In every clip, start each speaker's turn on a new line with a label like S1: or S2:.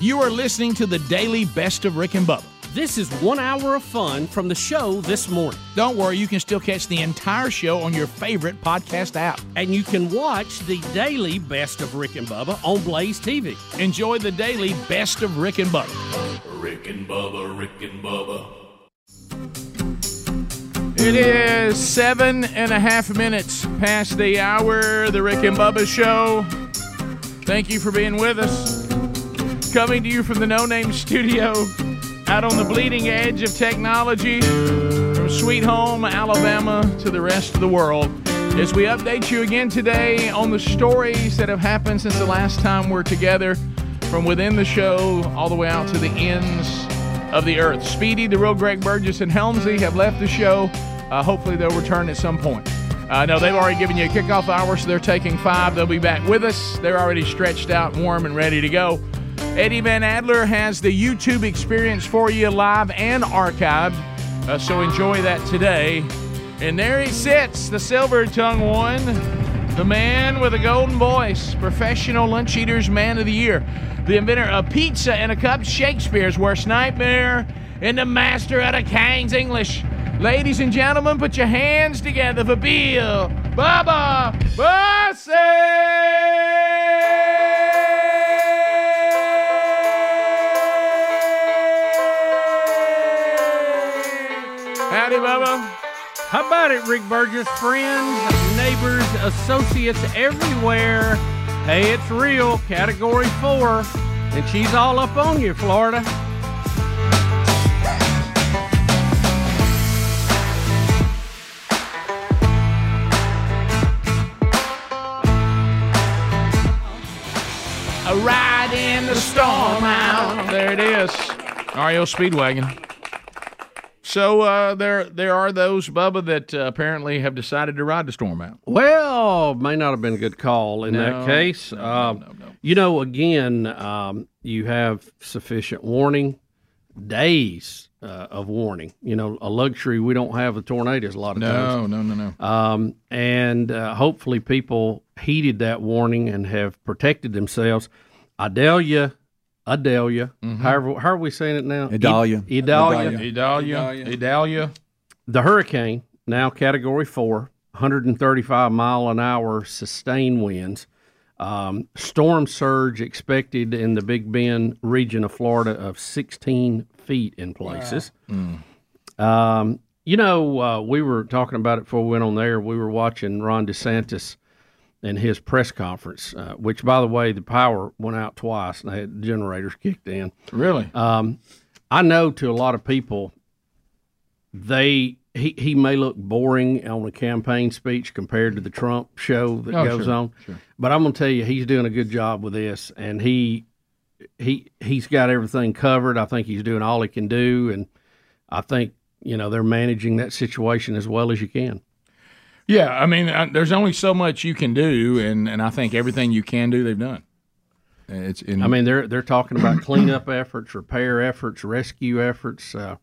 S1: You are listening to the daily best of Rick and Bubba.
S2: This is one hour of fun from the show this morning.
S1: Don't worry, you can still catch the entire show on your favorite podcast app.
S2: And you can watch the daily best of Rick and Bubba on Blaze TV.
S1: Enjoy the daily best of Rick and Bubba.
S3: Rick and Bubba, Rick and Bubba.
S1: It is seven and a half minutes past the hour, the Rick and Bubba show. Thank you for being with us. Coming to you from the No Name Studio, out on the bleeding edge of technology, from sweet home Alabama to the rest of the world. As we update you again today on the stories that have happened since the last time we're together, from within the show all the way out to the ends of the earth. Speedy, the real Greg Burgess, and Helmsy have left the show. Uh, hopefully, they'll return at some point. Uh, no, they've already given you a kickoff hour, so they're taking five. They'll be back with us. They're already stretched out, warm, and ready to go. Eddie Van Adler has the YouTube experience for you live and archived, uh, so enjoy that today. And there he sits, the silver tongue one, the man with a golden voice, professional lunch eaters man of the year, the inventor of pizza and a cup, Shakespeare's worst nightmare, and the master of the King's English. Ladies and gentlemen, put your hands together for Bill Bubba Bussey! Howdy, Bubba.
S2: How about it, Rick Burgess? Friends, neighbors, associates everywhere. Hey, it's real. Category four. And she's all up on you, Florida.
S1: A ride in the storm out. There it is. REO Speedwagon. So uh, there, there are those Bubba that uh, apparently have decided to ride the storm out.
S2: Well, may not have been a good call in that case. um, You know, again, um, you have sufficient warning, days uh, of warning. You know, a luxury we don't have with tornadoes a lot of times.
S1: no, no, no.
S2: Um, and uh, hopefully, people heeded that warning and have protected themselves. Idalia, Idalia,
S1: Mm-hmm.
S2: however, how are we saying it now?
S4: Idalia.
S2: I- Idalia
S1: Idalia, Idalia.
S2: the hurricane, now category four, 135 mile an hour sustained winds, um, storm surge expected in the Big Bend region of Florida of 16 feet in places. Um, you know, uh, we were talking about it before we went on there. We were watching Ron DeSantis and his press conference, uh, which, by the way, the power went out twice and they had generators kicked in. Um,
S1: Really?
S2: I know to a lot of people, they he, he may look boring on a campaign speech compared to the Trump show that
S1: Oh,
S2: goes
S1: sure,
S2: on, but I'm going to tell you he's doing a good job with this, and he he he's got everything covered. I think he's doing all he can do, and I think you know they're managing that situation as well as you can.
S1: yeah, I mean, uh there's only so much you can do, and, and I think everything you can do, they've done. It's in,
S2: I mean they're they're talking about cleanup efforts, repair efforts, rescue efforts. Uh,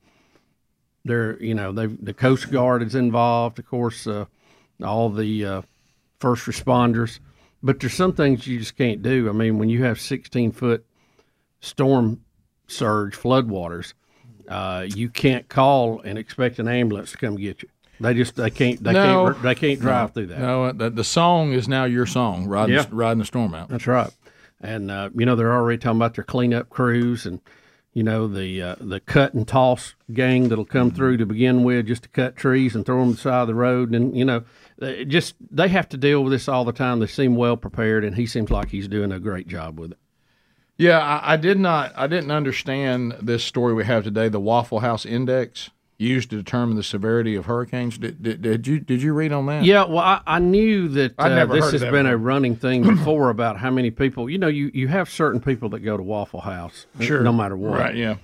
S2: they're you know they the Coast Guard is involved, of course, uh, all the uh, first responders. But there's some things you just can't do. I mean, when you have 16 foot storm surge floodwaters, uh, you can't call and expect an ambulance to come get you. They just they can't they
S1: No.
S2: can't they can't drive through that.
S1: no, uh, the, the song is now your song, riding,
S2: Yeah.
S1: riding the storm out.
S2: That's right. And uh, you know they're already talking about their cleanup crews and you know the uh, the cut and toss gang that'll come through to begin with just to cut trees and throw them to the side of the road and you know they just they have to deal with this all the time. They seem well prepared and he seems like he's doing a great job with it.
S1: Yeah, I, I did not. I didn't understand this story we have today. The Waffle House Index used to determine the severity of hurricanes. Did, did, did you did you read on that?
S2: Yeah, well, I, I knew that
S1: I'd
S2: uh,
S1: never
S2: this
S1: heard
S2: has
S1: of that
S2: been a running thing before about how many people. You know, you, you have certain people that go to Waffle House, uh,
S1: Sure.
S2: no matter what,
S1: Right. Yeah.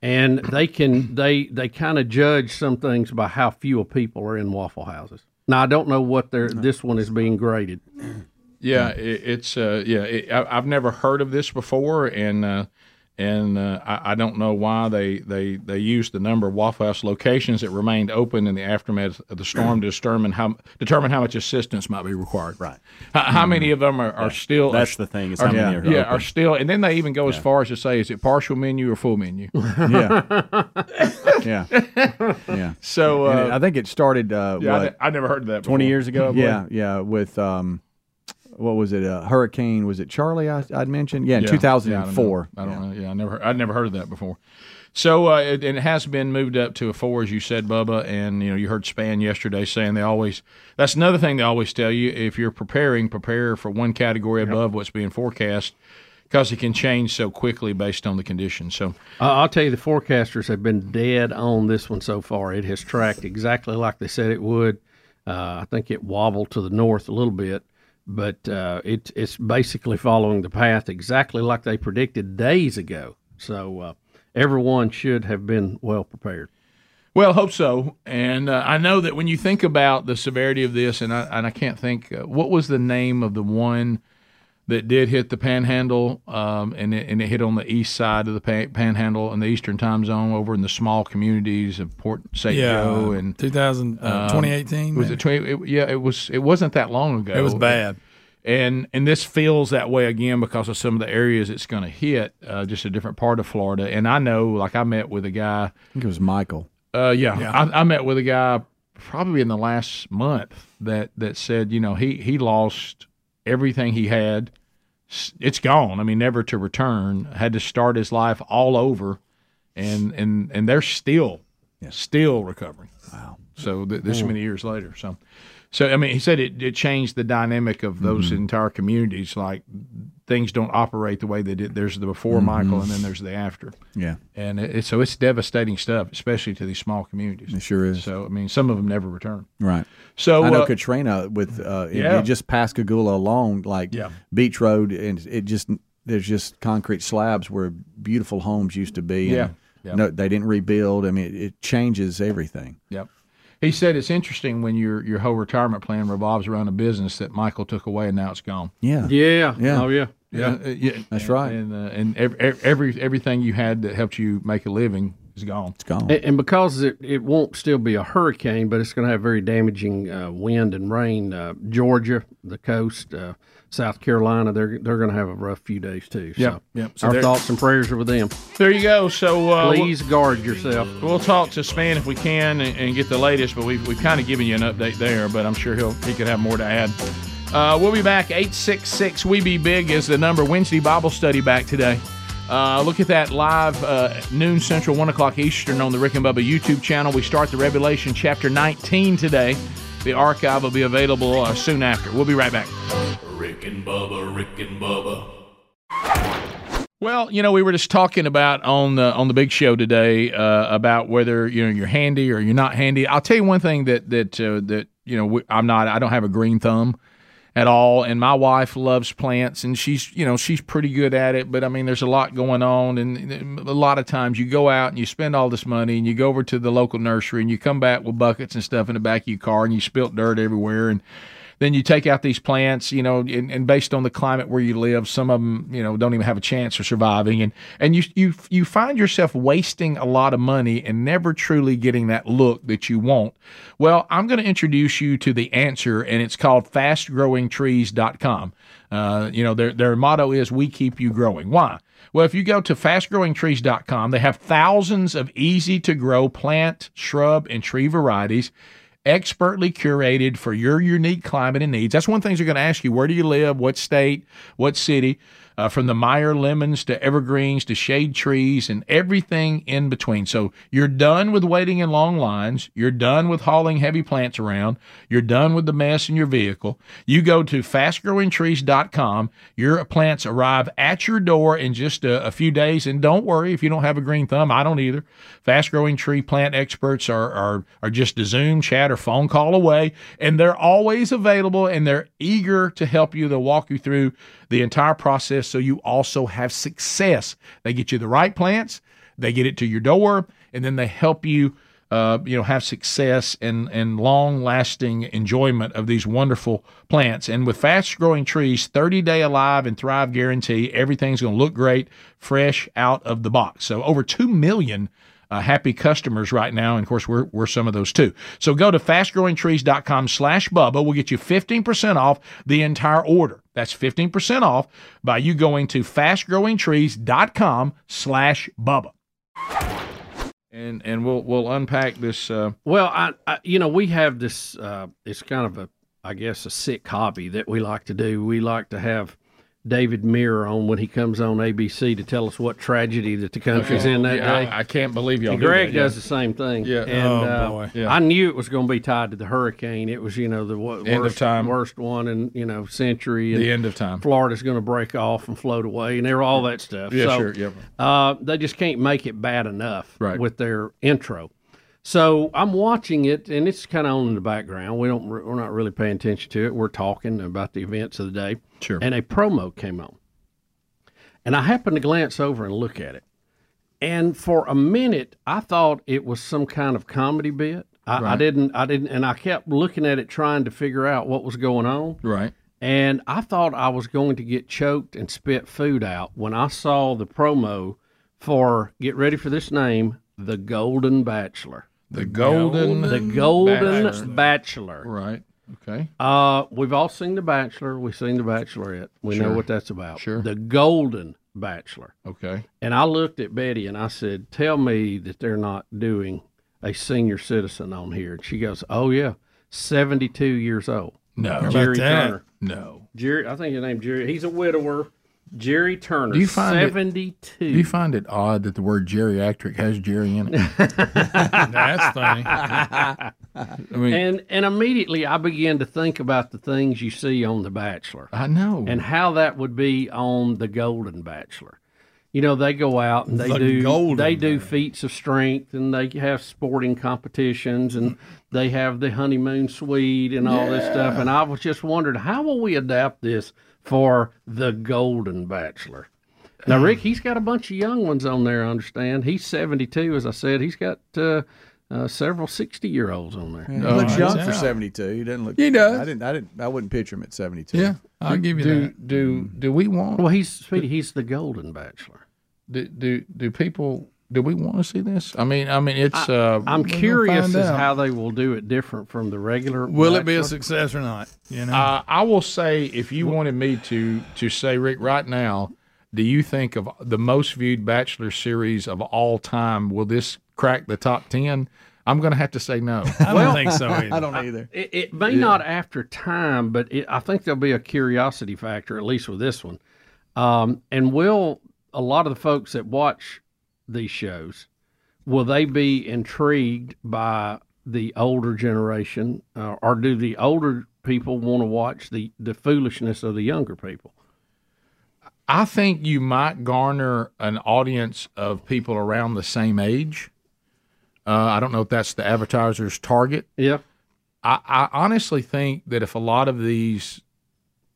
S2: and they can they they kind of judge some things by how few people are in waffle houses. Now I don't know what they're, this one is being graded.
S1: Yeah. It, it's uh, yeah. It, I, I've never heard of this before, and uh, and uh, I, I don't know why they, they, they used the number of Waffle House locations that remained open in the aftermath of the storm to determine how determine how much assistance might be required.
S4: Right. Mm-hmm.
S1: How, how many of them are, are still?
S4: That's
S1: are,
S4: the thing. Is
S1: are,
S4: how many
S1: yeah,
S4: are
S1: yeah,
S4: open.
S1: are still, and then they even go as far as to say, is it partial menu or full menu?
S4: yeah. yeah. Yeah.
S1: So
S4: And it-
S1: uh,
S4: I think it started uh,
S1: yeah, I,
S4: what,
S1: ne- I never heard of that.
S4: 20
S1: before.
S4: years ago? Yeah. Yeah. With, um, what was it? Uh, Hurricane. Was it Charlie I, I'd mentioned? Yeah. In
S1: Yeah.
S4: 2004.
S1: Yeah, I don't, know. I don't know. Yeah, I never, I never heard of that before. So uh, it, and it has been moved up to a four, as you said, Bubba. And you know, you heard Span yesterday saying they always. That's another thing they always tell you: if you're preparing, prepare for one category above what's being forecast, because it can change so quickly based on the conditions. So
S2: Uh, I'll tell you, the forecasters have been dead on this one so far. It has tracked exactly like they said it would. Uh, I think it wobbled to the north a little bit, but uh, it, it's basically following the path exactly like they predicted days ago. So uh, everyone should have been well prepared.
S1: Well, hope so. And uh, I know that when you think about the severity of this, and I, and I can't think, uh, what was the name of the one that did hit the panhandle um, and, it, and it hit on the east side of the pan, panhandle in the eastern time zone over in the small communities of Port St. Joe?
S5: Yeah,
S1: And um,
S5: 2000, uh, 2018.
S1: was
S5: maybe.
S1: it, twenty- it? Yeah, it was. It wasn't that long ago.
S5: It was bad.
S1: and and this feels that way again because of some of the areas it's going to hit, uh, just a different part of Florida. And I know, like I met with a guy
S4: I think it was Michael.
S1: uh, yeah, I, I met with a guy probably in the last month that that said, you know, he he lost everything he had. S- It's gone. I mean, never to return. Had to start his life all over, and and and they're still still recovering. Wow. So th- this many years later. So. So I mean, he said it, it changed the dynamic of those entire communities. Like things don't operate the way they did. There's the before Michael, and then there's the after
S4: Yeah.
S1: and it, it, so it's devastating stuff, especially to these small communities.
S4: It sure is.
S1: So I mean, some of them never return.
S4: Right.
S1: So
S4: I know
S1: uh,
S4: Katrina with uh, it-
S1: Yeah.
S4: it just past Cagula along, like
S1: Yeah.
S4: Beach Road, and it just there's just concrete slabs where beautiful homes used to be. and
S1: Yeah. Yeah.
S4: No, they didn't rebuild. I mean, it, it changes everything.
S1: yep. He said it's interesting when your your whole retirement plan revolves around a business that Michael took away and now it's gone.
S4: Yeah.
S2: Yeah.
S4: Yeah.
S2: Oh, yeah.
S1: Yeah, yeah.
S4: That's right.
S1: And uh, and ev- ev- every everything you had that helped you make a living is gone.
S4: It's gone.
S2: And, and because it, it won't still be a hurricane, but it's going to have very damaging uh, wind and rain. Uh, Georgia, the coast, uh, South Carolina, they're they're going to have a rough few days too.
S1: Yep,
S2: So
S1: yep. So
S2: our
S1: there-
S2: thoughts and prayers are with them.
S1: There you go. So uh,
S2: Please guard yourself.
S1: We'll talk to Span if we can and, and get the latest, but we've, we've kind of given you an update there, but I'm sure he'll he could have more to add. Uh, we'll be back. 866 We Be Big is the number. Wednesday Bible study back today. Uh, look at that live uh, noon Central, 1 o'clock Eastern on the Rick and Bubba YouTube channel. We start the Revelation chapter 19 today. The archive will be available uh, soon after. We'll be right back.
S3: Rick and Bubba, Rick and Bubba,
S1: Well, you know, we were just talking about on the on the big show today uh, about whether you know you're handy or you're not handy. I'll tell you one thing that that uh, that you know we, I'm not. I don't have a green thumb at all, and my wife loves plants, and she's you know she's pretty good at it. But I mean, there's a lot going on, and a lot of times you go out and you spend all this money, and you go over to the local nursery, and you come back with buckets and stuff in the back of your car, and you spilt dirt everywhere, and then you take out these plants, you know, and, and based on the climate where you live, some of them, you know, don't even have a chance of surviving, and and you you you find yourself wasting a lot of money and never truly getting that look that you want. Well, I'm going to introduce you to the answer, and it's called FastGrowingTrees.com. Uh, you know, their their motto is "We keep you growing." Why? Well, if you go to FastGrowingTrees.com, they have thousands of easy to grow plant, shrub, and tree varieties expertly curated for your unique climate and needs. That's one thing they're going to ask you. Where do you live? What state? What city? Uh, from the Meyer lemons to evergreens to shade trees and everything in between. So you're done with waiting in long lines. You're done with hauling heavy plants around. You're done with the mess in your vehicle. You go to fastgrowingtrees.com. Your plants arrive at your door in just a, a few days. And don't worry if you don't have a green thumb. I don't either. Fast growing tree plant experts are, are, are just a Zoom chat or phone call away, and they're always available and they're eager to help you. They'll walk you through the entire process so you also have success. They get you the right plants, they get it to your door, and then they help you uh, you know, have success and and long lasting enjoyment of these wonderful plants. And with fast growing trees, thirty day alive and thrive guarantee, everything's going to look great, fresh out of the box. So over two million uh, happy customers right now. And of course, we're, we're some of those too. So go to fastgrowingtrees.com slash Bubba. We'll get you 15% off the entire order. That's 15% off by you going to fastgrowingtrees.com slash Bubba. And, and we'll we'll unpack this. Uh,
S2: Well, I, I you know we have this. Uh, it's kind of a I guess a sick hobby that we like to do. We like to have David Muir on when he comes on ABC to tell us what tragedy that the country's in that day.
S1: I, I can't believe y'all.
S2: And Greg
S1: do that, yeah.
S2: does the same thing.
S1: Yeah.
S2: And,
S5: Oh,
S2: uh,
S5: boy.
S1: Yeah.
S2: I knew it was going to be tied to the hurricane. It was, you know, the w-
S1: End of
S2: worst,
S1: time.
S2: worst one in, you know, century. And
S1: the end of time.
S2: Florida's going to break off and float away and they're all that stuff.
S1: Yeah,
S2: so,
S1: sure. Yep.
S2: uh, they just can't make it bad enough
S1: Right.
S2: with their intro. So I'm watching it, and it's kind of on in the background. We don't, we're not really paying attention to it. We're talking about the events of the day.
S1: Sure.
S2: And a promo came on, and I happened to glance over and look at it, and for a minute I thought it was some kind of comedy bit. I, I didn't, I didn't, and I kept looking at it trying to figure out what was going on.
S1: Right.
S2: And I thought I was going to get choked and spit food out when I saw the promo for get ready for this name, The Golden Bachelor.
S1: The golden.
S2: The Golden Bachelor.
S1: right. Okay.
S2: Uh, we've all seen The Bachelor. We've seen The Bachelorette. We know what that's about.
S1: Sure.
S2: The Golden Bachelor.
S1: Okay.
S2: And I looked at Betty and I said, Tell me that they're not doing a senior citizen on here. And she goes, Oh, yeah, 72 years old.
S1: No.
S2: Jerry
S5: that?
S2: Turner.
S1: No.
S2: Jerry, I think his name Jerry. He's a widower. Jerry Turner.
S1: Do you find it-
S2: seventy-two?
S1: Do you find it odd that the word geriatric has Jerry in it?
S5: That's funny.
S1: I mean,
S2: and and immediately I began to think about the things you see on The Bachelor
S1: I know.
S2: and how that would be on The Golden Bachelor. You know, they go out and they
S5: The
S2: do
S5: Golden
S2: they do feats of strength and they have sporting competitions and they have the honeymoon suite and all this stuff. And I was just wondering how will we adapt this for The Golden Bachelor? Now,
S5: Um,
S2: Rick, he's got a bunch of young ones on there. I understand he's seventy-two, as I said. He's got uh, uh, several sixty-year-olds on there.
S4: He looks
S1: he's
S4: young for
S1: out.
S4: seventy-two. He doesn't look.
S1: He does.
S4: I didn't. I didn't. I wouldn't picture him at seventy-two.
S5: yeah, I'll give you
S1: do
S5: that.
S1: do do we want
S2: Well, he's Speedy. He's the Golden Bachelor.
S1: do do, do people do we want to see this? I mean, I mean, it's. uh,
S2: I'm
S1: we're gonna
S2: curious
S1: find
S2: as
S1: out.
S2: how they will do it different from the regular.
S5: Will it be a
S2: Bachelor.
S5: success or not? You know,
S1: Uh, I will say, if you wanted me to to say, Rick, right now, do you think of the most viewed Bachelor series of all time? Will this crack the top ten? I'm going to have to say no.
S5: I don't think so. Either.
S4: I don't either.
S2: It, it may not after time, but it, I think there'll be a curiosity factor, at least with this one. Um, and will a lot of the folks that watch these shows will they be intrigued by the older generation, uh, or do the older people want to watch the the foolishness of the younger people?
S1: I think you might garner an audience of people around the same age. Uh, I don't know if that's the advertiser's target.
S2: Yeah,
S1: I, I honestly think that if a lot of these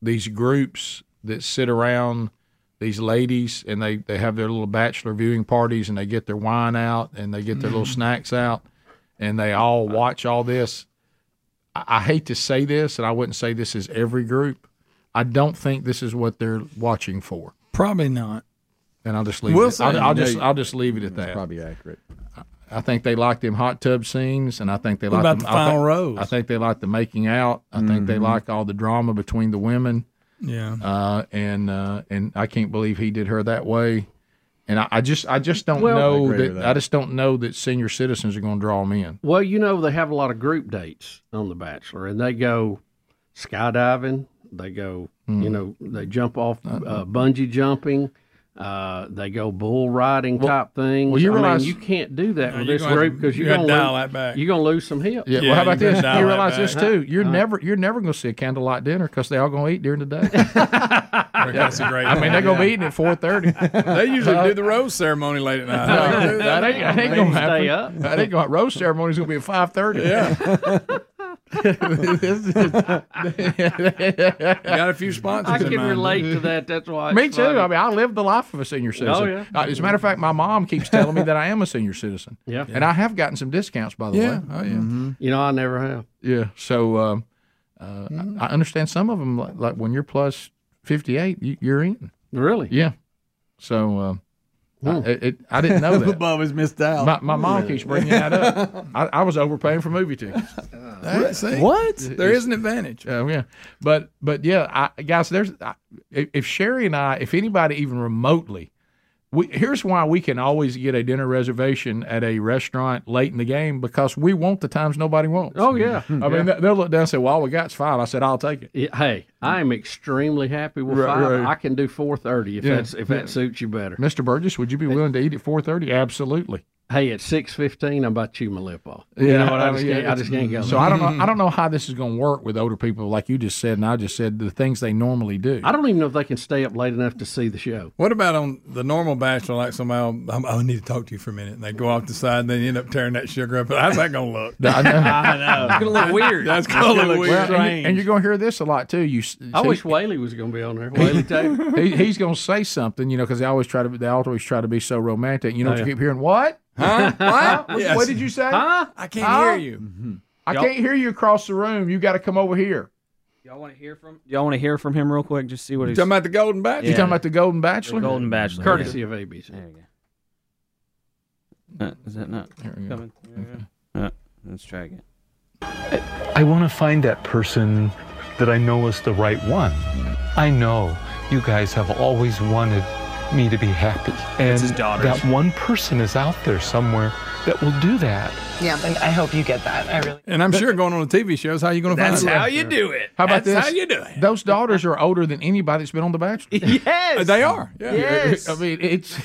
S1: these groups that sit around these ladies and they, they have their little bachelor viewing parties and they get their wine out and they get their little snacks out and they all watch all this. I, I hate to say this, and I wouldn't say this is every group. I don't think this is what they're watching for.
S5: Probably not.
S1: And I'll just leave
S5: We'll
S1: it. I'll,
S5: see.
S1: I'll just I'll just leave it at that.
S4: Probably accurate.
S1: I think they like them hot tub scenes, and I think they like
S5: about
S1: them,
S5: the final
S1: I thi-
S5: rose?
S1: I think they like the making out. I think
S4: Mm-hmm.
S1: they like all the drama between the women.
S5: Yeah.
S1: Uh, and uh, and I can't believe he did her that way. And I, I just I just don't
S2: Well- I
S1: know
S4: agree
S1: that,
S4: with that.
S1: I just don't know that senior citizens are going to draw them in.
S2: Well, you know, they have a lot of group dates on The Bachelor, and they go skydiving. They go, you
S1: Hmm.
S2: know, they jump off
S1: Uh-huh.
S2: uh, bungee jumping. Uh, they go bull riding type things.
S1: well, you
S2: I mean,
S1: realize-
S2: you can't do that with
S5: you're
S2: this
S5: gonna-
S2: group because you're
S5: you're
S2: going
S5: gonna
S2: to
S5: dial that back.
S2: You're going to lose some hips.
S1: Yeah, well, how
S5: you
S1: about
S5: can
S1: this?
S5: dial
S1: You
S5: that
S1: realize this
S5: back.
S1: too.
S2: Uh-huh.
S1: You're never you're never going to see a candlelight dinner because they all going to eat during the day.
S5: That's a great.
S1: I mean, they're going to be eating at four thirty.
S5: they usually do the rose ceremony late at night.
S1: that ain't, that ain't going to
S2: Stay
S1: happen.
S2: up.
S1: That ain't going. Rose ceremony's going to be at five thirty. Yeah.
S5: Got a few sponsors.
S2: I
S5: in
S2: can
S5: mind.
S2: relate to that. That's why.
S1: Me
S2: it's
S1: too.
S2: funny.
S1: I mean, I live the life of a senior citizen.
S2: Oh, yeah.
S1: Uh, as a matter of fact, my mom keeps telling me that I am a senior citizen.
S2: Yeah. Mm-hmm.
S1: And I have gotten some discounts, by the
S5: Yeah.
S1: way.
S5: Oh yeah.
S2: You know, I never have.
S1: Yeah. So um, uh, I I understand some of them, like, like when you're plus 58, you, you're in.
S2: Really?
S1: Yeah. So um, I, it, it- I didn't know that.
S4: Bubba's missed out.
S1: My, my mom keeps bringing that up. I, I was overpaying for movie tickets.
S5: Hey, see?
S4: what?
S5: There is an advantage.
S1: Oh yeah, but but yeah, I, guys. There's I, if if Sherry and I, if anybody even remotely, we, here's why we can always get a dinner reservation at a restaurant late in the game because we want the times nobody wants.
S2: Oh yeah.
S1: I mean, they- they'll look down and say, "Well, all we got's five. I said, "I'll take it."
S2: Yeah, Hey, I am extremely happy with
S1: Right,
S2: five.
S1: right.
S2: I can do four thirty if that's if that suits you better.
S1: Mr. Burgess, would you be willing to eat at four thirty? Absolutely.
S2: Hey, at six fifteen, I'm about to chew my lip off.
S1: Yeah,
S2: you know what
S1: I
S2: I just
S1: mean,
S2: can't, I just can't go.
S1: So I don't know. I don't know how this is going to work with older people, like you just said, and I just said the things they normally do.
S2: I don't even know if they can stay up late enough to see the show.
S5: What about on the normal bachelor? Like somebody, oh, I'm, I need to talk to you for a minute, and they go off the side, and they end up tearing that sugar up. How's that gonna look?
S1: I know.
S6: It's gonna look weird.
S5: That's gonna
S1: Well,
S5: look weird.
S1: and, you, and you're going to hear this a lot too. You, s-
S2: I
S1: see-
S2: wish Whaley was going to be on there. Whaley Taylor.
S1: he, he's going to say something, you know, because they always try to they always try to be so romantic. You know, what you
S2: Oh, yeah.
S1: keep hearing what?
S5: Huh?
S1: What,
S5: What? Yes.
S1: what did you say?
S2: huh?
S5: I can't
S1: Huh?
S5: hear you.
S6: Mm-hmm.
S1: I
S6: Yup.
S1: can't hear you across the room. You got to come over here.
S6: Y'all want to hear from? Y'all want to hear from him real quick? Just see what
S5: You
S6: he's
S5: talking about the golden
S6: Yeah.
S1: You
S5: bachelor?
S1: talking about the Golden
S6: The
S1: Bachelor?
S6: Golden Bachelor.
S2: Courtesy of ABC.
S6: There you go. Uh, is that not
S1: we go. Mm-hmm.
S6: coming? Uh, let's try again.
S7: I want to find that person that I know is the right one. I know you guys have always wanted me to be happy. And
S6: his daughters.
S7: that one person is out there somewhere that will do that.
S8: Yeah, and I hope you get that. I really.
S5: And I'm sure going on a TV show is how you gonna find
S6: That's
S5: out.
S6: how you do it.
S1: How about
S6: That's
S1: this?
S6: how you do it.
S1: Those daughters are older than anybody that's been on the Bachelor. Uh,
S6: Yes.
S5: They are. Yeah.
S6: Yes.
S1: I mean, it's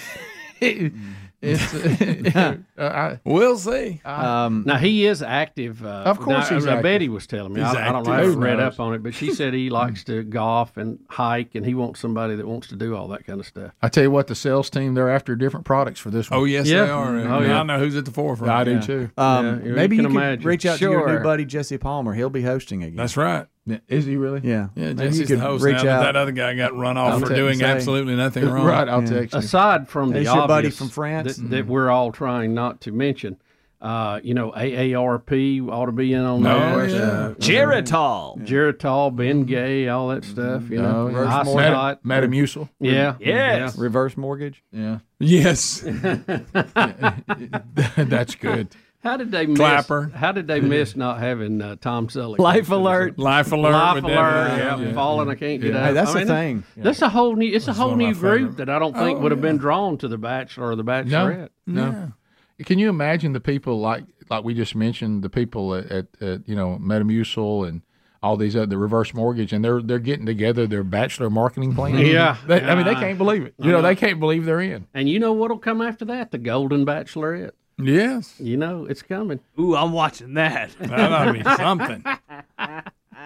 S1: it's. uh, I,
S5: We'll see.
S4: Um,
S2: Now he is active. Uh,
S1: Uh, Of course
S2: now,
S1: he's
S2: I,
S1: active.
S2: Betty was telling me.
S5: He's
S2: I, I don't know. I
S5: active.
S2: haven't
S5: Who
S2: read
S5: knows?
S2: up on it, but she said he likes to golf and hike, and he wants somebody that wants to do all that kind of stuff.
S1: I tell you what, the sales team they're after different products for this one.
S5: Oh yes,
S2: Yeah.
S5: they are.
S2: Oh, yeah.
S5: I know who's at the forefront.
S1: I do too.
S4: um,
S2: Yeah, you
S4: maybe
S2: can
S4: you can
S2: imagine.
S4: reach out to your
S6: Sure.
S4: new buddy Jesse Palmer. He'll be hosting again.
S5: That's right.
S1: Is he really?
S4: yeah.
S5: Yeah,
S4: maybe
S5: Jesse's
S4: you could
S5: the host
S4: reach
S5: now,
S4: out.
S5: but that other guy got run off
S4: I'll
S5: for
S4: text
S5: doing
S4: and say-
S5: absolutely nothing wrong.
S1: Right. I'll
S4: Yeah.
S1: text him.
S2: Aside from the
S4: He's your buddy
S2: obvious
S4: from France.
S2: that, that we're all trying not to mention, uh, you know, AARP ought to be in on
S5: Oh,
S2: that.
S5: yeah.
S6: Geritol.
S2: Geritol, Ben Gay, all
S5: Mm-hmm.
S2: that stuff. You know,
S1: yeah.
S2: Ice Hot.
S1: Madam, Madam Musil.
S2: Yeah. Mm-hmm.
S6: Yes.
S2: Yeah.
S4: Reverse mortgage.
S1: Yeah,
S5: Yes.
S1: that's good.
S2: How did they miss?
S5: Clapper.
S2: How did they miss not having uh, Tom Selleck?
S6: Life alert.
S5: Life alert.
S2: Life
S5: with
S2: alert.
S5: Deborah.
S2: I'm
S5: Yeah.
S2: falling. I can't get out.
S4: Hey, that's
S2: I
S4: the
S2: mean,
S4: thing.
S2: That's a whole new. It's a whole
S5: one of
S2: new
S5: my
S2: group
S5: favorite-
S2: that I don't
S6: Oh,
S2: think would have been drawn to the Bachelor or the Bachelorette.
S1: No. Can you imagine the people like like we just mentioned the people at, at, at you know Metamucil and all these other the reverse mortgage and they're they're getting together their bachelor marketing plan.
S2: Yeah.
S1: They, I mean they can't believe it. You know they can't believe they're in.
S2: And you know what'll come after that? The Golden Bachelorette.
S5: Yes.
S2: You know it's coming.
S6: Ooh, I'm watching that.
S5: That ought to be something.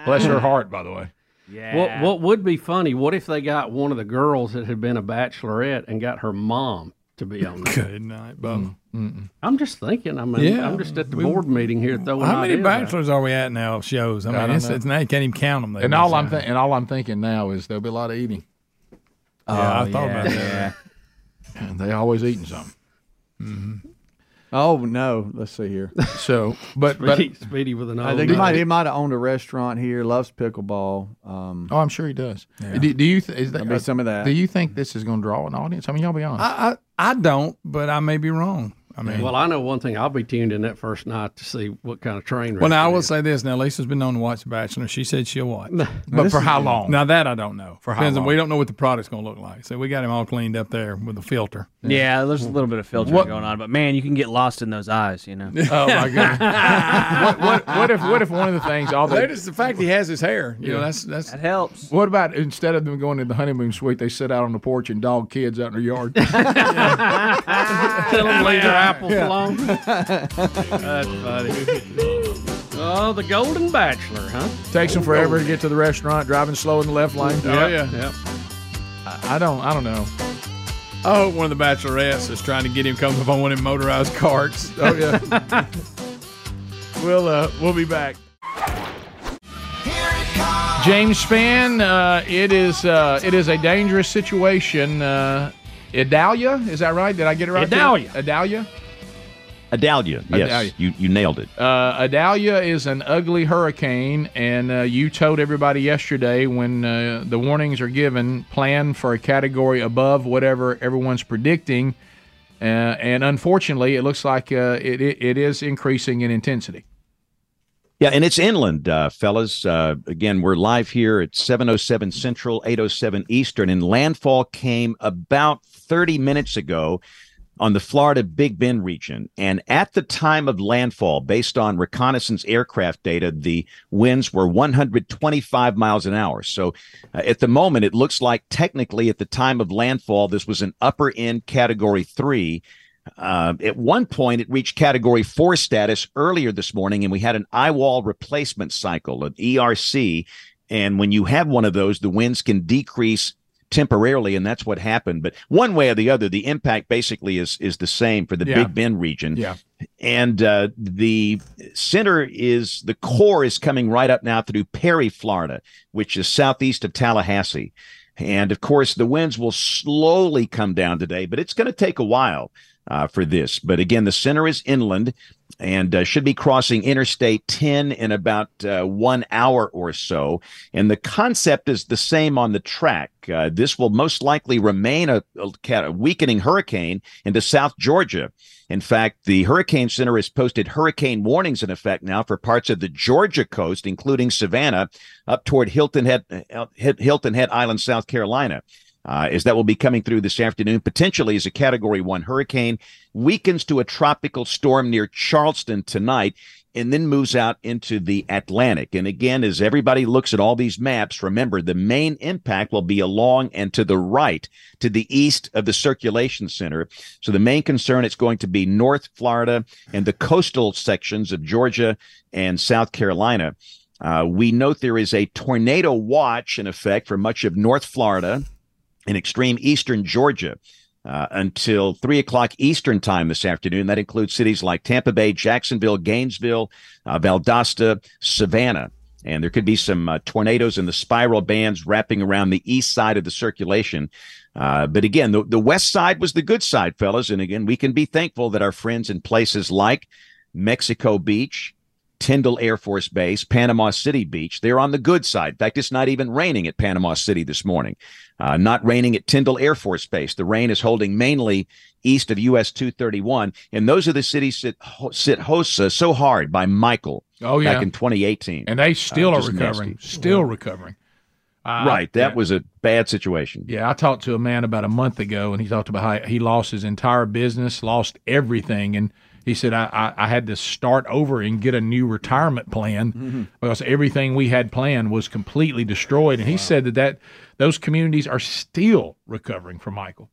S1: Bless her heart, by the way.
S6: Yeah.
S2: What What would be funny? What if they got one of the girls that had been a Bachelorette and got her mom to be on there?
S5: Good night, Bubba.
S2: I'm just thinking. I mean,
S5: Yeah.
S2: I'm just at the board meeting here throwing.
S5: How many
S2: ideas out.
S5: bachelors are we at now? Shows. I mean,
S1: don't
S5: it's,
S1: know.
S5: it's now you can't even count them.
S1: And all I'm th- and all I'm thinking now is there'll be a lot of eating.
S5: yeah, I
S4: Oh,
S5: thought
S4: yeah.
S5: about that.
S1: And they always eating something.
S4: Oh no. Let's see here.
S1: So, but but
S2: Speedy, Speedy with an
S4: I
S2: old.
S4: think he might. He might have owned a restaurant here. Loves pickleball. Um,
S1: oh, I'm sure he does. Do, do you th- is that, uh,
S4: There'll be some of that.
S1: Do you think this is going to draw an audience? I mean, y'all be honest.
S5: I, I I don't, but I may be wrong. I mean,
S2: Well, I know one thing. I'll be tuned in that first night to see what kind of train.
S5: Well,
S2: wreck
S5: now I
S2: it
S5: will
S2: is.
S5: say this. Now Lisa's been known to watch The Bachelor. She said she'll watch,
S1: but for how long?
S5: Now that I don't know. For
S1: how
S5: Depends on-
S1: long?
S5: we don't know what the product's going to look like. So we got him all cleaned up there with a filter.
S6: Yeah, there's a little bit of filtering going on, but man, you can get lost in those eyes, you know.
S1: Oh my god! what, what, what if what if one of the things all they
S5: the fact he has his hair. You know, that's that's.
S6: That helps.
S1: what about instead of them going to the honeymoon suite, they sit out on the porch and dog kids out in their yard.
S2: Tell them leave their apples alone. That's funny. Oh, the Golden Bachelor, huh?
S1: Takes them forever to get to the restaurant, driving slow in the left lane.
S5: Oh yeah.
S2: Yep.
S1: I don't I don't know.
S5: I hope Oh, one of the bachelorettes is trying to get him comes up on one of them motorized carts.
S1: uh, Oh yeah. we'll uh, we'll be back. James Spann, uh, it is uh, it is a dangerous situation. Uh, Idalia, is that right? Did I get it right? there?
S2: Idalia.
S1: Idalia.
S9: Adalia. Yes,
S1: Adalia.
S9: You, you nailed it.
S1: Uh, Adalia is an ugly hurricane, and uh, you told everybody yesterday when uh, the warnings are given, plan for a category above whatever everyone's predicting. Uh, and unfortunately, it looks like uh, it, it, it is increasing in intensity.
S9: Yeah, and it's inland, uh, fellas. Uh, again, we're live here at 707 Central, 807 Eastern, and landfall came about 30 minutes ago on the Florida Big Bend region. And at the time of landfall, based on reconnaissance aircraft data, the winds were 125 miles an hour. So uh, at the moment, it looks like technically at the time of landfall, this was an upper end category three. Uh, at one point, it reached category four status earlier this morning, and we had an eye wall replacement cycle, an ERC. And when you have one of those, the winds can decrease temporarily, and that's what happened. But one way or the other, the impact basically is is the same for the
S1: Yeah.
S9: Big Bend region.
S1: Yeah.
S9: And uh, the center is the core is coming right up now through Perry, Florida, which is southeast of Tallahassee. And of course, the winds will slowly come down today, but it's going to take a while uh, for this. But again, the center is inland and uh, should be crossing Interstate 10 in about uh, one hour or so. And the concept is the same on the track. Uh, this will most likely remain a, a cat- a weakening hurricane into South Georgia. In fact, the Hurricane Center has posted hurricane warnings in effect now for parts of the Georgia coast, including Savannah, up toward Hilton Head, uh, Hil- Hilton Head Island, South Carolina. Uh, as that will be coming through this afternoon, potentially as a Category 1 hurricane, weakens to a tropical storm near Charleston tonight, and then moves out into the Atlantic. And again, as everybody looks at all these maps, remember the main impact will be along and to the right, to the east of the circulation center. So the main concern is going to be North Florida and the coastal sections of Georgia and South Carolina. Uh, we note there is a tornado watch in effect for much of North Florida and extreme eastern Georgia uh, until three o'clock Eastern time this afternoon. That includes cities like Tampa Bay, Jacksonville, Gainesville, uh, Valdosta, Savannah. And there could be some uh, tornadoes in the spiral bands wrapping around the east side of the circulation. Uh, but again, the, the west side was the good side, fellas. And again, we can be thankful that our friends in places like Mexico Beach, Tyndall Air Force Base, Panama City Beach. They're on the good side. In fact, it's not even raining at Panama City this morning. Uh, not raining at Tyndall Air Force Base. The rain is holding mainly east of US 231. And those are the cities that ho- sit hosts uh, so hard by Michael
S1: Oh, yeah.
S9: back in 2018.
S1: And they still
S9: Uh,
S1: are
S9: just
S1: recovering.
S9: nasty.
S1: Still recovering. Uh,
S9: right. That
S1: yeah.
S9: was a bad situation.
S1: Yeah, I talked to a man about a month ago, and he talked about how he lost his entire business, lost everything, and he said I, I, I had to start over and get a new retirement plan
S9: Mm-hmm.
S1: because everything we had planned was completely destroyed. And he said that that those communities are still recovering from Michael.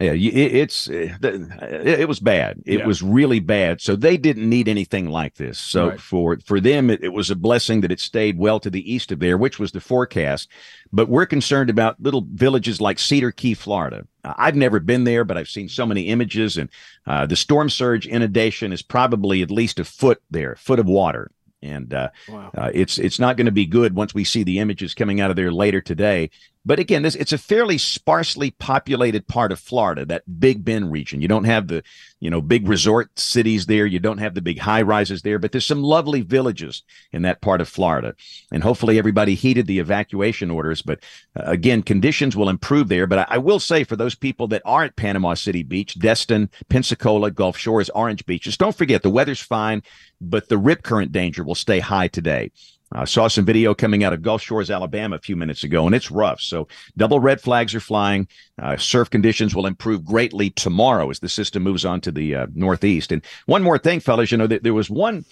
S9: Yeah, you- it, it's uh, th- it, it was bad. It
S1: Yeah.
S9: was really bad. So they didn't need anything like this. So
S1: Right.
S9: for for them, it, it was a blessing that it stayed well to the east of there, which was the forecast. But we're concerned about little villages like Cedar Key, Florida. Uh, I've never been there, but I've seen so many images, and uh, the storm surge inundation is probably at least a foot there, a foot of water. And uh, uh, it's it's not going to be good once we see the images coming out of there later today. But again, this it's a fairly sparsely populated part of Florida, that Big Bend region. You don't have the, you know, big resort cities there. You don't have the big high rises there, but there's some lovely villages in that part of Florida. And hopefully everybody heeded the evacuation orders. But uh, again, conditions will improve there. But I, I will say for those people that are at Panama City Beach, Destin, Pensacola, Gulf Shores, Orange Beach, just don't forget the weather's fine, but the rip current danger will stay high today. I saw some video coming out of Gulf Shores, Alabama a few minutes ago, and it's rough. So, double red flags are flying. Uh, surf conditions will improve greatly tomorrow as the system moves on to the uh, northeast. And one more thing, fellas, you know, that there was one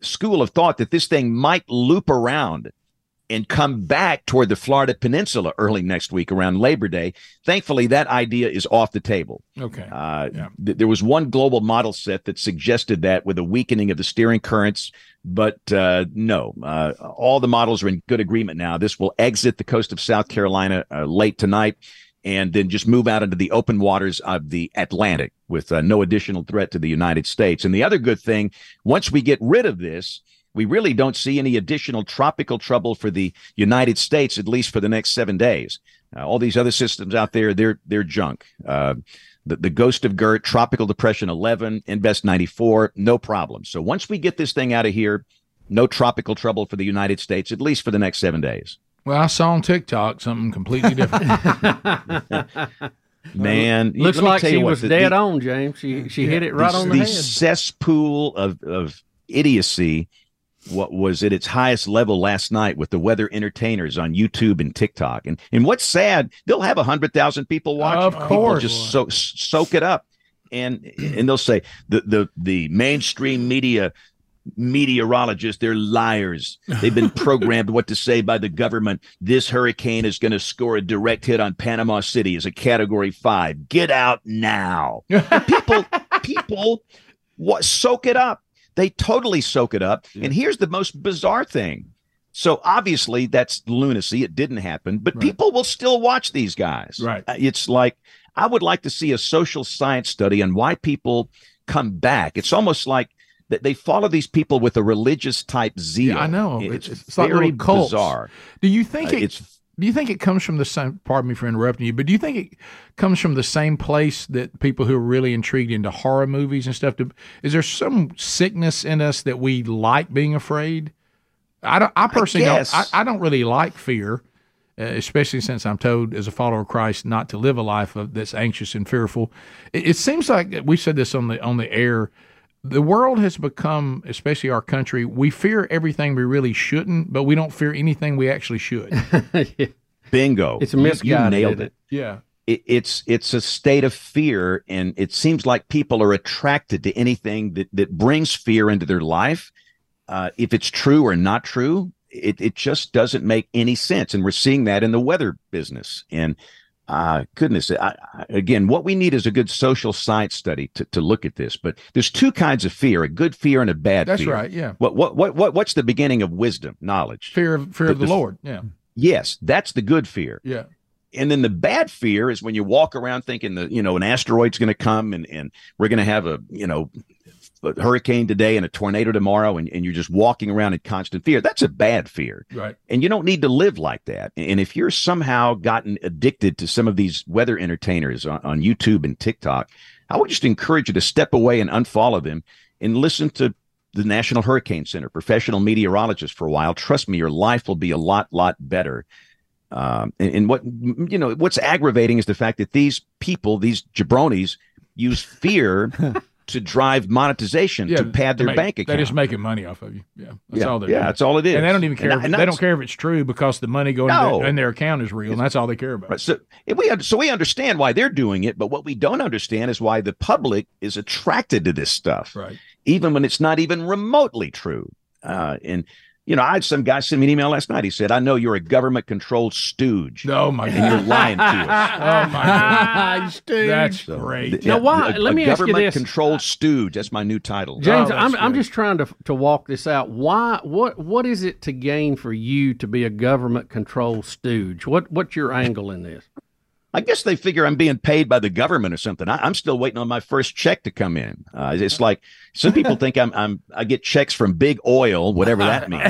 S9: school of thought that this thing might loop around and come back toward the Florida Peninsula early next week around Labor Day. Thankfully, that idea is off the table.
S1: Okay.
S9: Uh,
S1: Yeah.
S9: th- there was one global model set that suggested that with a weakening of the steering currents, but uh, no, uh, all the models are in good agreement now. This will exit the coast of South Carolina uh, late tonight and then just move out into the open waters of the Atlantic with uh, no additional threat to the United States. And the other good thing, once we get rid of this, We really don't see any additional tropical trouble for the United States, at least for the next seven days. Uh, all these other systems out there, they're they're junk. Uh, the, the ghost of Gert, Tropical Depression 11, Invest 94, no problem. So once we get this thing out of here, no tropical trouble for the United States, at least for the next seven days.
S1: Well, I saw on TikTok something completely different.
S9: Man,
S2: Looks
S9: let me
S2: like
S9: tell you
S2: she
S9: what,
S2: was
S9: the-
S2: dead
S9: the-
S2: on, James. She she hit it right
S9: the,
S2: on the,
S9: the
S2: head.
S9: cesspool of, of idiocy what was at its highest level last night with the weather entertainers on YouTube and TikTok. And and what's sad, they'll have 100,000 people watching.
S1: Of course.
S9: People just so, soak it up. And and they'll say the the the mainstream media meteorologists they're liars they've been programmed what to say by the government this hurricane is going to score a direct hit on panama city as a category 5 get out now And people people what soak it up they totally soak it up and here's the most bizarre thing so obviously that's lunacy it didn't happen but people will still watch these guys
S1: Right.
S9: Uh, it's like i would like to see a social science study on why people come back it's almost like that they follow these people with a religious type zeal.
S1: I know.
S9: It's,
S1: It's- it's like
S9: very
S1: little cults.
S9: bizarre.
S1: do you think
S9: Uh,
S1: it,
S9: it's
S1: do you think it comes from the same pardon me for interrupting you, but do you think it comes from the same place that people who are really intrigued into horror movies and stuff do, is there some sickness in us that we like being afraid? I don't I personally don't
S9: guess.
S1: I, I don't really like fear. uh, especially since I'm told as a follower of Christ not to live a life of, that's anxious and fearful. It, it seems like we said this on the on the air. The world has become, especially our country, we fear everything we really shouldn't, but we don't fear anything we actually should.
S9: bingo.
S2: It's
S9: You-
S2: misguided.
S9: You nailed
S2: isn't
S9: it.
S1: yeah.
S9: it. It's it's a state of fear, and it seems like people are attracted to anything that that brings fear into their life. Uh, if it's true or not true, it it just doesn't make any sense, and we're seeing that in the weather business. And uh, goodness, I, I, again, what we need is a good social science study to to look at this. But there's two kinds of fear: a good fear and a bad.
S1: That's
S9: fear.
S1: right. Yeah.
S9: What what what what what's the beginning of wisdom? Knowledge.
S1: Fear of fear of the
S9: The- the-
S1: Lord. Yeah.
S9: Yes, that's the good fear.
S1: Yeah.
S9: And then the bad fear is when you walk around thinking that you know an asteroid's going to come and and we're going to have a you know a hurricane today and a tornado tomorrow and, and you're just walking around in constant fear. That's a bad fear.
S1: Right.
S9: And you don't need to live like that. And if you're somehow gotten addicted to some of these weather entertainers on, on YouTube and TikTok, I would just encourage you to step away and unfollow them and listen to the National Hurricane Center, professional meteorologists for a while. Trust me, your life will be a lot, lot better. Um, and, and what you know, what's aggravating is the fact that these people, these jabronis, use fear to drive monetization to pad their
S1: make-
S9: bank account.
S1: They're just making money off of you. Yeah. That's
S9: yeah,
S1: all they're
S9: yeah,
S1: doing.
S9: that's all it is.
S1: and they don't even care.
S9: I-
S1: if-
S9: and
S1: they
S9: that's-
S1: don't care if it's true because the money going
S9: No.
S1: in, their, in their account is real, and that's all they care about.
S9: Right. So if we so we understand why they're doing it, but what we don't understand is why the public is attracted to this stuff,
S1: Right.
S9: even when it's not even remotely true. Uh, and you know, I had some guy send me an email last night. He said, "I know you're a government-controlled stooge,
S1: Oh my
S9: and
S1: god.
S9: you're lying to us."
S1: oh my god. That's
S9: So,
S1: great.
S9: th-
S2: Now, why-
S9: A,
S2: let
S9: a
S2: me ask you this.
S9: government-controlled stooge. That's my new title.
S2: James,
S1: Oh, that's
S2: I'm, I'm
S1: good.
S2: just trying to to walk this out. Why? What? What is it to gain for you to be a government control stooge? What? What's your angle in this?
S9: I guess they figure I'm being paid by the government or something. I, I'm still waiting on my first check to come in. Uh, it's like some people think I'm, I'm I get checks from big oil, whatever that means.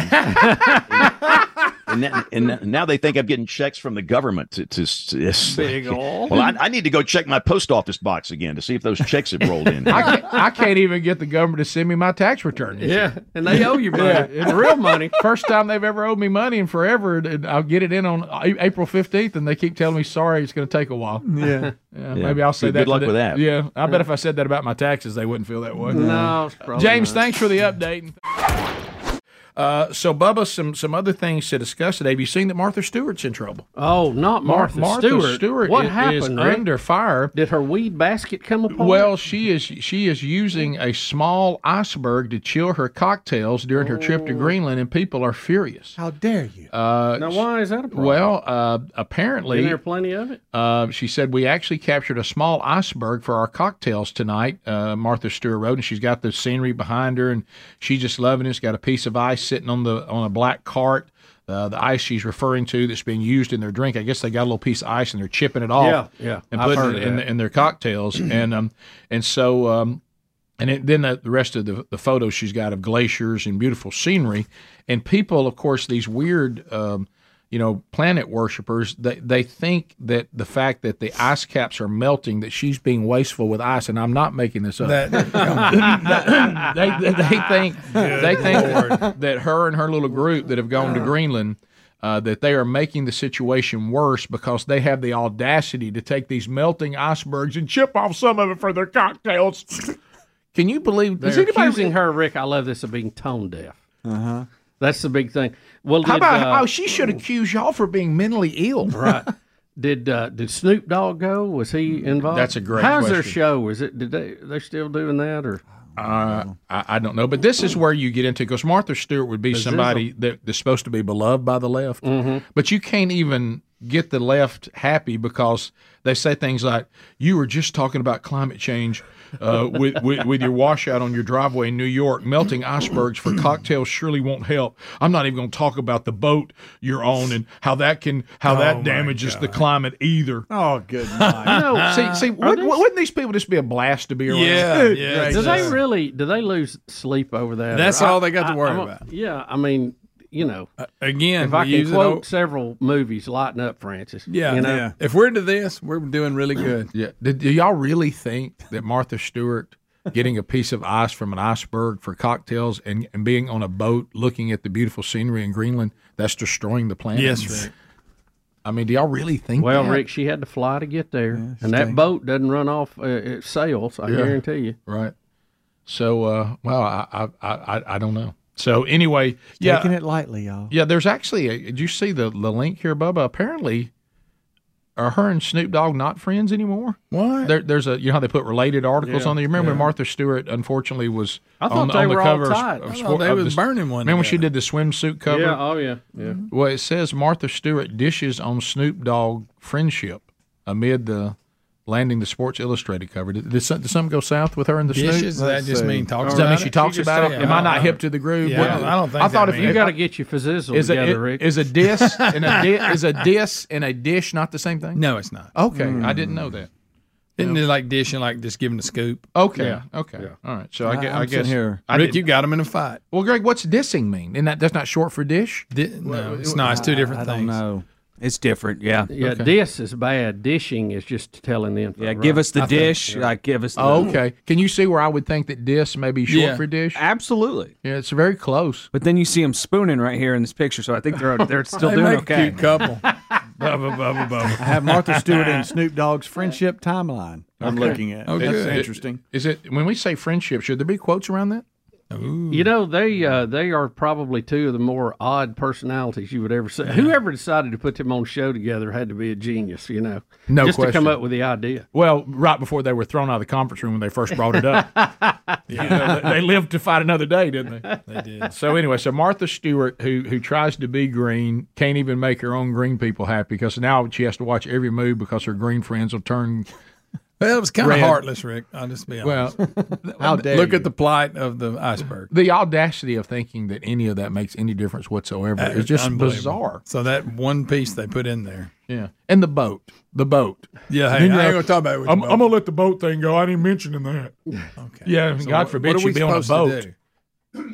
S9: and, then- and, then- now they think I'm getting checks from the government to, to, to big oil. Well, I, I need to go check my post office box again to see if those checks have rolled in.
S1: I can't, I can't even get the government to send me my tax return.
S2: Yeah, and they owe you money,
S1: Yeah.
S2: real money.
S1: First time they've ever owed me money in forever, and I'll get it in on A- April fifteenth, and they keep telling me sorry, it's going to take a while.
S4: Yeah.
S1: Yeah, Maybe I'll say
S9: Good-
S1: that.
S9: good
S1: to
S9: luck
S1: the-
S9: with that.
S1: Yeah, I bet if I said that about my taxes, they wouldn't feel that way.
S2: No, it's probably
S1: James,
S2: not.
S1: thanks for the update. Uh, so, Bubba, some some other things to discuss today. Have you seen that Martha Stewart's in trouble?
S2: Oh, not Martha, Stewart. What
S1: is-
S2: happened?
S1: is
S2: Rick?
S1: under fire.
S2: Did her weed basket come apart?
S1: Well, she is she is using a small iceberg to chill her cocktails during her trip
S2: Oh.
S1: to Greenland, and people are furious.
S4: How dare you?
S2: now why is that a problem?
S1: Uh, Well, uh,
S2: Isn't
S1: apparently,
S2: there plenty of it?
S1: uh, she said we actually captured a small iceberg for our cocktails tonight. Uh, Martha Stewart Road, and she's got the scenery behind her, and she's just loving it. She's got a piece of ice sitting on the on a black cart. Uh, the ice she's referring to that's being used in their drink. I guess they got a little piece of ice and they're chipping it off
S2: yeah.
S1: and
S2: I've
S1: putting
S2: heard
S1: it
S2: of
S1: in,
S2: that.
S1: in their cocktails. and um, and so um, And it, then the, the rest of the, the photos she's got of glaciers and beautiful scenery. And people, of course, these weird, um, you know, planet worshippers, they, they think that the fact that the ice caps are melting, that she's being wasteful with ice. And I'm not making this up.
S5: That-
S1: they, they, they think they think that, that her and her little group that have gone to Greenland. Uh, that they are making the situation worse because they have the audacity to take these melting icebergs and chip off some of it for their cocktails. Can you believe?
S2: They're
S1: Does anybody? Uh-huh.
S2: accusing her, Rick. I love this of being tone deaf. Uh huh. That's the big thing. Well, did,
S1: How about?
S2: uh,
S1: oh, she should accuse y'all for being mentally ill. Right.
S2: did uh, did Snoop Dogg go? Was he involved?
S1: That's a great
S2: How's their
S1: question.
S2: show? Is it? Did they? They're still doing that or?
S1: Uh, I, I don't know, but this is where you get into because Martha Stewart would be somebody that, that's supposed to be beloved by the left,
S5: Mm-hmm.
S1: but you can't even get the left happy because they say things like, "You were just talking about climate change uh, with, with with your washout on your driveway in New York, melting icebergs for cocktails surely won't help." I'm not even going to talk about the boat you're on and how that can how
S5: Oh
S1: that damages the climate either.
S4: Oh, good night.
S2: No.
S1: See, see, would, wouldn't these people just be a blast to be around?
S5: yeah, yeah.
S2: Do they really? Do they lose sleep over that?
S5: That's
S2: Or I-
S5: all they got to
S2: I-
S5: worry
S2: I'm a-
S5: about. Uh,
S2: Yeah, I mean, you know,
S5: Again,
S2: if I
S5: we
S2: can
S5: use it
S2: quote
S5: o-
S2: several movies, lighten up, Francis.
S5: yeah,
S2: you know,
S5: yeah. If we're into this, we're doing really good.
S1: Yeah. Did, do y'all really think that Martha Stewart getting a piece of ice from an iceberg for cocktails and, and being on a boat looking at the beautiful scenery in Greenland, that's destroying the planet?
S5: Rick.
S1: I mean, do y'all really think
S2: Well,
S1: that?
S2: Rick, she had to fly to get there, and that boat doesn't run off uh, it sails. I guarantee you.
S1: Right. So, uh, well, I, I, I, I- I don't know. So, anyway, yeah.
S4: Taking it lightly, y'all.
S1: Yeah, there's actually, a, did you see the, the link here, Bubba? Apparently, are her and Snoop Dogg not friends anymore?
S5: What?
S1: There, there's a you know how they put related articles on there. You remember when Martha Stewart unfortunately was
S2: I
S1: on,
S2: thought
S1: the- on
S2: they
S1: the
S2: were all
S1: cover
S2: tight.
S1: of,
S2: I
S1: of
S5: I
S1: Sport-
S5: thought they
S1: of
S5: was
S1: the,
S5: burning one.
S1: Remember when she
S5: together. Mm-hmm.
S1: did the swimsuit cover?
S2: Yeah. Oh yeah. Yeah.
S1: Well, it says Martha Stewart dishes on Snoop Dogg friendship amid the landing the Sports Illustrated cover. Did, did, some, did something go south with her and the
S5: Dishes?
S1: Snoop?
S5: That just
S4: see.
S5: mean talks
S1: Does that
S5: about
S1: mean
S5: it?
S1: she talks
S5: just
S1: about it?
S5: talked-
S1: Am I not
S2: Uh-huh.
S5: yeah.
S1: hip to the groove?
S5: Yeah, I don't- I don't think
S1: I thought if
S5: that means-
S2: You
S1: if-
S2: got to get your physical
S1: is a,
S2: together,
S1: it-
S2: Rick.
S1: is a diss and a di- is a diss and a dish not the same thing?
S5: No, it's not.
S1: Okay,
S4: Hmm.
S1: I didn't know that.
S5: Isn't it like dishing, like just giving the scoop?
S1: Okay, okay, all right. So I,
S4: I-
S1: gue-
S4: I'm
S1: I
S4: sitting
S1: guess
S4: here.
S1: I
S5: Rick,
S1: didn't-
S5: you got them in a fight.
S1: Well, Greg, what's dissing mean? And that that's not short for dish.
S5: Di- no, it's not. It's two different
S4: I
S5: things.
S4: don't know.
S6: It's different. Yeah.
S2: yeah. Diss is bad. Dishing is just telling the info.
S6: Yeah. Give us the dish. Like give us. The,
S1: Oh,
S5: Oh,
S1: okay. Can you see where I would think that diss may be short
S5: Yeah.
S1: for dish?
S6: Absolutely.
S1: Yeah, it's very close.
S6: But then you see them spooning right here in this picture, so I think they're they're still
S5: They
S6: doing
S5: make a
S6: okay.
S5: cute couple. bubba, bubba,
S4: I
S5: bubba.
S4: have Martha Stewart and Snoop Dogg's friendship timeline. I'm looking at.
S5: Oh,
S4: That's
S5: good.
S4: interesting.
S1: Is it when we say friendship? Should there be quotes around that?
S2: You know they uh, they are probably two of the more odd personalities you would ever see. Whoever decided to put them on show together had to be a genius. You know,
S1: No
S2: just to
S1: question.
S2: come up with the idea.
S1: Well, right before they were thrown out of the conference room when they first brought it up, You know, they, they lived to fight another day, didn't they?
S5: They did.
S1: So anyway, so Martha Stewart, who who tries to be green, can't even make her own green people happy because now she has to watch every move because her green friends will turn.
S5: Well, it was kind of
S1: Red.
S5: heartless, Rick. I'll just be honest.
S1: Well,
S4: How dare
S5: Look
S4: you.
S5: at the plight of the iceberg.
S1: the audacity of thinking that any of that makes any difference whatsoever is just
S5: Unbelievable.
S1: bizarre.
S5: So that one piece they put in there.
S1: Yeah, and the boat, the boat.
S5: Yeah, hey, I ain't gonna talk about it. With
S1: I'm,
S5: you,
S1: I'm gonna let the boat thing go. I ain't mentioning that.
S5: Okay.
S1: Yeah,
S5: So
S1: God
S5: what-
S1: forbid
S5: what are
S1: she'd
S5: we
S1: be on a
S5: supposed to
S1: boat.
S5: do?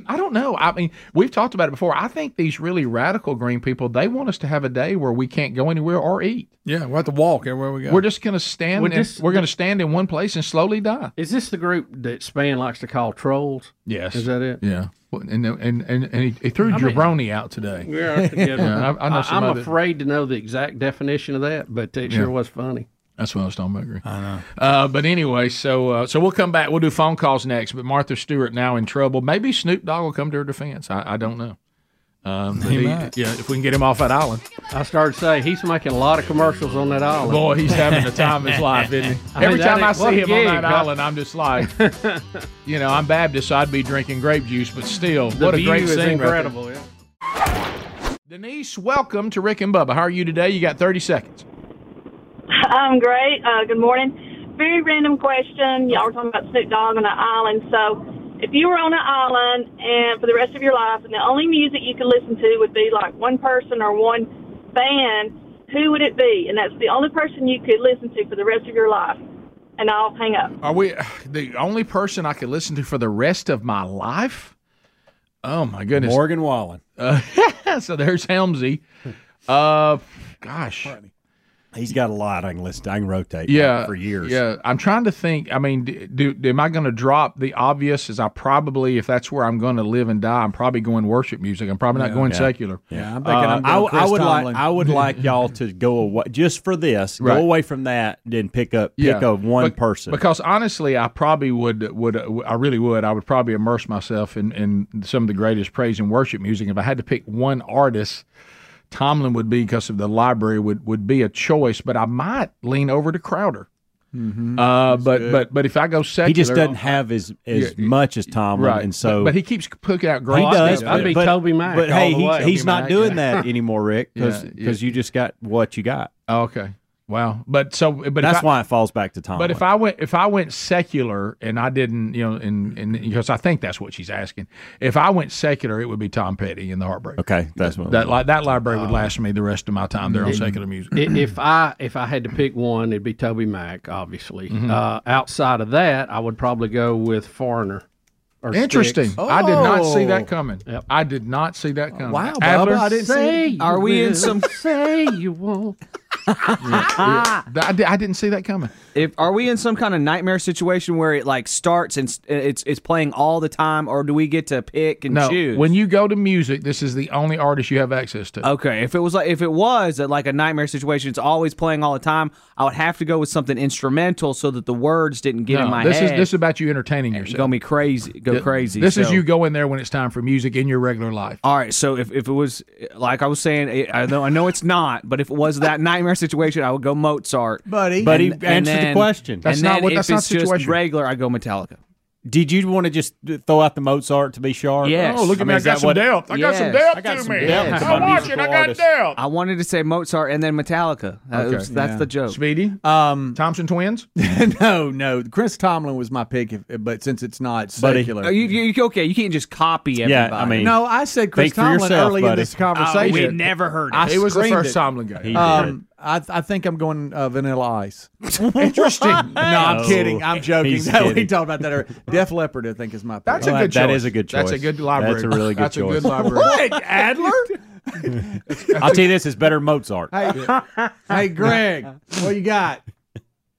S1: I don't know. I mean, we've talked about it before. I think these really radical green people they want us to have a day where we can't go anywhere or eat.
S5: Yeah, we'll have to walk everywhere we go.
S1: We're just gonna stand.
S2: Well,
S1: and-
S2: this-
S1: we're gonna stand in one place and slowly die.
S2: Is this the group that Span likes to call trolls?
S1: Yes.
S2: Is that it?
S1: Yeah. Well, And and and, and he, he threw jabroni out today.
S2: Yeah,
S1: Yeah, I- I know some
S2: am
S1: other-
S2: afraid to know the exact definition of that, but it sure was funny.
S1: That's what I was talking about. Greg. I know. Uh, but anyway, so uh, so we'll come back. We'll do phone calls next. But Martha Stewart now in trouble. Maybe Snoop Dogg will come to her defense. I, I don't know. Um, but he-
S5: might.
S1: yeah, if we can get him off that island,
S2: I started to say he's making a lot of commercials on that island.
S1: boy, he's having the time of his life, isn't he?
S2: mean,
S1: Every
S2: that
S1: time I
S2: is- what
S1: see
S2: a
S1: him on
S2: gig,
S1: that
S2: huh?
S1: island, I'm just like, you know, I'm Baptist, so I'd be drinking grape juice. But still,
S2: the
S1: what a
S2: view
S1: great
S2: is
S1: scene! right there.
S2: incredible. yeah.
S1: Denise, welcome to Rick and Bubba. How are you today? You got 30 seconds.
S10: I'm great. Uh, good morning. Very random question. Y'all were talking about Snoop Dogg on an island. So, if you were on an island and for the rest of your life, and the only music you could listen to would be like one person or one band, who would it be? And that's the only person you could listen to for the rest of your life. and I'll hang up.
S1: Are we the only person I could listen to for the rest of my life? Oh my goodness,
S5: Morgan Wallen.
S1: Uh, so there's Helmsy. Uh, gosh,
S11: He's got a lot I can listen. To. I can rotate.
S1: yeah,
S11: for years.
S1: Yeah, I'm trying to think. I mean, do, do am I going to drop the obvious? Is I probably if that's where I'm going to live and die, I'm probably going worship music. I'm probably not
S11: Yeah.
S1: going
S11: Yeah.
S1: secular.
S11: Yeah,
S1: Uh,
S11: I'm thinking. I'm
S1: I-
S11: going
S1: I
S11: Chris
S1: would like-
S11: Tomlin. I would like y'all to go away just for this.
S1: Right.
S11: Go away from that. Then pick up pick
S1: Yeah.
S11: up one
S1: Bec-
S11: person.
S1: Because honestly, I probably would would uh, I really would. I would probably immerse myself in in some of the greatest praise and worship music. If I had to pick one artist, Tomlin would be because of the library would would be a choice. But I might lean over to Crowder.
S11: Mm-hmm.
S1: Uh, but
S11: Mm, good.
S1: but but if I go secular,
S11: he just doesn't have as
S1: Yeah,
S11: as much as Tomlin,
S1: right.
S11: and so
S1: but, but he keeps cooking out great.
S11: he does.
S1: stuff.
S11: but- but- But hey, he- he's not doing that anymore, Rick, because
S1: Yeah, Oh,
S11: you just got what you got.
S1: okay. Wow. But so, but if
S11: that's
S1: I-
S11: why it falls back to Tomlin.
S1: But if I went if I went secular and I didn't, you know, and, and because I think that's what she's asking. If I went secular, it would be Tom Petty and the Heartbreak.
S11: okay, that's what
S1: That li- that library would last me the rest of my time there on
S2: It-
S1: secular music.
S2: i- if I if I had to pick one, it'd be Toby Mac, obviously.
S1: Mhm.
S2: Uh, outside of that, I would probably go with Foreigner. or
S1: Interesting.
S2: Styx.
S1: I did not see that coming. I did not see that coming.
S2: Wow, Oh. Bubba,
S1: Adler?
S2: I didn't see Say it. Are you we in will. some- Say you won't.
S11: Ah.
S1: Yeah. I, di- I didn't see that coming.
S12: If are we in some kind of nightmare situation where it like starts and s- uh, it's it's playing all the time, or do we get to pick and
S1: No,
S12: choose?
S1: when you go to music, this is the only artist you have access to.
S12: okay, if it was like if it was uh, like a nightmare situation, it's always playing all the time. I would have to go with something instrumental so that the words didn't get
S1: No,
S12: in my
S1: this
S12: head.
S1: is this is about you entertaining yourself.
S12: gonna be crazy, go
S1: Th-
S12: crazy.
S1: This is
S12: so-
S1: you go in there when it's time for music in your regular life.
S12: All right, so if, if it was like I was saying, it- I know I know it's not, but if it was that nightmare situation, I would go Mozart,
S11: buddy. Buddy, answer the question.
S12: That's not what. That's not
S11: situation.
S12: Just regular, I go Metallica.
S11: Did you want to just throw out the Mozart to be sharp?
S12: Yes.
S11: I mean, is that what-
S12: Yes.
S11: depth among musical artists.
S1: depth.
S12: I wanted to say Mozart and then Metallica. That was- that's the joke.
S1: Speedy,
S4: um,
S1: Thompson twins.
S4: no, no. Chris Tomlin was my pick, if, but since it's not secular,
S12: Oh, you, you- you- okay, you can't just copy everybody. Oh,
S4: no, I said Chris Tomlin early in this conversation.
S12: we never heard it.
S4: I
S12: It was the
S4: screamed
S12: first
S4: it.
S12: Tomlin guy. He did.
S4: Um, I, I think I'm going uh, Vanilla Ice.
S1: Interesting.
S4: no, I'm
S11: No.
S4: kidding. I'm joking.
S11: He's
S4: We
S11: kidding.
S4: talked about that. Earlier. Def Leppard, I think, is my. Pick.
S1: That's a good
S11: That
S1: choice.
S11: is a good
S1: That's
S11: choice.
S1: a good library.
S11: That's a really good
S1: That's a good
S11: choice.
S1: library.
S4: What Adler?
S11: I'll tell you this: it's better than Mozart.
S4: hey, hey, Greg, what you got?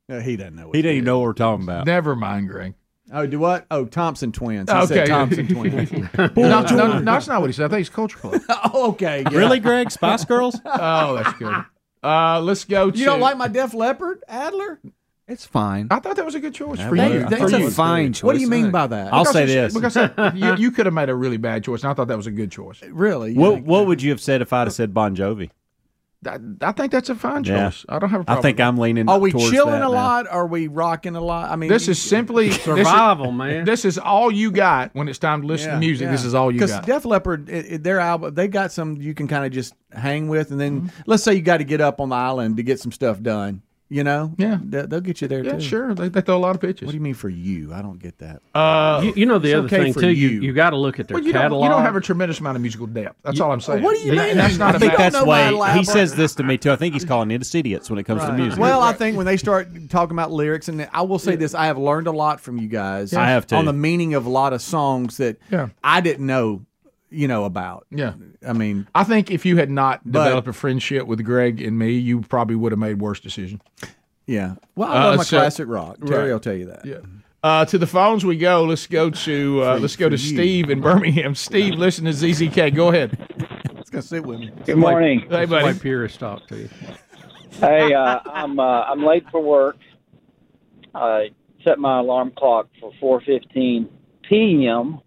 S4: No, he doesn't know.
S11: He didn't even know what we're talking about.
S1: Never mind, Greg.
S4: Oh, do what? Oh, Thompson twins. He said Thompson twins.
S1: no, no, no, that's not what he said. I think he's culture club.
S4: oh, okay. yeah.
S1: Really,
S11: Uh, Greg? Spice Girls?
S1: oh, that's good. Uh, let's go.
S4: You
S1: to,
S4: don't like my Def Leppard, Adler?
S12: It's fine.
S1: I thought that was a good choice
S4: That
S1: for
S4: was-
S1: you.
S4: that's
S1: For
S4: a
S1: you.
S4: fine What do you choice. mean by that?
S11: I'll
S1: Because
S11: say
S1: it's-
S11: this.
S1: because I- you, you could have made a really bad choice, and I thought that was a good choice.
S4: Really?
S11: What What would you have said if I'd have said Bon Jovi?
S1: I, I think that's a fine
S11: Yeah.
S1: choice. I don't have a
S11: I
S1: problem.
S11: think I'm leaning.
S1: Oh,
S4: Are we
S11: towards
S4: chilling
S11: that
S4: a
S11: now.
S4: lot? Are we rocking a lot? I mean,
S1: This is simply
S4: Survival,
S1: this is,
S4: man.
S1: This is all you got when it's time to listen to music. This is all you
S4: Because
S1: got.
S4: Def Leppard, it, it- their album, they got some you can kind of just hang with, and then
S1: Mm-hmm.
S4: let's say you got to get up on the island to get some stuff done. You know, yeah, they, will get you there.
S1: Yeah,
S4: too.
S1: sure. They, they throw a lot of pitches. What do
S4: you mean for you? I don't get that.
S1: Uh,
S2: you, you know the
S1: it's
S2: other
S1: okay
S2: thing
S1: for
S2: too. You
S1: you.
S2: you, got to look at their
S1: Well, you don't,
S2: catalog.
S1: you don't have a tremendous amount of musical depth. That's all I'm saying.
S4: what do you
S1: And
S4: mean?
S1: That's not
S11: I think
S1: about-
S11: that's why he
S4: elaborate-
S11: says this to me too. I think he's calling idiots idiots when it comes to music.
S4: Well, I think when they start talking about lyrics, and I will say this, I have learned a lot from you guys.
S11: Yeah. I have too.
S4: on the meaning of a lot of songs that
S1: Yeah.
S4: I didn't know, you know about.
S1: Yeah.
S4: I mean,
S1: I think if you had not
S4: But-
S1: developed a friendship with Greg and me, you probably would have made worse decisions.
S4: yeah. Well, I love
S1: Uh,
S4: my
S1: so-
S4: classic rock. Terry
S1: Right.
S4: will tell you that.
S1: Yeah. Uh, to the phones we go. Let's go to uh, let's go to Steve in Birmingham. Steve, listen to ZZK. Go ahead.
S4: It's gonna sit with me.
S13: Good morning.
S1: Hey, buddy.
S2: My purist talk to you.
S13: Hey, uh, I'm uh, I'm late for work. I set my alarm clock for 4:15 p.m.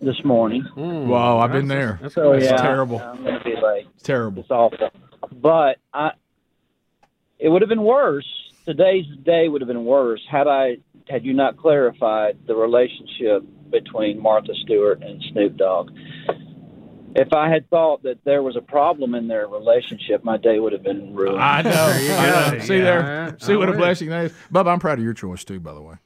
S13: this morning.
S14: Hmm.
S1: Wow, I've been there. Hmm. That's,
S13: So, yeah,
S1: terrible.
S13: I'm gonna be late.
S1: It's terrible.
S13: It's awful. But I, it would have been worse. Today's day would have been worse had I had you not clarified the relationship between Martha Stewart and Snoop Dogg. If I had thought that there was a problem in their relationship, my day would have been ruined.
S1: I know. I know. See
S2: Yeah,
S1: there. See
S2: I
S1: what a
S2: would.
S1: blessing that is. Bubba, I'm proud of your choice too. By the way,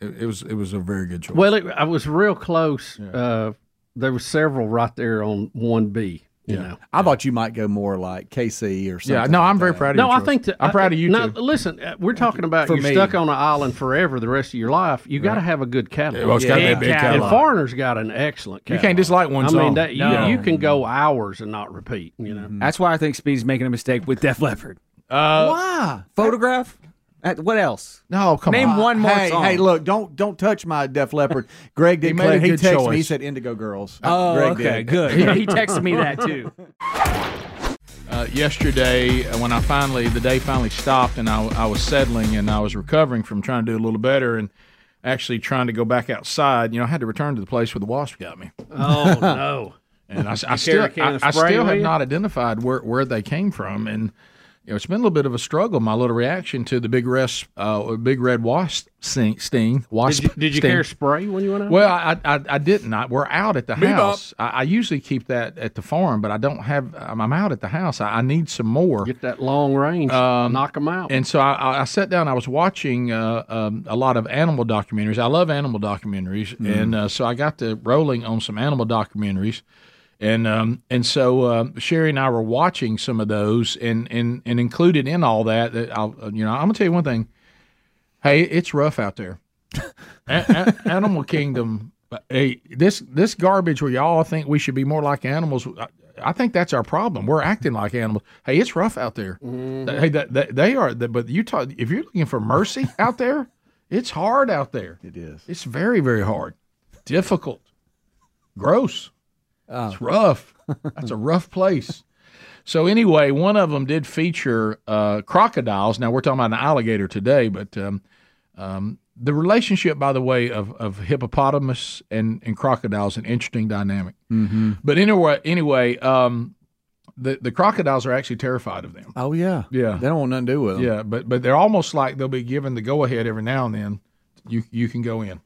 S1: it, it was it was a very good choice.
S2: Well, it, I was real close. Uh, there were several right there on one B
S4: You know, I thought you might go more like KC or something.
S1: Yeah, no, I'm very proud of
S4: no,
S1: you.
S4: I
S1: Troy.
S4: think that-
S1: I'm
S4: I-
S1: proud of you.
S2: Now,
S1: too.
S2: listen, uh, we're talking about
S1: For
S2: you're
S1: me.
S2: stuck on an island forever the rest of your life. You got to
S1: Right.
S2: have a good catalog.
S1: Yeah, well, it's gotta be a big
S2: And
S1: catalog.
S2: Foreigner's got an excellent
S1: You
S2: catalog.
S1: can't dislike one
S2: I mean,
S1: song.
S2: that, you,
S1: No.
S2: you can go
S4: Mm-hmm.
S2: hours and not repeat, you know.
S12: That's why I think Speed's making a mistake with Def Leppard.
S1: Uh,
S4: Why?
S12: Photograph? At- what else?
S4: No,
S12: come Name on. one more
S4: hey,
S12: song.
S4: Hey, look, don't don't touch my Def Leppard. Greg did.
S12: He
S4: He,
S12: made a
S4: he
S12: good
S4: texted me. He
S12: choice.
S4: said Indigo Girls.
S12: Oh,
S4: Greg
S12: okay,
S4: did.
S12: good. Yeah, he texted me that, too.
S1: uh, yesterday uh, when I finally the day finally stopped and I, I was settling and I was recovering from trying to do a little better and actually trying to go back outside. You know, I had to return to the place where the wasp got me.
S2: Oh, no.
S1: And I,
S2: You
S1: I
S2: carry
S1: still,
S2: a can
S1: I,
S2: of
S1: I
S2: spray
S1: still
S2: with
S1: have
S2: you?
S1: not identified where, where they came from, and you know it's been a little bit of a struggle. My little reaction to the big rest, uh, big red wasp sting, sting wasp.
S2: Did you, did you
S1: sting.
S2: carry spray when you went out?
S1: Well, I, I I didn't. I, we're out at the
S2: Bebop.
S1: house. I, I usually keep that at the farm, but I don't have. I'm, I'm out at the house. I, I need some more. Get
S2: that long range.
S1: um,
S2: knock them out.
S1: And so I- I, I sat down. I was watching uh, um, a lot of animal documentaries. I love animal documentaries,
S2: Mm-hmm.
S5: Mm.
S1: and uh, so I got to rolling on some animal documentaries. And um, and so um, Sherry and I were watching some of those, and and and included in all that, that I'll you know I'm gonna tell you one thing. Hey, it's rough out there. a- a- animal kingdom. Hey, this this garbage where y'all think we should be more like animals. I, I think that's our problem. We're acting like animals. Hey, it's rough out there. Hey, that, that, they are. That, but you talk if you're looking for mercy out there, it's hard out there. It is. It's very very hard, difficult, gross. It's rough. That's a rough place. So anyway, one of them did feature uh, crocodiles. Now we're talking about an alligator today, but um, um, the relationship, by the way, of, of hippopotamus and, and crocodiles, an interesting dynamic.
S4: Mm-hmm.
S1: But anyway, anyway, um, the the crocodiles are actually terrified of them.
S4: Oh yeah.
S1: Yeah,
S4: They don't want nothing to do with them.
S1: yeah, but but they're almost like they'll be given the go ahead every now and then. You you can go in.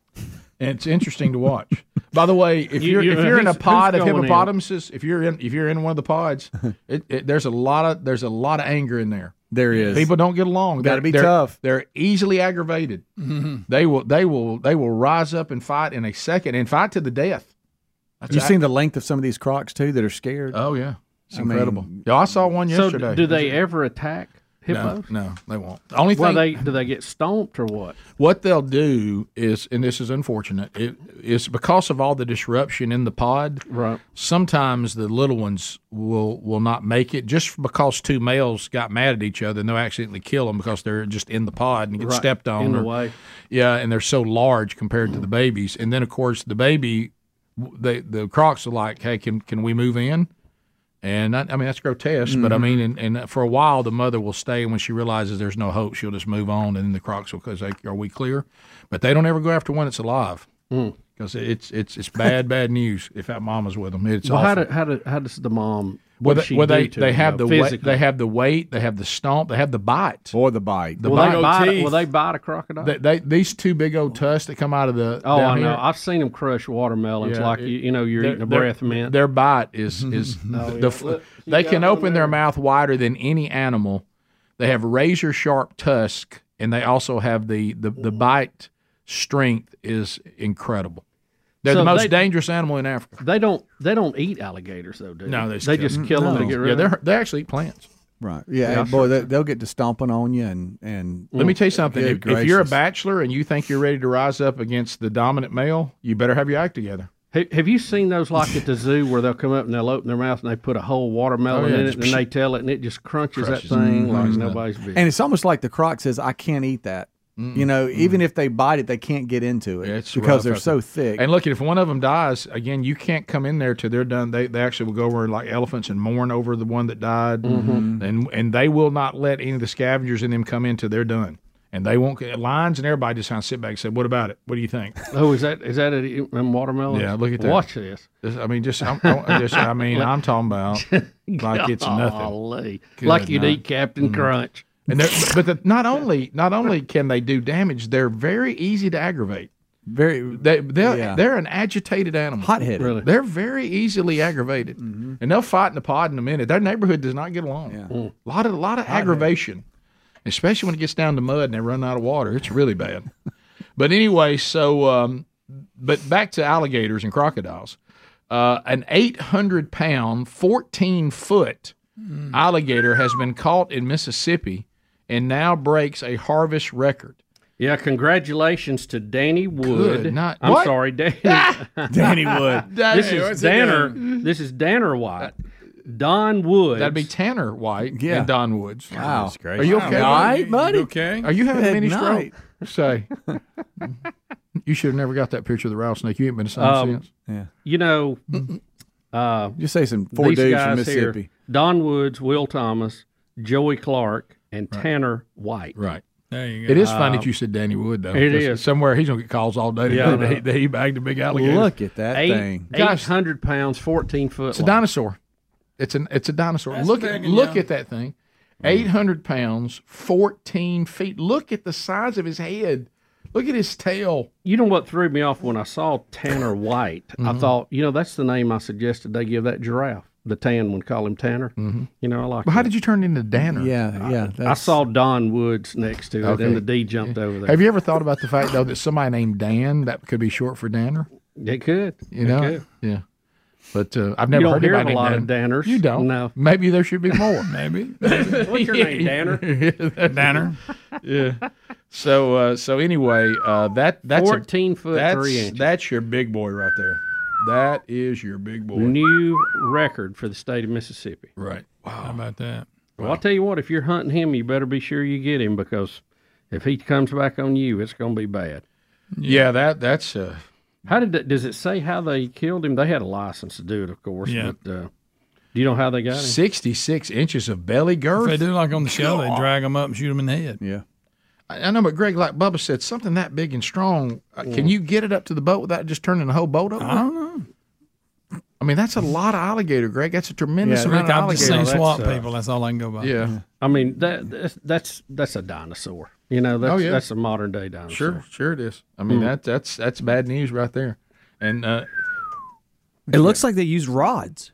S1: And it's interesting to watch. By the way, if
S5: You-
S1: you're
S5: you-
S1: if you're in a
S5: who's-
S1: pod
S5: who's
S1: of
S5: going in?
S1: hippopotamuses, if you're in if you're in one of the pods, it, it, there's a lot of there's a lot of anger in there.
S4: There is.
S1: People don't get along.
S4: Gotta
S1: They're-
S4: be
S1: they're- Mm-hmm.
S4: tough.
S1: They're easily aggravated.
S5: Mhm.
S1: They will they will they will rise up and fight in a second and fight to the death. That's
S4: You've
S1: right.
S4: seen the length of some of these crocs too that are scared.
S1: Oh yeah, it's
S4: I mean-
S1: incredible. yeah, I saw one
S2: So
S1: yesterday.
S2: do they ever attack
S1: No,
S2: hippos?
S1: no, they won't. The only
S2: Well,
S1: thing
S2: they do they get stomped or what?
S1: What they'll do is, and this is unfortunate, it is because of all the disruption in the pod.
S2: Right.
S1: Sometimes the little ones will will not make it just because two males got mad at each other and they'll accidentally kill them because they're just in the pod and get
S2: Right.
S1: stepped on
S2: In the
S1: or-
S2: way.
S1: Yeah, and they're so large compared to the babies. And then of course the baby, the the crocs are like, hey, can can we move in? And I, I mean that's grotesque, but I
S2: Mm-hmm.
S5: Mhm.
S1: mean, and, and for a while the mother will stay, and when she realizes there's no hope, she'll just move on, and then the crocs will because they are we clear, but they don't ever go after one that's alive
S2: Mm.
S1: because it's it's it's bad bad news if that mama's with them. It's
S2: well,
S1: awful.
S2: how, do, how, do, how does the mom? What
S1: Well,
S2: does
S1: they,
S2: she
S1: well,
S2: do
S1: they,
S2: to
S1: they
S2: them,
S1: have
S2: though,
S1: the weight,
S2: physically?
S1: they have the weight, they have the stomp, they have the bite,
S4: or the bite.
S1: The
S2: Will they
S1: bite.
S2: bite- will they bite a crocodile?
S1: They, they- these two big old tusks that come out of the.
S2: Oh,
S1: down
S2: I know.
S1: here,
S2: I've seen them crush watermelons
S1: Yeah,
S2: like
S1: it-
S2: you, you know you're
S1: their-
S2: eating a
S1: their-
S2: breath mint.
S1: Their bite is is
S2: Oh,
S1: the,
S2: yeah.
S1: the f-
S2: Look, you
S1: they
S2: got
S1: can
S2: one
S1: open their mouth wider than any animal. They have razor sharp tusk, and they also have the the, the bite strength is incredible. They're
S2: So
S1: the most
S2: they-
S1: dangerous animal in Africa.
S2: They don't they don't eat alligators though, do they?
S1: No, they just
S2: they
S1: kill
S2: just Mm,
S1: them.
S2: kill them to
S1: No.
S2: get rid
S1: Yeah,
S2: of.
S1: they're- they actually eat plants.
S4: Right. Yeah.
S1: Yeah,
S4: hey, boy, they, they'll get to stomping on you and and.
S1: Let me tell you something.
S4: Good
S1: If, if you're a
S4: gracious.
S1: bachelor and you think you're ready to rise up against the dominant male, you better have your act together.
S2: Ha- Have you seen those like at the zoo where they'll come up and they'll open their mouth and they put a whole watermelon
S1: Oh, yeah,
S2: in it
S1: just
S2: and they tell it and it just crunches,
S1: Crunches it.
S2: that thing like
S1: Mhm.
S2: nobody's business.
S4: And it's almost like the croc says, "I can't eat that." You know, even if they bite it, they can't get into it
S1: rough
S4: because they're
S1: out
S4: so
S1: there.
S4: thick.
S1: And look, if one of them dies, again, you can't come in there till they're done. They, they actually will go over like elephants and mourn over the one that died,
S2: Mm-hmm.
S1: Mm-hmm.
S5: Mhm.
S1: and and they will not let any of the scavengers in them come in till they're done. And they won't get lions and everybody just kind of sit back and say, "What about it? What do you think?"
S2: Oh, is that is that a, in watermelon?
S1: Yeah, look at that.
S2: Oh, Watch this.
S1: This- I mean, just I'm, I, just, I mean, I'm talking about like it's nothing,
S2: Golly. Like you'd
S1: night.
S2: eat Captain
S1: Mhm.
S2: Crunch.
S1: And they're, but the, not only not only can they do damage, they're very easy to aggravate.
S4: Very
S1: they they're,
S5: yeah.
S1: they're an agitated animal.
S4: Hot-headed. Really?
S1: They're very easily aggravated, and they'll fight in the pod in a minute. Their neighborhood does not get along. A lot of a lot of aggravation, especially when it gets down to mud and they run out of water. It's really bad. but anyway, so um, but back to alligators and crocodiles. Uh, an 800 pound, 14 foot alligator has been caught in Mississippi and now breaks a harvest record.
S2: Yeah, congratulations to Danny Wood.
S1: Good night.
S2: I'm
S1: What?
S2: sorry, Danny.
S1: Danny Wood.
S2: this
S1: Danny,
S2: is
S1: what's he
S2: Danner. This is Danner White. Don Woods.
S1: That'd be Tanner White
S2: Yeah.
S1: and Don Woods.
S2: Wow.
S1: Are you okay? buddy?
S4: buddy?
S5: okay?
S1: Are you having a
S5: Good
S1: mini
S5: night.
S1: stroke? Say. you should have never got that picture of the rattlesnake. You ain't been the same
S2: Um,
S1: since.
S2: You know, uh,
S4: Just say some four
S2: these
S4: dudes from
S2: guys here,
S4: Mississippi.
S2: Don Woods, Will Thomas, Joey Clark, and Tanner White. Uh,
S1: Right.
S5: There you
S1: It is funny that you said Danny Wood though.
S2: It
S1: That's-
S2: is.
S1: somewhere he's gonna get calls all day.
S2: Yeah, I
S1: Yeah,
S2: know.
S1: he, he bagged a big alligator.
S4: Look at that
S2: Eight-
S4: thing.
S1: Gosh.
S2: 800 pounds, 14 foot.
S1: It's a
S2: long.
S1: dinosaur. It's an it's a dinosaur.
S2: That's
S1: look
S2: big
S1: at
S2: and
S1: look
S2: young.
S1: at that thing. Eight hundred pounds, fourteen feet. Look at the size of his head. Look at his tail.
S2: You know what threw me off when I saw Tanner White? I
S1: Mhm.
S2: thought, you know, that's the name I suggested they give that giraffe. The tan one, call him Tanner. Mm-hmm. You know, I like.
S1: But how
S2: that.
S1: did you turn into Danner?
S4: Yeah, yeah.
S2: I saw Don Woods next to it,
S1: Okay.
S2: and the D jumped over there.
S1: Have you ever thought about the fact though that somebody named Dan that could be short for Danner?
S2: It could.
S1: You
S2: It
S1: know?
S2: could.
S1: Yeah. But uh, I've never
S2: You don't
S1: heard
S2: hear
S1: anybody
S2: of a lot
S1: named
S2: of
S1: Dan.
S2: Danners.
S1: You don't.
S2: No.
S1: Maybe there should be more.
S5: Maybe.
S2: What's your name, Danner?
S1: Danner. yeah. So uh, so anyway, uh, that that's a-
S2: 14 foot,
S1: that's,
S2: three inches.
S1: That's your big boy right there. That is your big boy.
S2: New record for the state of Mississippi.
S1: Right.
S5: Wow. How about that?
S2: Well, I'll tell you what, if you're hunting him, you better be sure you get him because if he comes back on you, it's going to be bad.
S1: Yeah, that that's uh,
S2: How did that, does it say how they killed him? They had a license to do it, of course.
S1: Yeah.
S2: But uh, do you know how they got him?
S1: sixty six inches of belly girth.
S5: If they do like on the show, they
S1: God.
S5: drag them up and shoot them in the head.
S4: Yeah.
S1: I I know, but Greg, like Bubba said, something that big and strong. uh, Can you get it up to the boat without just turning the whole boat over? I don't know. I mean, that's a lot of alligator, Greg. That's a tremendous
S5: Yeah,
S1: amount
S5: Rick,
S1: of
S5: I've just
S1: alligator. uh,
S5: seen swamp people. That's all I can go by.
S1: Yeah.
S2: I mean that that's that's, that's a dinosaur. You know that's
S1: Oh, yeah.
S2: that's a modern day dinosaur.
S1: Sure, sure it is. I mean,
S2: Mm.
S1: that that's that's bad news right there. And uh,
S12: It looks like they used rods.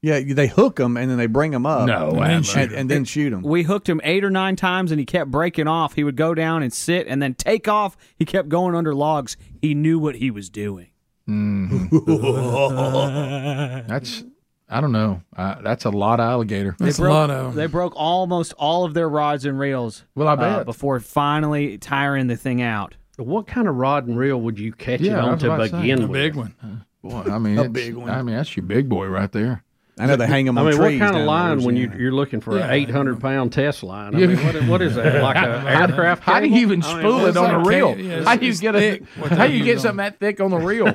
S4: Yeah, they hook them and then they bring them up.
S1: No, And then
S4: Uh, and,
S1: Adler. shoot 'em.
S4: and then shoot them.
S12: We hooked him eight or nine times, and he kept breaking off. He would go down and sit, and then take off. He kept going under logs. He knew what he was doing.
S1: mm. that's I don't know. Uh, that's a lot of alligator.
S12: They broke, They broke almost all of their rods and reels.
S1: Well, I
S12: uh,
S1: bet.
S12: before finally tiring the thing out.
S2: What kind of rod and reel would you catch
S1: Yeah, I
S2: it on
S1: was about
S2: to
S1: to say,
S2: begin
S1: a
S2: with?
S1: big one. Boy, I mean,
S2: A
S1: it's-
S2: big one.
S1: I mean, that's your big boy right there.
S4: I know they hang 'em
S2: I
S4: on
S2: mean, what
S4: trees
S2: kind
S4: down
S2: of
S4: in
S2: line when you,
S4: Louisiana.
S2: you're looking for
S4: Yeah.
S2: an 800 pound test line? I mean, what, what is that? Like an aircraft?
S1: How do
S2: cable?
S1: you even
S2: I mean,
S1: spool
S2: what's
S1: it on
S2: that
S1: a reel?
S2: cable? Yeah,
S1: how
S2: it's-
S1: do you
S2: it's
S1: get a,
S2: thick.
S1: How do you get
S2: on?
S1: something that thick on the reel?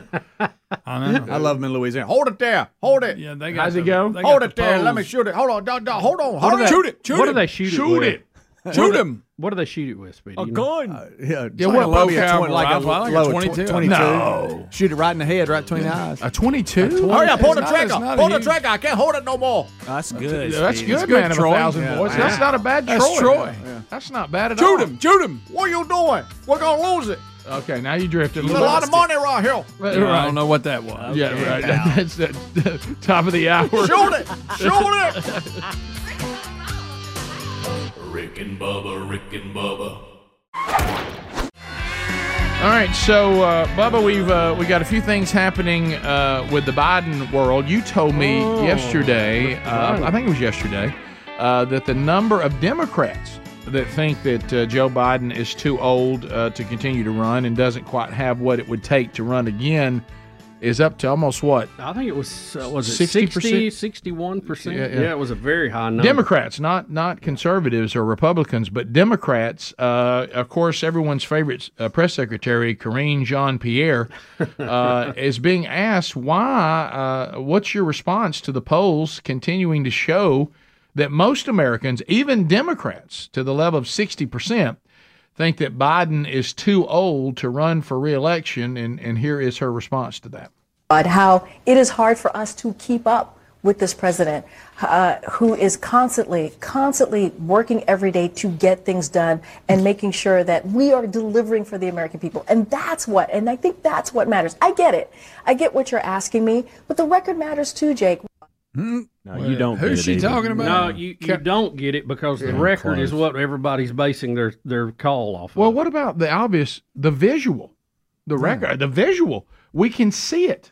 S5: I know.
S4: I love them in Louisiana. Hold it there. Hold it.
S5: Yeah, they
S1: got
S4: How's it
S1: the-
S4: go?
S1: they got
S4: Hold
S1: the
S4: it there. Let me
S1: poles.
S4: shoot it. Hold on. da- da- Hold on.
S2: What
S4: Hold
S2: do
S4: on.
S2: they- What do they shoot? it with?
S4: Shoot
S2: What do-
S4: him.
S2: What do they shoot it with? Speedy? You know?
S4: Uh, yeah, it's
S1: Yeah,
S4: like
S1: what
S4: a probably
S1: low-caliber
S4: twen- like a
S1: rifle? I like a
S4: low-
S1: 22.
S4: 22.
S1: No.
S4: Shoot it right in the head, right between the eyes.
S1: A 22?
S4: Hurry up, pull the
S1: It's not-
S4: trigger.
S1: it's not a
S4: Pull the
S1: huge-
S4: trigger. I can't hold it no more.
S12: That's good.
S1: Yeah, that's
S4: Speedy.
S1: good,
S4: It's
S1: man. Of a
S4: Troy.
S1: thousand
S4: Yeah.
S1: boys.
S4: Wow.
S1: That's not a bad
S4: That's
S1: Troy.
S4: Troy.
S1: Yeah. That's not bad at all.
S4: Shoot him. Shoot him. What are you doing? We're going to lose it.
S1: Okay, now you drifted a
S4: It's a
S1: little.
S4: lot of money right here.
S5: I don't know what that was.
S1: Yeah, right. That's the top of the hour.
S4: Shoot it. Shoot it.
S3: Rick and Bubba, Rick and Bubba.
S1: All right, so uh, Bubba, we've uh, we got a few things happening uh, with the Biden world. You told me
S2: Oh,
S1: yesterday,
S2: with
S1: uh,
S2: Biden.
S1: I think it was yesterday, uh, that the number of Democrats that think that uh, Joe Biden is too old uh, to continue to run and doesn't quite have what it would take to run again is up to almost what
S2: I think it was uh, was it
S1: 60%?
S2: 60 61 percent.
S1: Yeah,
S2: Yeah,
S1: yeah.
S2: it was a very high number.
S1: Democrats, not not conservatives or Republicans, but Democrats. Uh, of course, everyone's favorite uh, press secretary, Karine Jean Pierre, uh, is being asked why. Uh, what's your response to the polls continuing to show that most Americans, even Democrats, to the level of sixty percent, think that Biden is too old to run for reelection? And and here is her response to that.
S15: God, how it is hard for us to keep up with this president uh, who is constantly, constantly working every day to get things done and making sure that we are delivering for the American people. And that's what, and I think that's what matters. I get it. I get what you're asking me, but the record matters too, Jake.
S11: No, you don't. get it either.
S2: No, you, you don't get it because the
S11: Yeah,
S2: record is
S11: close.
S2: what everybody's basing their, their call off of.
S1: Well, what about the obvious, the visual, the record, the visual? We can see it.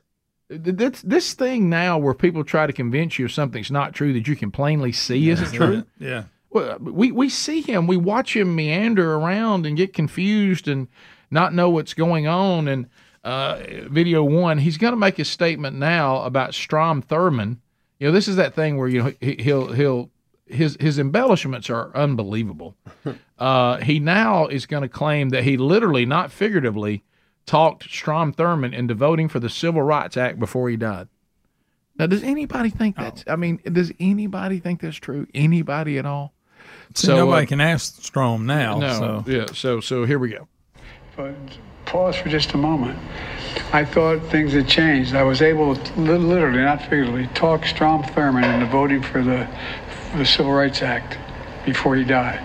S1: th- This this thing now where people try to convince you if something's not true that you can plainly see isn't true.
S5: Yeah.
S1: Well, we we see him, we watch him meander around and get confused and not know what's going on. And uh, video one, he's going to make a statement now about Strom Thurmond. You know, this is that thing where you know he, he'll he'll his his embellishments are unbelievable. Uh, he now is going to claim that he literally, not figuratively, talked Strom Thurmond into voting for the Civil Rights Act before he died. Now, does anybody
S11: Oh.
S1: think that's? I mean, does anybody think that's true? Anybody at all?
S5: See, nobody
S11: uh,
S5: can ask Strom now.
S1: uh, No.
S5: so.
S1: Yeah. So so here we go.
S16: But pause for just a moment. I thought things had changed. I was able to li- literally, not figuratively, talk Strom Thurmond into voting for the, for the Civil Rights Act before he died.